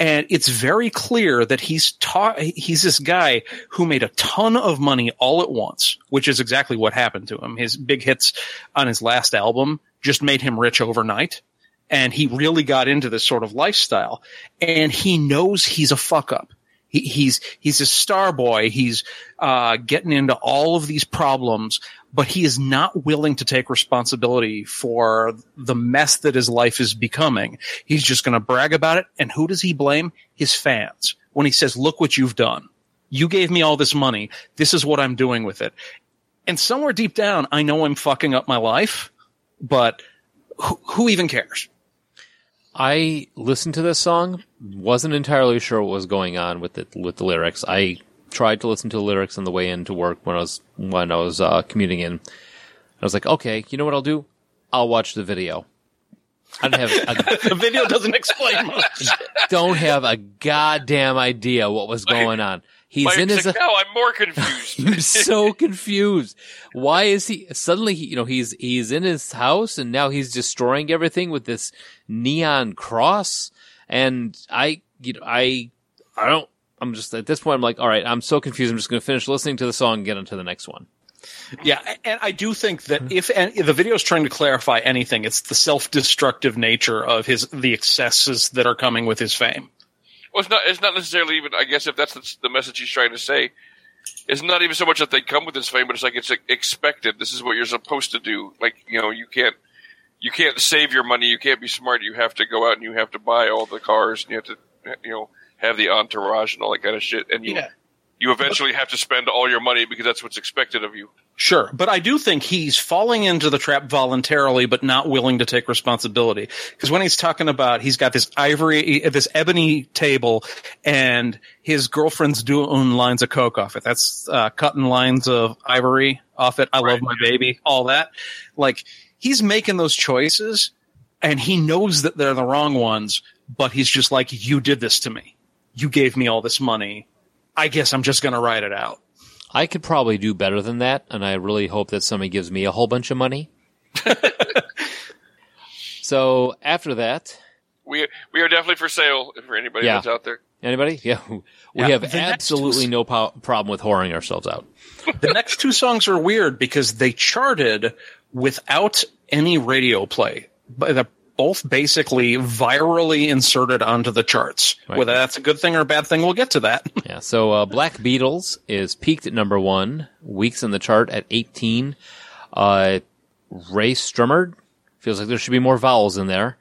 [SPEAKER 6] and it's very clear that he's taught he's this guy who made a ton of money all at once which is exactly what happened to him his big hits on his last album just made him rich overnight and he really got into this sort of lifestyle and he knows he's a fuck up he, he's he's a star boy he's uh, getting into all of these problems but he is not willing to take responsibility for the mess that his life is becoming he's just going to brag about it and who does he blame his fans when he says look what you've done you gave me all this money this is what i'm doing with it and somewhere deep down i know i'm fucking up my life but who, who even cares
[SPEAKER 3] I listened to this song, wasn't entirely sure what was going on with it with the lyrics. I tried to listen to the lyrics on the way into work when I was when I was uh, commuting in. I was like, okay, you know what I'll do? I'll watch the video. I don't have a,
[SPEAKER 6] the video doesn't explain much
[SPEAKER 3] don't have a goddamn idea what was going on. He's
[SPEAKER 4] Like,
[SPEAKER 3] in
[SPEAKER 4] it's
[SPEAKER 3] his
[SPEAKER 4] like, now I'm more confused.
[SPEAKER 3] I'm so confused. Why is he suddenly? He, you know, he's he's in his house and now he's destroying everything with this neon cross. And I, you know, I, I don't. I'm just at this point. I'm like, all right, I'm so confused. I'm just going to finish listening to the song and get into the next one.
[SPEAKER 6] Yeah, and I do think that if and the video is trying to clarify anything, it's the self-destructive nature of his the excesses that are coming with his fame.
[SPEAKER 4] Well, it's not. It's not necessarily even. I guess if that's the, the message he's trying to say, it's not even so much that they come with this fame, but it's like it's expected. This is what you're supposed to do. Like you know, you can't, you can't save your money. You can't be smart. You have to go out and you have to buy all the cars and you have to, you know, have the entourage and all that kind of shit. And you,
[SPEAKER 6] Yeah.
[SPEAKER 4] you eventually have to spend all your money because that's what's expected of you.
[SPEAKER 6] Sure, but I do think he's falling into the trap voluntarily, but not willing to take responsibility. Because when he's talking about he's got this ivory, this ebony table, and his girlfriend's doing lines of coke off it. That's uh, cutting lines of ivory off it. I love my baby, all that. Like he's making those choices, and he knows that they're the wrong ones, but he's just like, "You did this to me. You gave me all this money. I guess I'm just gonna ride it out."
[SPEAKER 3] I could probably do better than that, and I really hope that somebody gives me a whole bunch of money. so after that,
[SPEAKER 4] We we are definitely for sale for anybody
[SPEAKER 3] Yeah.
[SPEAKER 4] that's out there.
[SPEAKER 3] anybody? Yeah, we
[SPEAKER 6] Yeah,
[SPEAKER 3] have
[SPEAKER 6] the next
[SPEAKER 3] absolutely no po- problem with whoring ourselves out.
[SPEAKER 6] the next two songs are weird because they charted without any radio play. But they're both basically virally inserted onto the charts.
[SPEAKER 3] Right.
[SPEAKER 6] Whether that's a good thing or a bad thing, we'll get to that.
[SPEAKER 3] Yeah, so uh, Black Beatles is peaked at number one, weeks on the chart at 18. Uh, Ray Strummerd feels like there should be more vowels in there.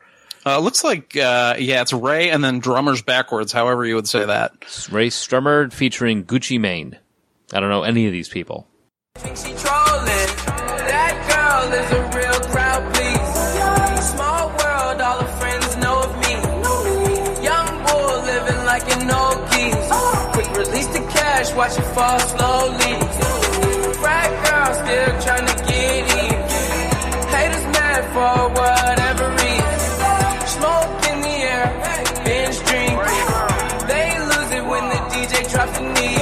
[SPEAKER 6] Uh, looks like, uh, yeah, it's Ray and then drummers backwards, however you would say that.
[SPEAKER 3] Ray Strummerd featuring Gucci Mane. I don't know any of these people.
[SPEAKER 14] think she trolling. That girl is a real crowd please. Small world, all her friends know of me. Young bull living like an old geese. Quick release the cash, watch it fall slowly. Frat girl still trying to get in. Haters mad for whatever reason. Smoke in the air, binge drink. They lose it when the DJ drops the knee.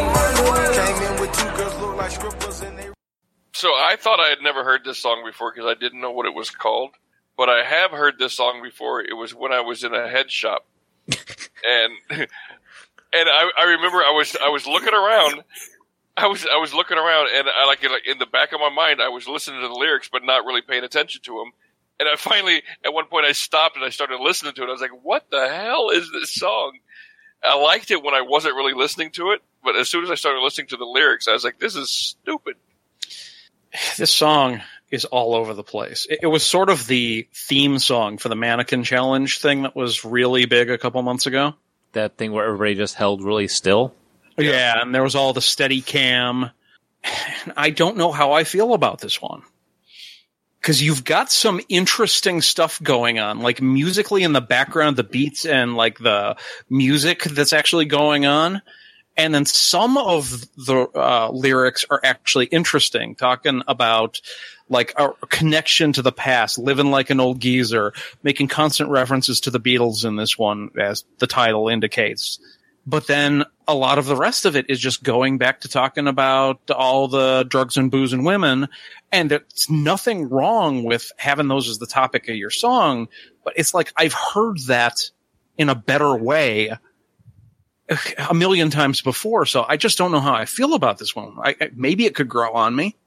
[SPEAKER 14] Came in with two girls look like scribbles and they
[SPEAKER 4] So I thought I had never heard this song before because I didn't know what it was called, but I have heard this song before. It was when I was in a head shop and and I, I remember I was I was looking around. I was I was looking around, and I like like, in the back of my mind, I was listening to the lyrics, but not really paying attention to them. And I finally, at one point, I stopped and I started listening to it. I was like, "What the hell is this song?" I liked it when I wasn't really listening to it, but as soon as I started listening to the lyrics, I was like, "This is stupid."
[SPEAKER 6] This song is all over the place. It, it was sort of the theme song for the mannequin challenge thing that was really big a couple months ago.
[SPEAKER 3] That thing where everybody just held really still.
[SPEAKER 6] Yeah, and there was all the steady cam. I don't know how I feel about this one. Because you've got some interesting stuff going on, like musically in the background, the beats and like the music that's actually going on. And then some of the uh, lyrics are actually interesting, talking about like our connection to the past, living like an old geezer, making constant references to the Beatles in this one, as the title indicates but then a lot of the rest of it is just going back to talking about all the drugs and booze and women and there's nothing wrong with having those as the topic of your song but it's like i've heard that in a better way a million times before so i just don't know how i feel about this one I, I, maybe it could grow on me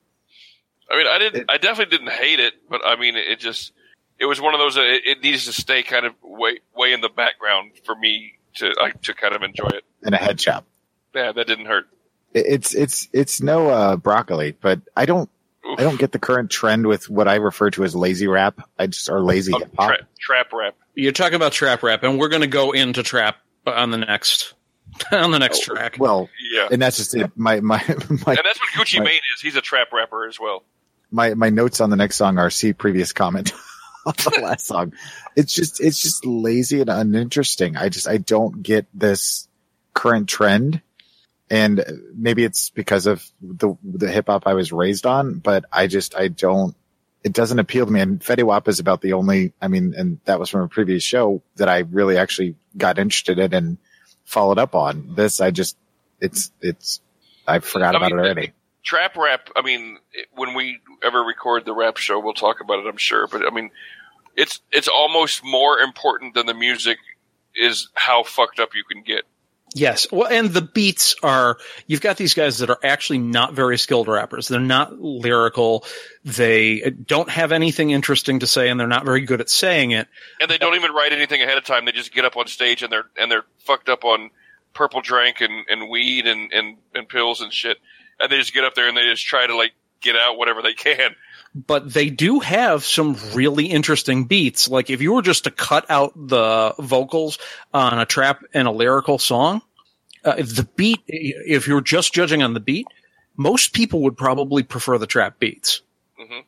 [SPEAKER 4] I mean, I didn't. I definitely didn't hate it, but I mean, it just it was one of those. uh, It, it needs to stay kind of way way in the background for me to I, to kind of enjoy it.
[SPEAKER 5] and a head chop.
[SPEAKER 4] Yeah, that didn't hurt.
[SPEAKER 5] It- It's it's it's no uh, broccoli, but I don't I don't get the current trend with what I refer to as lazy rap. I just or lazy hip hop.
[SPEAKER 4] Um, Trap rap.
[SPEAKER 6] you're talking about trap rap and we're going to go into trap on the next on the next track
[SPEAKER 5] well
[SPEAKER 4] Yeah,
[SPEAKER 5] and that's just it. My my my
[SPEAKER 4] and that's what Gucci Mane is. He's a trap rapper as well.
[SPEAKER 5] my my notes on the next song are see previous comment on the last song. It's just it's just lazy and uninteresting. I just I don't get this current trend, and maybe it's because of the the hip hop I was raised on, but I just I don't. It doesn't appeal to me. And Fetty Wap is about the only. I mean, and that was from a previous show that I really actually got interested in and followed up on. This I just it's it's I forgot
[SPEAKER 4] I
[SPEAKER 5] about
[SPEAKER 4] mean,
[SPEAKER 5] it already.
[SPEAKER 4] Trap rap. I mean, it- when we ever record the rap show, we'll talk about it. I'm sure, but I mean, it's it's almost more important than the music is how fucked up you can get.
[SPEAKER 6] Yes. Well, and the beats are, you've got these guys that are actually not very skilled rappers. They're not lyrical. They don't have anything interesting to say and they're not very good at saying it.
[SPEAKER 4] And they don't even write anything ahead of time. They just get up on stage and they're and they're fucked up on purple drink and, and weed and, and, and pills and shit. And they just get up there and they just try to like get out whatever they can.
[SPEAKER 6] But they do have some really interesting beats. Like if you were just to cut out the vocals on a trap and a lyrical song, uh, if the beat, if you're just judging on the beat, most people would probably prefer the trap beats.
[SPEAKER 4] Mm-hmm.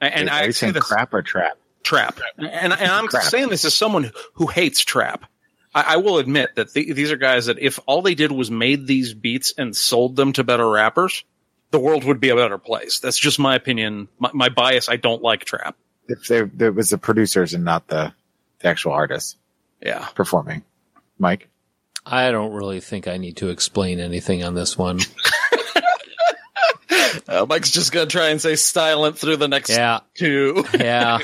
[SPEAKER 6] And
[SPEAKER 5] Are
[SPEAKER 6] I
[SPEAKER 5] you
[SPEAKER 6] see
[SPEAKER 5] saying
[SPEAKER 6] this.
[SPEAKER 5] crap or trap?
[SPEAKER 6] trap. And, and I'm
[SPEAKER 5] Crap.
[SPEAKER 6] saying this as someone who hates trap. I, I will admit that the, these are guys that if all they did was made these beats and sold them to better rappers, the world would be a better place. That's just my opinion, my, my bias. I don't like trap.
[SPEAKER 5] if there there was the producers and not the, the actual artists
[SPEAKER 6] Yeah.
[SPEAKER 5] performing. Mike,
[SPEAKER 3] I don't really think I need to explain anything on this one.
[SPEAKER 6] Uh, Mike's just going to try and say silent through the next
[SPEAKER 3] Yeah,
[SPEAKER 6] two.
[SPEAKER 3] yeah.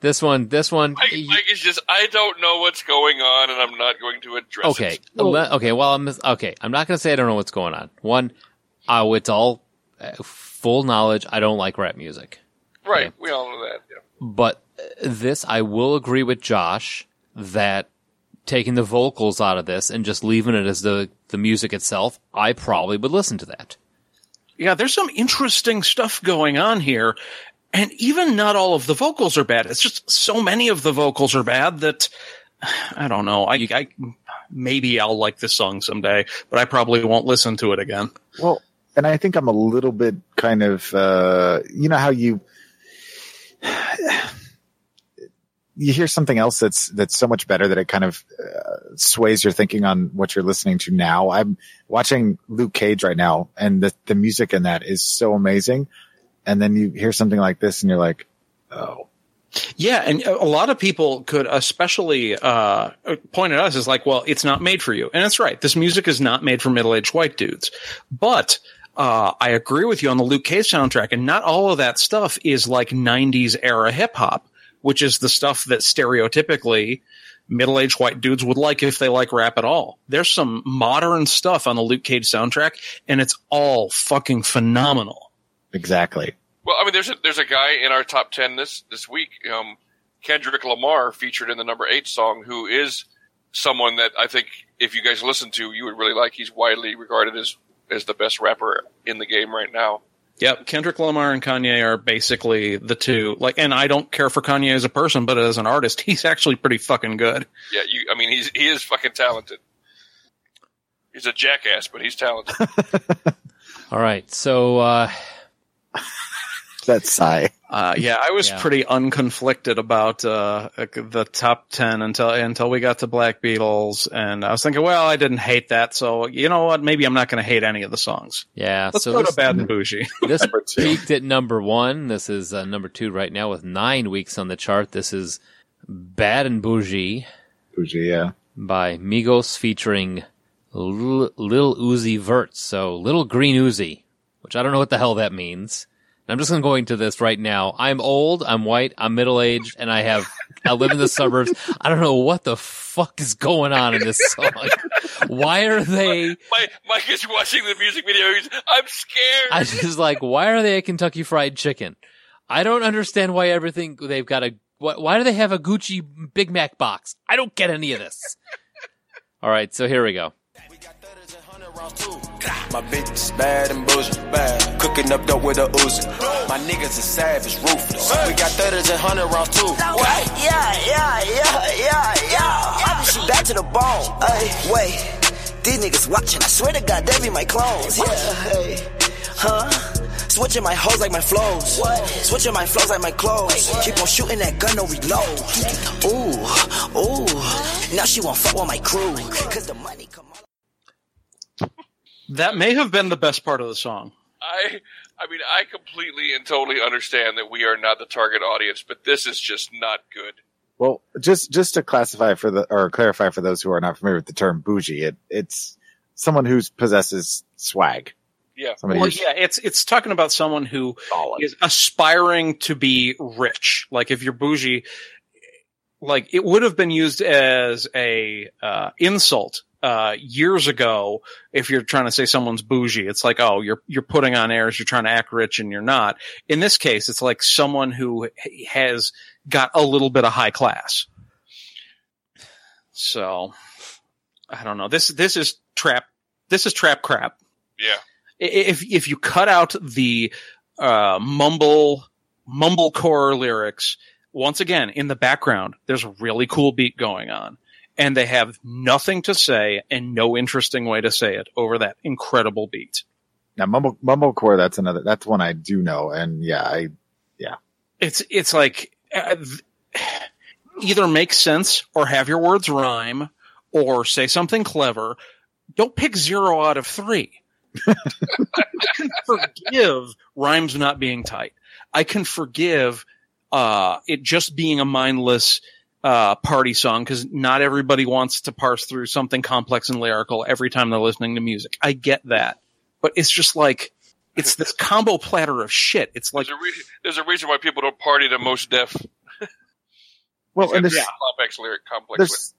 [SPEAKER 3] This one, this one.
[SPEAKER 4] Mike, Mike is just I don't know what's going on and I'm not going to address
[SPEAKER 3] Okay,
[SPEAKER 4] it.
[SPEAKER 3] le- okay. Well, I'm okay. I'm not gonna say I don't know what's going on. One, oh, it's all uh, full knowledge. I don't like rap music.
[SPEAKER 4] Right. We all know that. Yeah.
[SPEAKER 3] but uh, this I will agree with Josh that taking the vocals out of this and just leaving it as the the music itself, I probably would listen to that.
[SPEAKER 6] yeah, there's some interesting stuff going on here. And even not all of the vocals are bad. It's just so many of the vocals are bad that I don't know. I, I maybe I'll like this song someday, but I probably won't listen to it again.
[SPEAKER 5] well, and I think I'm a little bit kind of uh, you know how you you hear something else that's that's so much better that it kind of uh, sways your thinking on what you're listening to now. I'm watching Luke Cage right now, and the the music in that is so amazing. And then you hear something like this, and you're like, oh.
[SPEAKER 6] Yeah, and a lot of people could especially uh, point at us as like, well, it's not made for you, and that's right. This music is not made for middle-aged white dudes. But uh, I agree with you on the Luke Cage soundtrack, and not all of that stuff is like '90s era hip hop, which is the stuff that stereotypically middle-aged white dudes would like if they like rap at all. There's some modern stuff on the Luke Cage soundtrack, and it's all fucking phenomenal.
[SPEAKER 5] Exactly.
[SPEAKER 4] Well, I mean, there's a, there's a guy in our top ten this this week, um, Kendrick Lamar, featured in the number eight song, who is someone that I think if you guys listen to, you would really like. He's widely regarded as as the best rapper in the game right now.
[SPEAKER 6] Yep, Kendrick Lamar and Kanye are basically the two. Like, and I don't care for Kanye as a person, but as an artist, he's actually pretty fucking good.
[SPEAKER 4] Yeah, you. I mean, he's he is fucking talented. He's a jackass, but he's talented.
[SPEAKER 3] All right. So uh,
[SPEAKER 5] that sigh.
[SPEAKER 6] Uh, yeah, I was
[SPEAKER 3] Yeah.
[SPEAKER 6] pretty unconflicted about uh, the top ten until until we got to Black Beatles, and I was thinking, well, I didn't hate that, so you know what? Maybe I'm not going to hate any of the songs.
[SPEAKER 3] yeah.
[SPEAKER 6] Let's
[SPEAKER 3] so
[SPEAKER 6] go
[SPEAKER 3] this,
[SPEAKER 6] to Bad and Bougie.
[SPEAKER 3] this
[SPEAKER 5] Number two.
[SPEAKER 3] peaked at number one. This is uh, number two right now with nine weeks on the chart. This is Bad and Bougie
[SPEAKER 5] Bougie, yeah.
[SPEAKER 3] by Migos featuring Lil, Lil Uzi Vert. So Little Green Uzi, which I don't know what the hell that means. And I'm just going to go into this right now. I'm old, I'm white, I'm middle aged, and I have I live in the suburbs. I don't know what the fuck is going on in this song. Why are they?
[SPEAKER 4] My, Mike is watching the music video. He's, I'm scared.
[SPEAKER 3] I just like, why are they a Kentucky Fried Chicken? I don't understand why everything they've got a. Why, why do they have a Gucci Big Mac box? I don't get any of this. All right, so here we go.
[SPEAKER 15] My bitch is bad and bougie, bad. Cooking up dope with a Uzi. My niggas are savage, ruthless. We got thudders and hundred rounds too.
[SPEAKER 16] What? uh, Yeah, yeah, yeah, yeah, yeah. I be shoot that to the bone. Hey, wait. These niggas watching. I swear to God, they be my clones. Yeah, hey. Huh? Switching my hoes like my flows. What? Switching my flows like my clothes. Keep on shooting that gun, no reload. Ooh, ooh. Now she won't fuck with my crew. Cause the money come
[SPEAKER 6] That may have been the best part of the song.
[SPEAKER 4] I I mean I completely and totally understand that we are not the target audience, but this is just not good.
[SPEAKER 5] Well, just just to classify for the or clarify for those who are not familiar with the term bougie, it it's someone who possesses swag.
[SPEAKER 4] Yeah.
[SPEAKER 5] Somebody
[SPEAKER 6] well,
[SPEAKER 5] who's-
[SPEAKER 6] yeah, it's it's talking about someone who is aspiring to be rich. Like if you're bougie, like it would have been used as a uh, insult uh, years ago. If you're trying to say someone's bougie, it's like oh you're you're putting on airs, you're trying to act rich, and you're not. In this case, it's like someone who h- has got a little bit of high class. So I don't know. This this is trap. This is trap crap
[SPEAKER 4] Yeah.
[SPEAKER 6] if if you cut out the uh, mumble mumblecore lyrics, once again in the background, there's a really cool beat going on, and they have nothing to say and no interesting way to say it over that incredible beat.
[SPEAKER 5] Now mumble mumblecore, that's another that's one I do know, and yeah, I yeah.
[SPEAKER 6] It's it's like uh, either make sense or have your words rhyme or say something clever. Don't pick zero out of three. I can forgive rhymes not being tight. I can forgive uh, it just being a mindless uh, party song because not everybody wants to parse through something complex and lyrical every time they're listening to music. I get that, but it's just like it's this combo platter of shit. It's like
[SPEAKER 4] There's a reason, there's a reason why people don't party to most deaf.
[SPEAKER 5] Well, and
[SPEAKER 4] It's
[SPEAKER 5] there's,
[SPEAKER 4] got complex lyric complex.
[SPEAKER 5] there's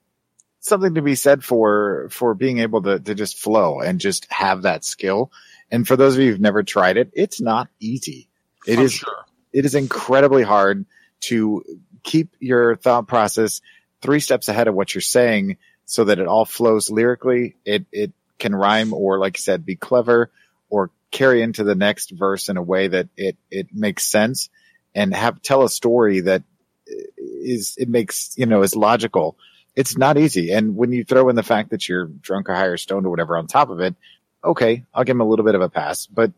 [SPEAKER 5] something to be said for for being able to to just flow and just have that skill. And for those of you who've never tried it, it's not easy. It is
[SPEAKER 6] I'm sure.
[SPEAKER 5] it is incredibly hard to keep your thought process three steps ahead of what you're saying so that it all flows lyrically. It, it can rhyme or, like you said, be clever or carry into the next verse in a way that it, it makes sense and have, tell a story that is, it makes, you know, is logical. It's not easy. And when you throw in the fact that you're drunk or high or stoned or whatever on top of it, okay, I'll give him a little bit of a pass, but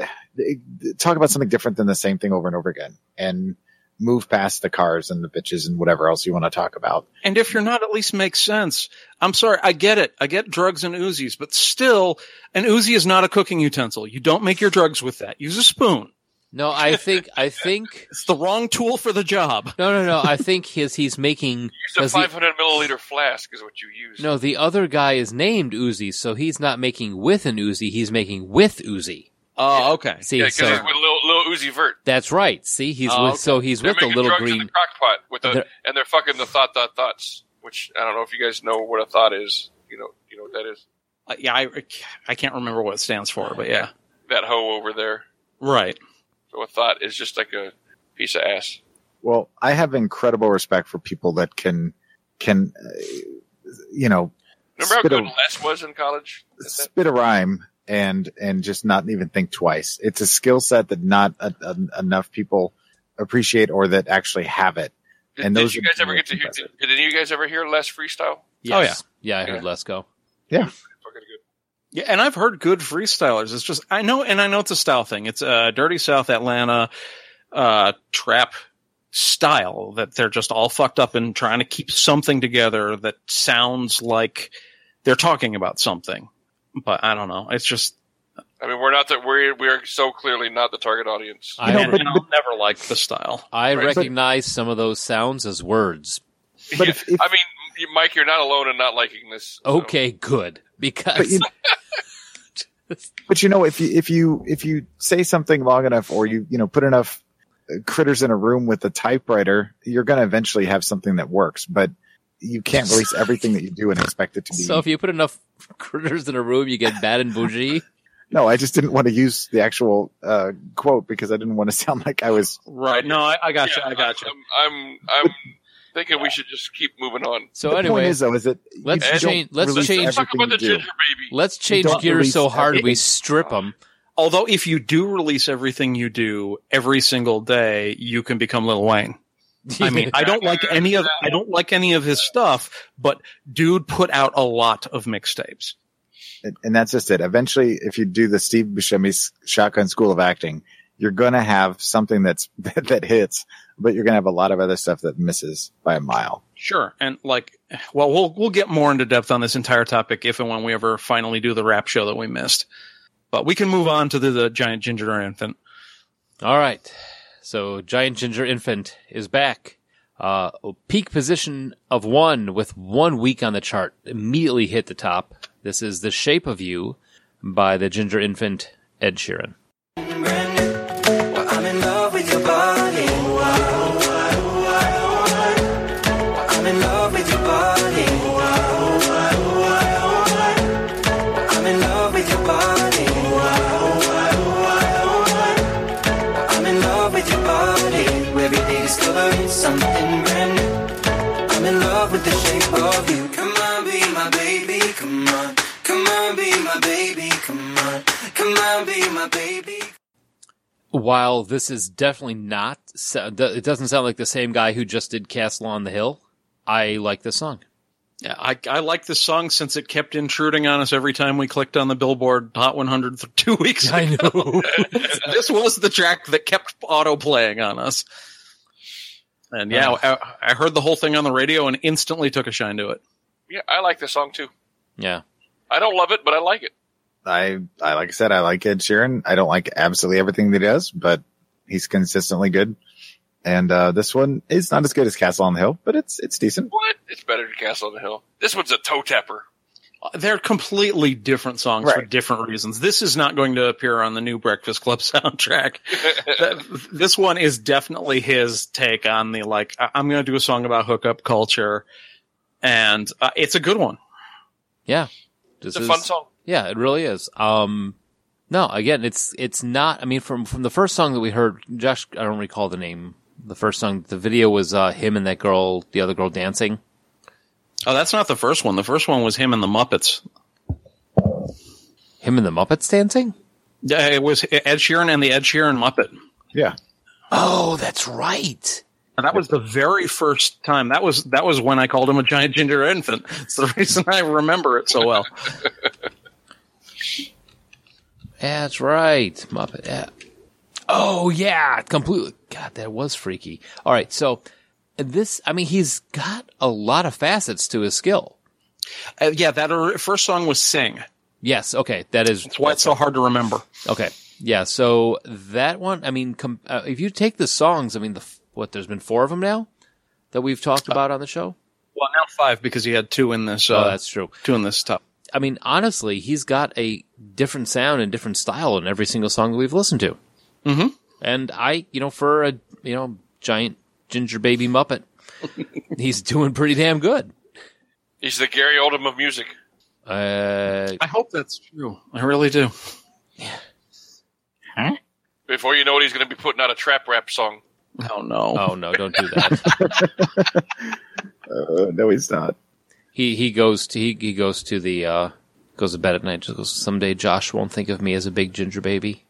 [SPEAKER 5] eh, talk about something different than the same thing over and over again and move past the cars and the bitches and whatever else you want to talk about.
[SPEAKER 6] And if you're not, at least makes sense. I'm sorry. I get it. I get drugs and Uzis, but still, an Uzi is not a cooking utensil. You don't make your drugs with that. Use a spoon.
[SPEAKER 3] No, I think I think
[SPEAKER 6] it's the wrong tool for the job.
[SPEAKER 3] No, no, no. I think his he's making
[SPEAKER 4] It's
[SPEAKER 3] because
[SPEAKER 4] a
[SPEAKER 3] the-
[SPEAKER 4] 500 milliliter flask is what you use.
[SPEAKER 3] no the other guy is named Uzi, so he's not making with an Uzi. He's making with Uzi.
[SPEAKER 6] Oh, okay.
[SPEAKER 3] See,
[SPEAKER 4] yeah, because
[SPEAKER 3] so
[SPEAKER 4] it's with Lil, Lil Uzi Vert.
[SPEAKER 3] that's right. See, he's
[SPEAKER 4] Oh,
[SPEAKER 3] with
[SPEAKER 4] okay.
[SPEAKER 3] so he's
[SPEAKER 4] They're
[SPEAKER 3] with the
[SPEAKER 4] making
[SPEAKER 3] little
[SPEAKER 4] drugs in
[SPEAKER 3] green.
[SPEAKER 4] the crock pot with the,
[SPEAKER 3] they're-
[SPEAKER 4] and they're fucking the thought thought thoughts, which I don't know if you guys know what a thought is. You know, you know what that is.
[SPEAKER 6] Uh, yeah, I, I can't remember what it stands for, but yeah.
[SPEAKER 4] That hoe over there.
[SPEAKER 6] Right.
[SPEAKER 4] So a thought is just like a piece of ass.
[SPEAKER 5] Well, I have incredible respect for people that can can uh, you know
[SPEAKER 4] Remember how
[SPEAKER 5] spit a-
[SPEAKER 4] good Les was in college?
[SPEAKER 5] spit a rhyme and and just not even think twice. It's a skill set that not uh, uh, enough people appreciate or that actually have it.
[SPEAKER 4] Did,
[SPEAKER 5] and those
[SPEAKER 4] did you
[SPEAKER 5] are-
[SPEAKER 4] guys ever get to hear? Did, did any of you guys ever hear Les freestyle?
[SPEAKER 5] Oh,
[SPEAKER 3] Yes. yeah. I heard
[SPEAKER 4] Yeah.
[SPEAKER 3] Les go.
[SPEAKER 5] Yeah.
[SPEAKER 6] Yeah, and I've heard good freestylers. It's just I know, and I know it's a style thing. It's a dirty South Atlanta uh, trap style that they're just all fucked up and trying to keep something together that sounds like they're talking about something. But I don't know. It's just
[SPEAKER 4] I mean, we're not that we're we are so clearly not the target audience.
[SPEAKER 3] I
[SPEAKER 6] and, and I'll never like the style.
[SPEAKER 3] I
[SPEAKER 4] Right.
[SPEAKER 3] recognize some of those sounds as words.
[SPEAKER 5] But
[SPEAKER 4] I mean, you- Mike, you're not alone in not liking this.
[SPEAKER 3] Okay, good.
[SPEAKER 5] But
[SPEAKER 3] Because
[SPEAKER 5] you, but you know, if you if you if you say something long enough, or you you know put enough uh, critters in a room with a typewriter, you're going to eventually have something that works. But you can't release everything that you do and expect it to be.
[SPEAKER 3] so if you put enough critters in a room, you get bad and bougie.
[SPEAKER 5] no, I just didn't want to use the actual uh, quote because I didn't want to sound like I was.
[SPEAKER 6] Right? No, I, I got you. I got you.
[SPEAKER 4] I'm I'm thinking we should just keep moving on.
[SPEAKER 3] So
[SPEAKER 5] the
[SPEAKER 3] anyway,
[SPEAKER 5] point is though, is that you
[SPEAKER 3] let's
[SPEAKER 5] don't
[SPEAKER 3] change. Let's
[SPEAKER 5] release
[SPEAKER 3] change.
[SPEAKER 5] everything you do.
[SPEAKER 3] Let's change
[SPEAKER 6] don't
[SPEAKER 3] gears
[SPEAKER 6] release
[SPEAKER 3] so hard we
[SPEAKER 6] everything.
[SPEAKER 3] strip them.
[SPEAKER 6] Although, if you do release everything you do every single day, you can become Lil Wayne. I mean, I don't like any of I don't like any of his stuff, but dude put out a lot of mixtapes.
[SPEAKER 5] and, and that's just it. Eventually, if you do the Steve Buscemi's Shotgun School of Acting, you're gonna have something that's that hits, but you're gonna have a lot of other stuff that misses by a mile.
[SPEAKER 6] Sure, and like, well, we'll we'll get more into depth on this entire topic if and when we ever finally do the rap show that we missed. But we can move on to the, the giant ginger infant.
[SPEAKER 3] All right. So Giant Ginger Infant is back. Uh, peak position of one with one week on the chart. Immediately hit the top. This is The Shape of You by the Ginger Infant Ed Sheeran.
[SPEAKER 11] Well, I'm in love with your body. Well, I'm in love with your body. Well, I'm in love with your body. Well, I'm in love with your body. Every day discovering something brand new. I'm in love with the shape of you. Come on, be my baby. Come on. Come on, be my baby. Come on. Come on, be my baby.
[SPEAKER 3] While this is definitely not, so- it doesn't sound like the same guy who just did Castle on the Hill. I like this song.
[SPEAKER 6] Yeah, I I like this song since it kept intruding on us every time we clicked on the Billboard Hot 100 for two weeks.
[SPEAKER 3] I know.
[SPEAKER 6] this was the track that kept auto playing on us. And yeah, I, I heard the whole thing on the radio and instantly took a shine to it.
[SPEAKER 4] Yeah, I like this song too.
[SPEAKER 3] Yeah.
[SPEAKER 4] I don't love it, but I like it.
[SPEAKER 5] I, I like I said, I like Ed Sheeran. I don't like absolutely everything that he does, but he's consistently good. And uh, this one is not as good as Castle on the Hill, but it's it's decent.
[SPEAKER 4] What? It's better than Castle on the Hill. This one's a toe tapper.
[SPEAKER 6] They're completely different songs for different reasons. This is not going to appear on the new Breakfast Club soundtrack. That- this one is definitely his take on the like. I- I'm going to do a song about hookup culture, and uh, it's a good one.
[SPEAKER 3] Yeah. This
[SPEAKER 4] It's a fun song.
[SPEAKER 3] Yeah, it really is. Um, no, again, it's it's not. I mean, from from the first song that we heard, Josh, I don't recall the name. The first song, the video was uh, him and that girl, the other girl dancing.
[SPEAKER 6] Oh, that's not the first one. The first one was him and the Muppets.
[SPEAKER 3] Him and the Muppets dancing.
[SPEAKER 6] Yeah, it was Ed Sheeran and the Ed Sheeran Muppet.
[SPEAKER 5] Yeah.
[SPEAKER 3] Oh, that's right.
[SPEAKER 6] And that was the very first time. That was that was when I called him a giant ginger infant. It's the reason I remember it so well.
[SPEAKER 3] That's right, Muppet. Yeah. Oh yeah, completely. God, that was freaky. All right, so this. I mean, he's got a lot of facets to his skill.
[SPEAKER 6] Uh, yeah, that or- first song was "Sing."
[SPEAKER 3] Yes. Okay, that is.
[SPEAKER 6] That's why it's so hard to remember.
[SPEAKER 3] Okay. Yeah. So that one, I mean, com- uh, if you take the songs, I mean, the f- what? There's been four of them now that we've talked about on the show.
[SPEAKER 6] Well, now five because he had two in this. Uh,
[SPEAKER 3] oh, that's true.
[SPEAKER 6] Two in this top.
[SPEAKER 3] I mean, honestly, he's got a different sound and different style in every single song that we've listened to.
[SPEAKER 6] Mm-hmm.
[SPEAKER 3] And I, you know, for a you know giant ginger baby muppet, he's doing pretty damn good.
[SPEAKER 4] He's the Gary Oldham of music.
[SPEAKER 3] Uh,
[SPEAKER 6] I hope that's true. I really do.
[SPEAKER 4] Before you know it, he's going to be putting out a trap rap song.
[SPEAKER 6] Oh no!
[SPEAKER 3] Oh no! Don't do that.
[SPEAKER 5] Uh, no, he's not.
[SPEAKER 3] he he goes to he, he goes to the uh, goes to bed at night. Just goes. Someday Josh won't think of me as a big ginger baby.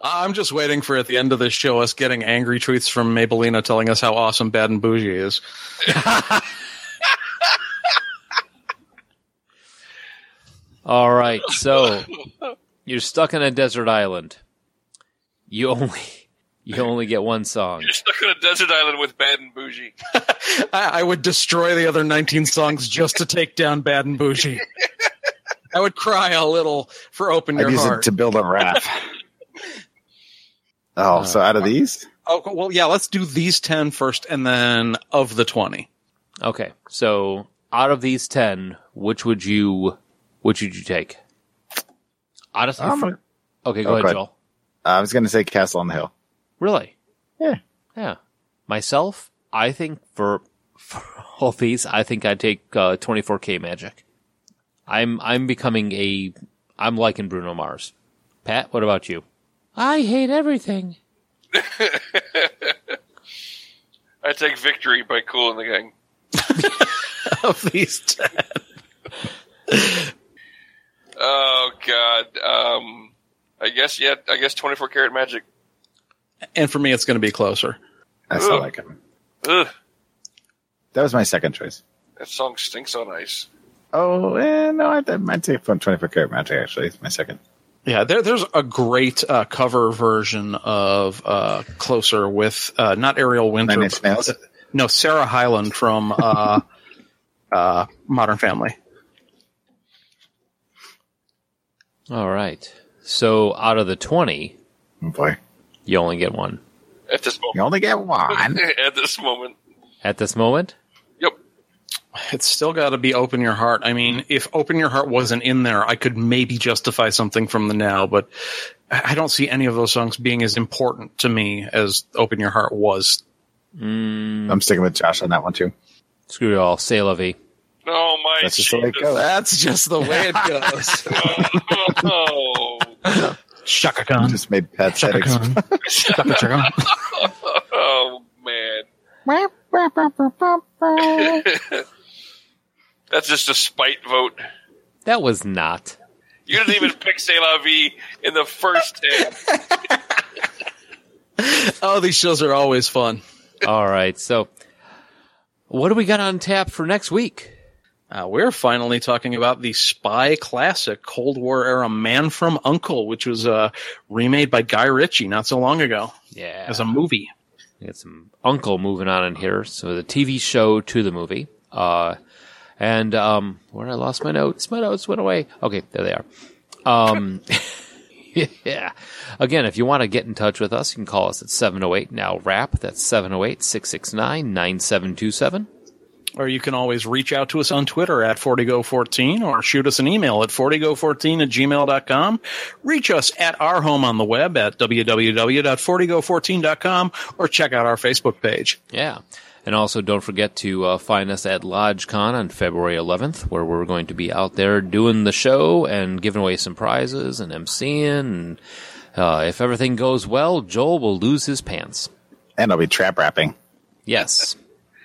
[SPEAKER 6] I'm just waiting for at the end of this show us getting angry tweets from Mabelina telling us how awesome Bad and Bougie is.
[SPEAKER 3] All right, so you're stuck on a desert island. You only you only get one song.
[SPEAKER 4] You're stuck on a desert island with Bad and Bougie.
[SPEAKER 6] I, I would destroy the other 19 songs just to take down Bad and Bougie. I would cry a little for Open
[SPEAKER 5] I'd
[SPEAKER 6] Your
[SPEAKER 5] use
[SPEAKER 6] Heart.
[SPEAKER 5] it to build a raft. oh, so out of these?
[SPEAKER 6] Oh well, yeah. Let's do these ten first, and then of the twenty.
[SPEAKER 3] Okay, so out of these ten, which would you which would you take? Honestly,
[SPEAKER 5] I'm
[SPEAKER 3] fr-
[SPEAKER 5] gonna-
[SPEAKER 3] okay, go
[SPEAKER 5] Oh,
[SPEAKER 3] ahead,
[SPEAKER 5] go ahead.
[SPEAKER 3] Joel.
[SPEAKER 5] I was going to say Castle on the Hill.
[SPEAKER 3] Really?
[SPEAKER 5] Yeah.
[SPEAKER 3] Yeah. Myself, I think for for all these, I think I take uh, 24k Magic. I'm I'm becoming a I'm liking Bruno Mars. Pat, what about you? I hate everything.
[SPEAKER 4] I take Victory by Cool and the Gang.
[SPEAKER 6] of these ten.
[SPEAKER 4] Oh God. Um, I guess yeah. I guess twenty four karat magic.
[SPEAKER 6] And for me, it's going to be closer.
[SPEAKER 5] I still like him.
[SPEAKER 4] Ugh,
[SPEAKER 5] That was my second choice.
[SPEAKER 4] that song stinks on ice.
[SPEAKER 5] Oh, eh, no, I, I might take from 24 karat magic, actually. It's my second.
[SPEAKER 6] Yeah, there, there's a great uh, cover version of uh, "Closer" with uh, not Ariel Winter,
[SPEAKER 5] Nine Inch
[SPEAKER 6] but-
[SPEAKER 5] Nails?
[SPEAKER 6] no Sarah Hyland from uh, uh, Modern Family.
[SPEAKER 3] All right. So out of the 20,
[SPEAKER 5] Oh, boy,
[SPEAKER 3] you only get one
[SPEAKER 4] At this moment,
[SPEAKER 5] you only get one.
[SPEAKER 4] At this moment,
[SPEAKER 3] at this moment.
[SPEAKER 6] It's still got to be "Open Your Heart." I mean, if "Open Your Heart" wasn't in there, I could maybe justify something from the now, but I I don't see any of those songs being as important to me as "Open Your Heart" was.
[SPEAKER 5] I'm sticking with Josh on that one, too.
[SPEAKER 3] Screw it all. Say lovey.
[SPEAKER 4] oh my
[SPEAKER 5] That's just the way it
[SPEAKER 4] Jesus!
[SPEAKER 5] goes.
[SPEAKER 6] That's just the way it goes.
[SPEAKER 4] oh,
[SPEAKER 6] Shaka Khan.
[SPEAKER 5] Just made Pat's head explode.
[SPEAKER 6] Shaka Khan.
[SPEAKER 4] oh man, that's just a spite vote.
[SPEAKER 3] That was not.
[SPEAKER 4] You didn't even pick C'est La Vie in the first ten.
[SPEAKER 6] Oh, these shows are always fun.
[SPEAKER 3] All right. So what do we got on tap for next week?
[SPEAKER 6] Uh, we're finally talking about the spy classic, Cold War era Man from Uncle, which was uh, remade by Guy Ritchie not so long ago
[SPEAKER 3] Yeah.
[SPEAKER 6] as a movie.
[SPEAKER 3] We got some uncle moving on in here. So the TV show to the movie. Uh, and um, where I lost my notes, my notes went away. Okay, there they are. Um, yeah. Again, if you want to get in touch with us, you can call us at 708 now rap. That's 708 669 9727.
[SPEAKER 6] Or you can always reach out to us on Twitter at 40go14 or shoot us an email at 40go14 at gmail.com. Reach us at our home on the web at www.40go14.com or check out our Facebook page.
[SPEAKER 3] Yeah. And also, don't forget to uh, find us at LodgeCon on February 11th, where we're going to be out there doing the show and giving away some prizes and emceeing. And uh, if everything goes well, Joel will lose his pants.
[SPEAKER 5] And I'll be trap rapping.
[SPEAKER 3] Yes.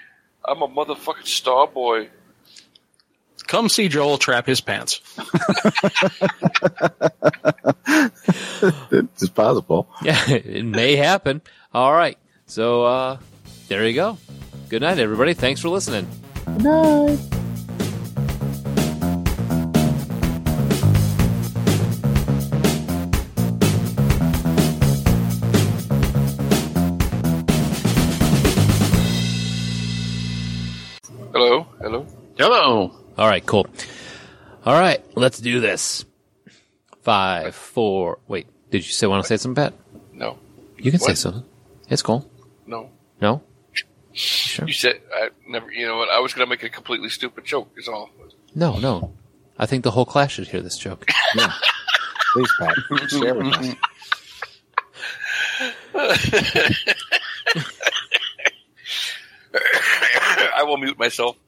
[SPEAKER 4] I'm a motherfucking star boy.
[SPEAKER 6] Come see Joel trap his pants.
[SPEAKER 5] It's possible.
[SPEAKER 3] yeah, it may happen. All right. So uh, there you go. Good night, everybody. Thanks for listening.
[SPEAKER 4] Hello, hello.
[SPEAKER 6] Hello.
[SPEAKER 3] All right, cool. All right, let's do this. Five, four. Wait, did you say want to say something, Pat?
[SPEAKER 4] No,
[SPEAKER 3] You can say
[SPEAKER 4] What?
[SPEAKER 3] something. It's cool.
[SPEAKER 4] no.
[SPEAKER 3] No.
[SPEAKER 4] You said I never. You know what? I was going to make a completely stupid joke. Is all.
[SPEAKER 3] No, no. I think the whole class should hear this joke.
[SPEAKER 5] Please, Pat, share with us.
[SPEAKER 4] mute myself.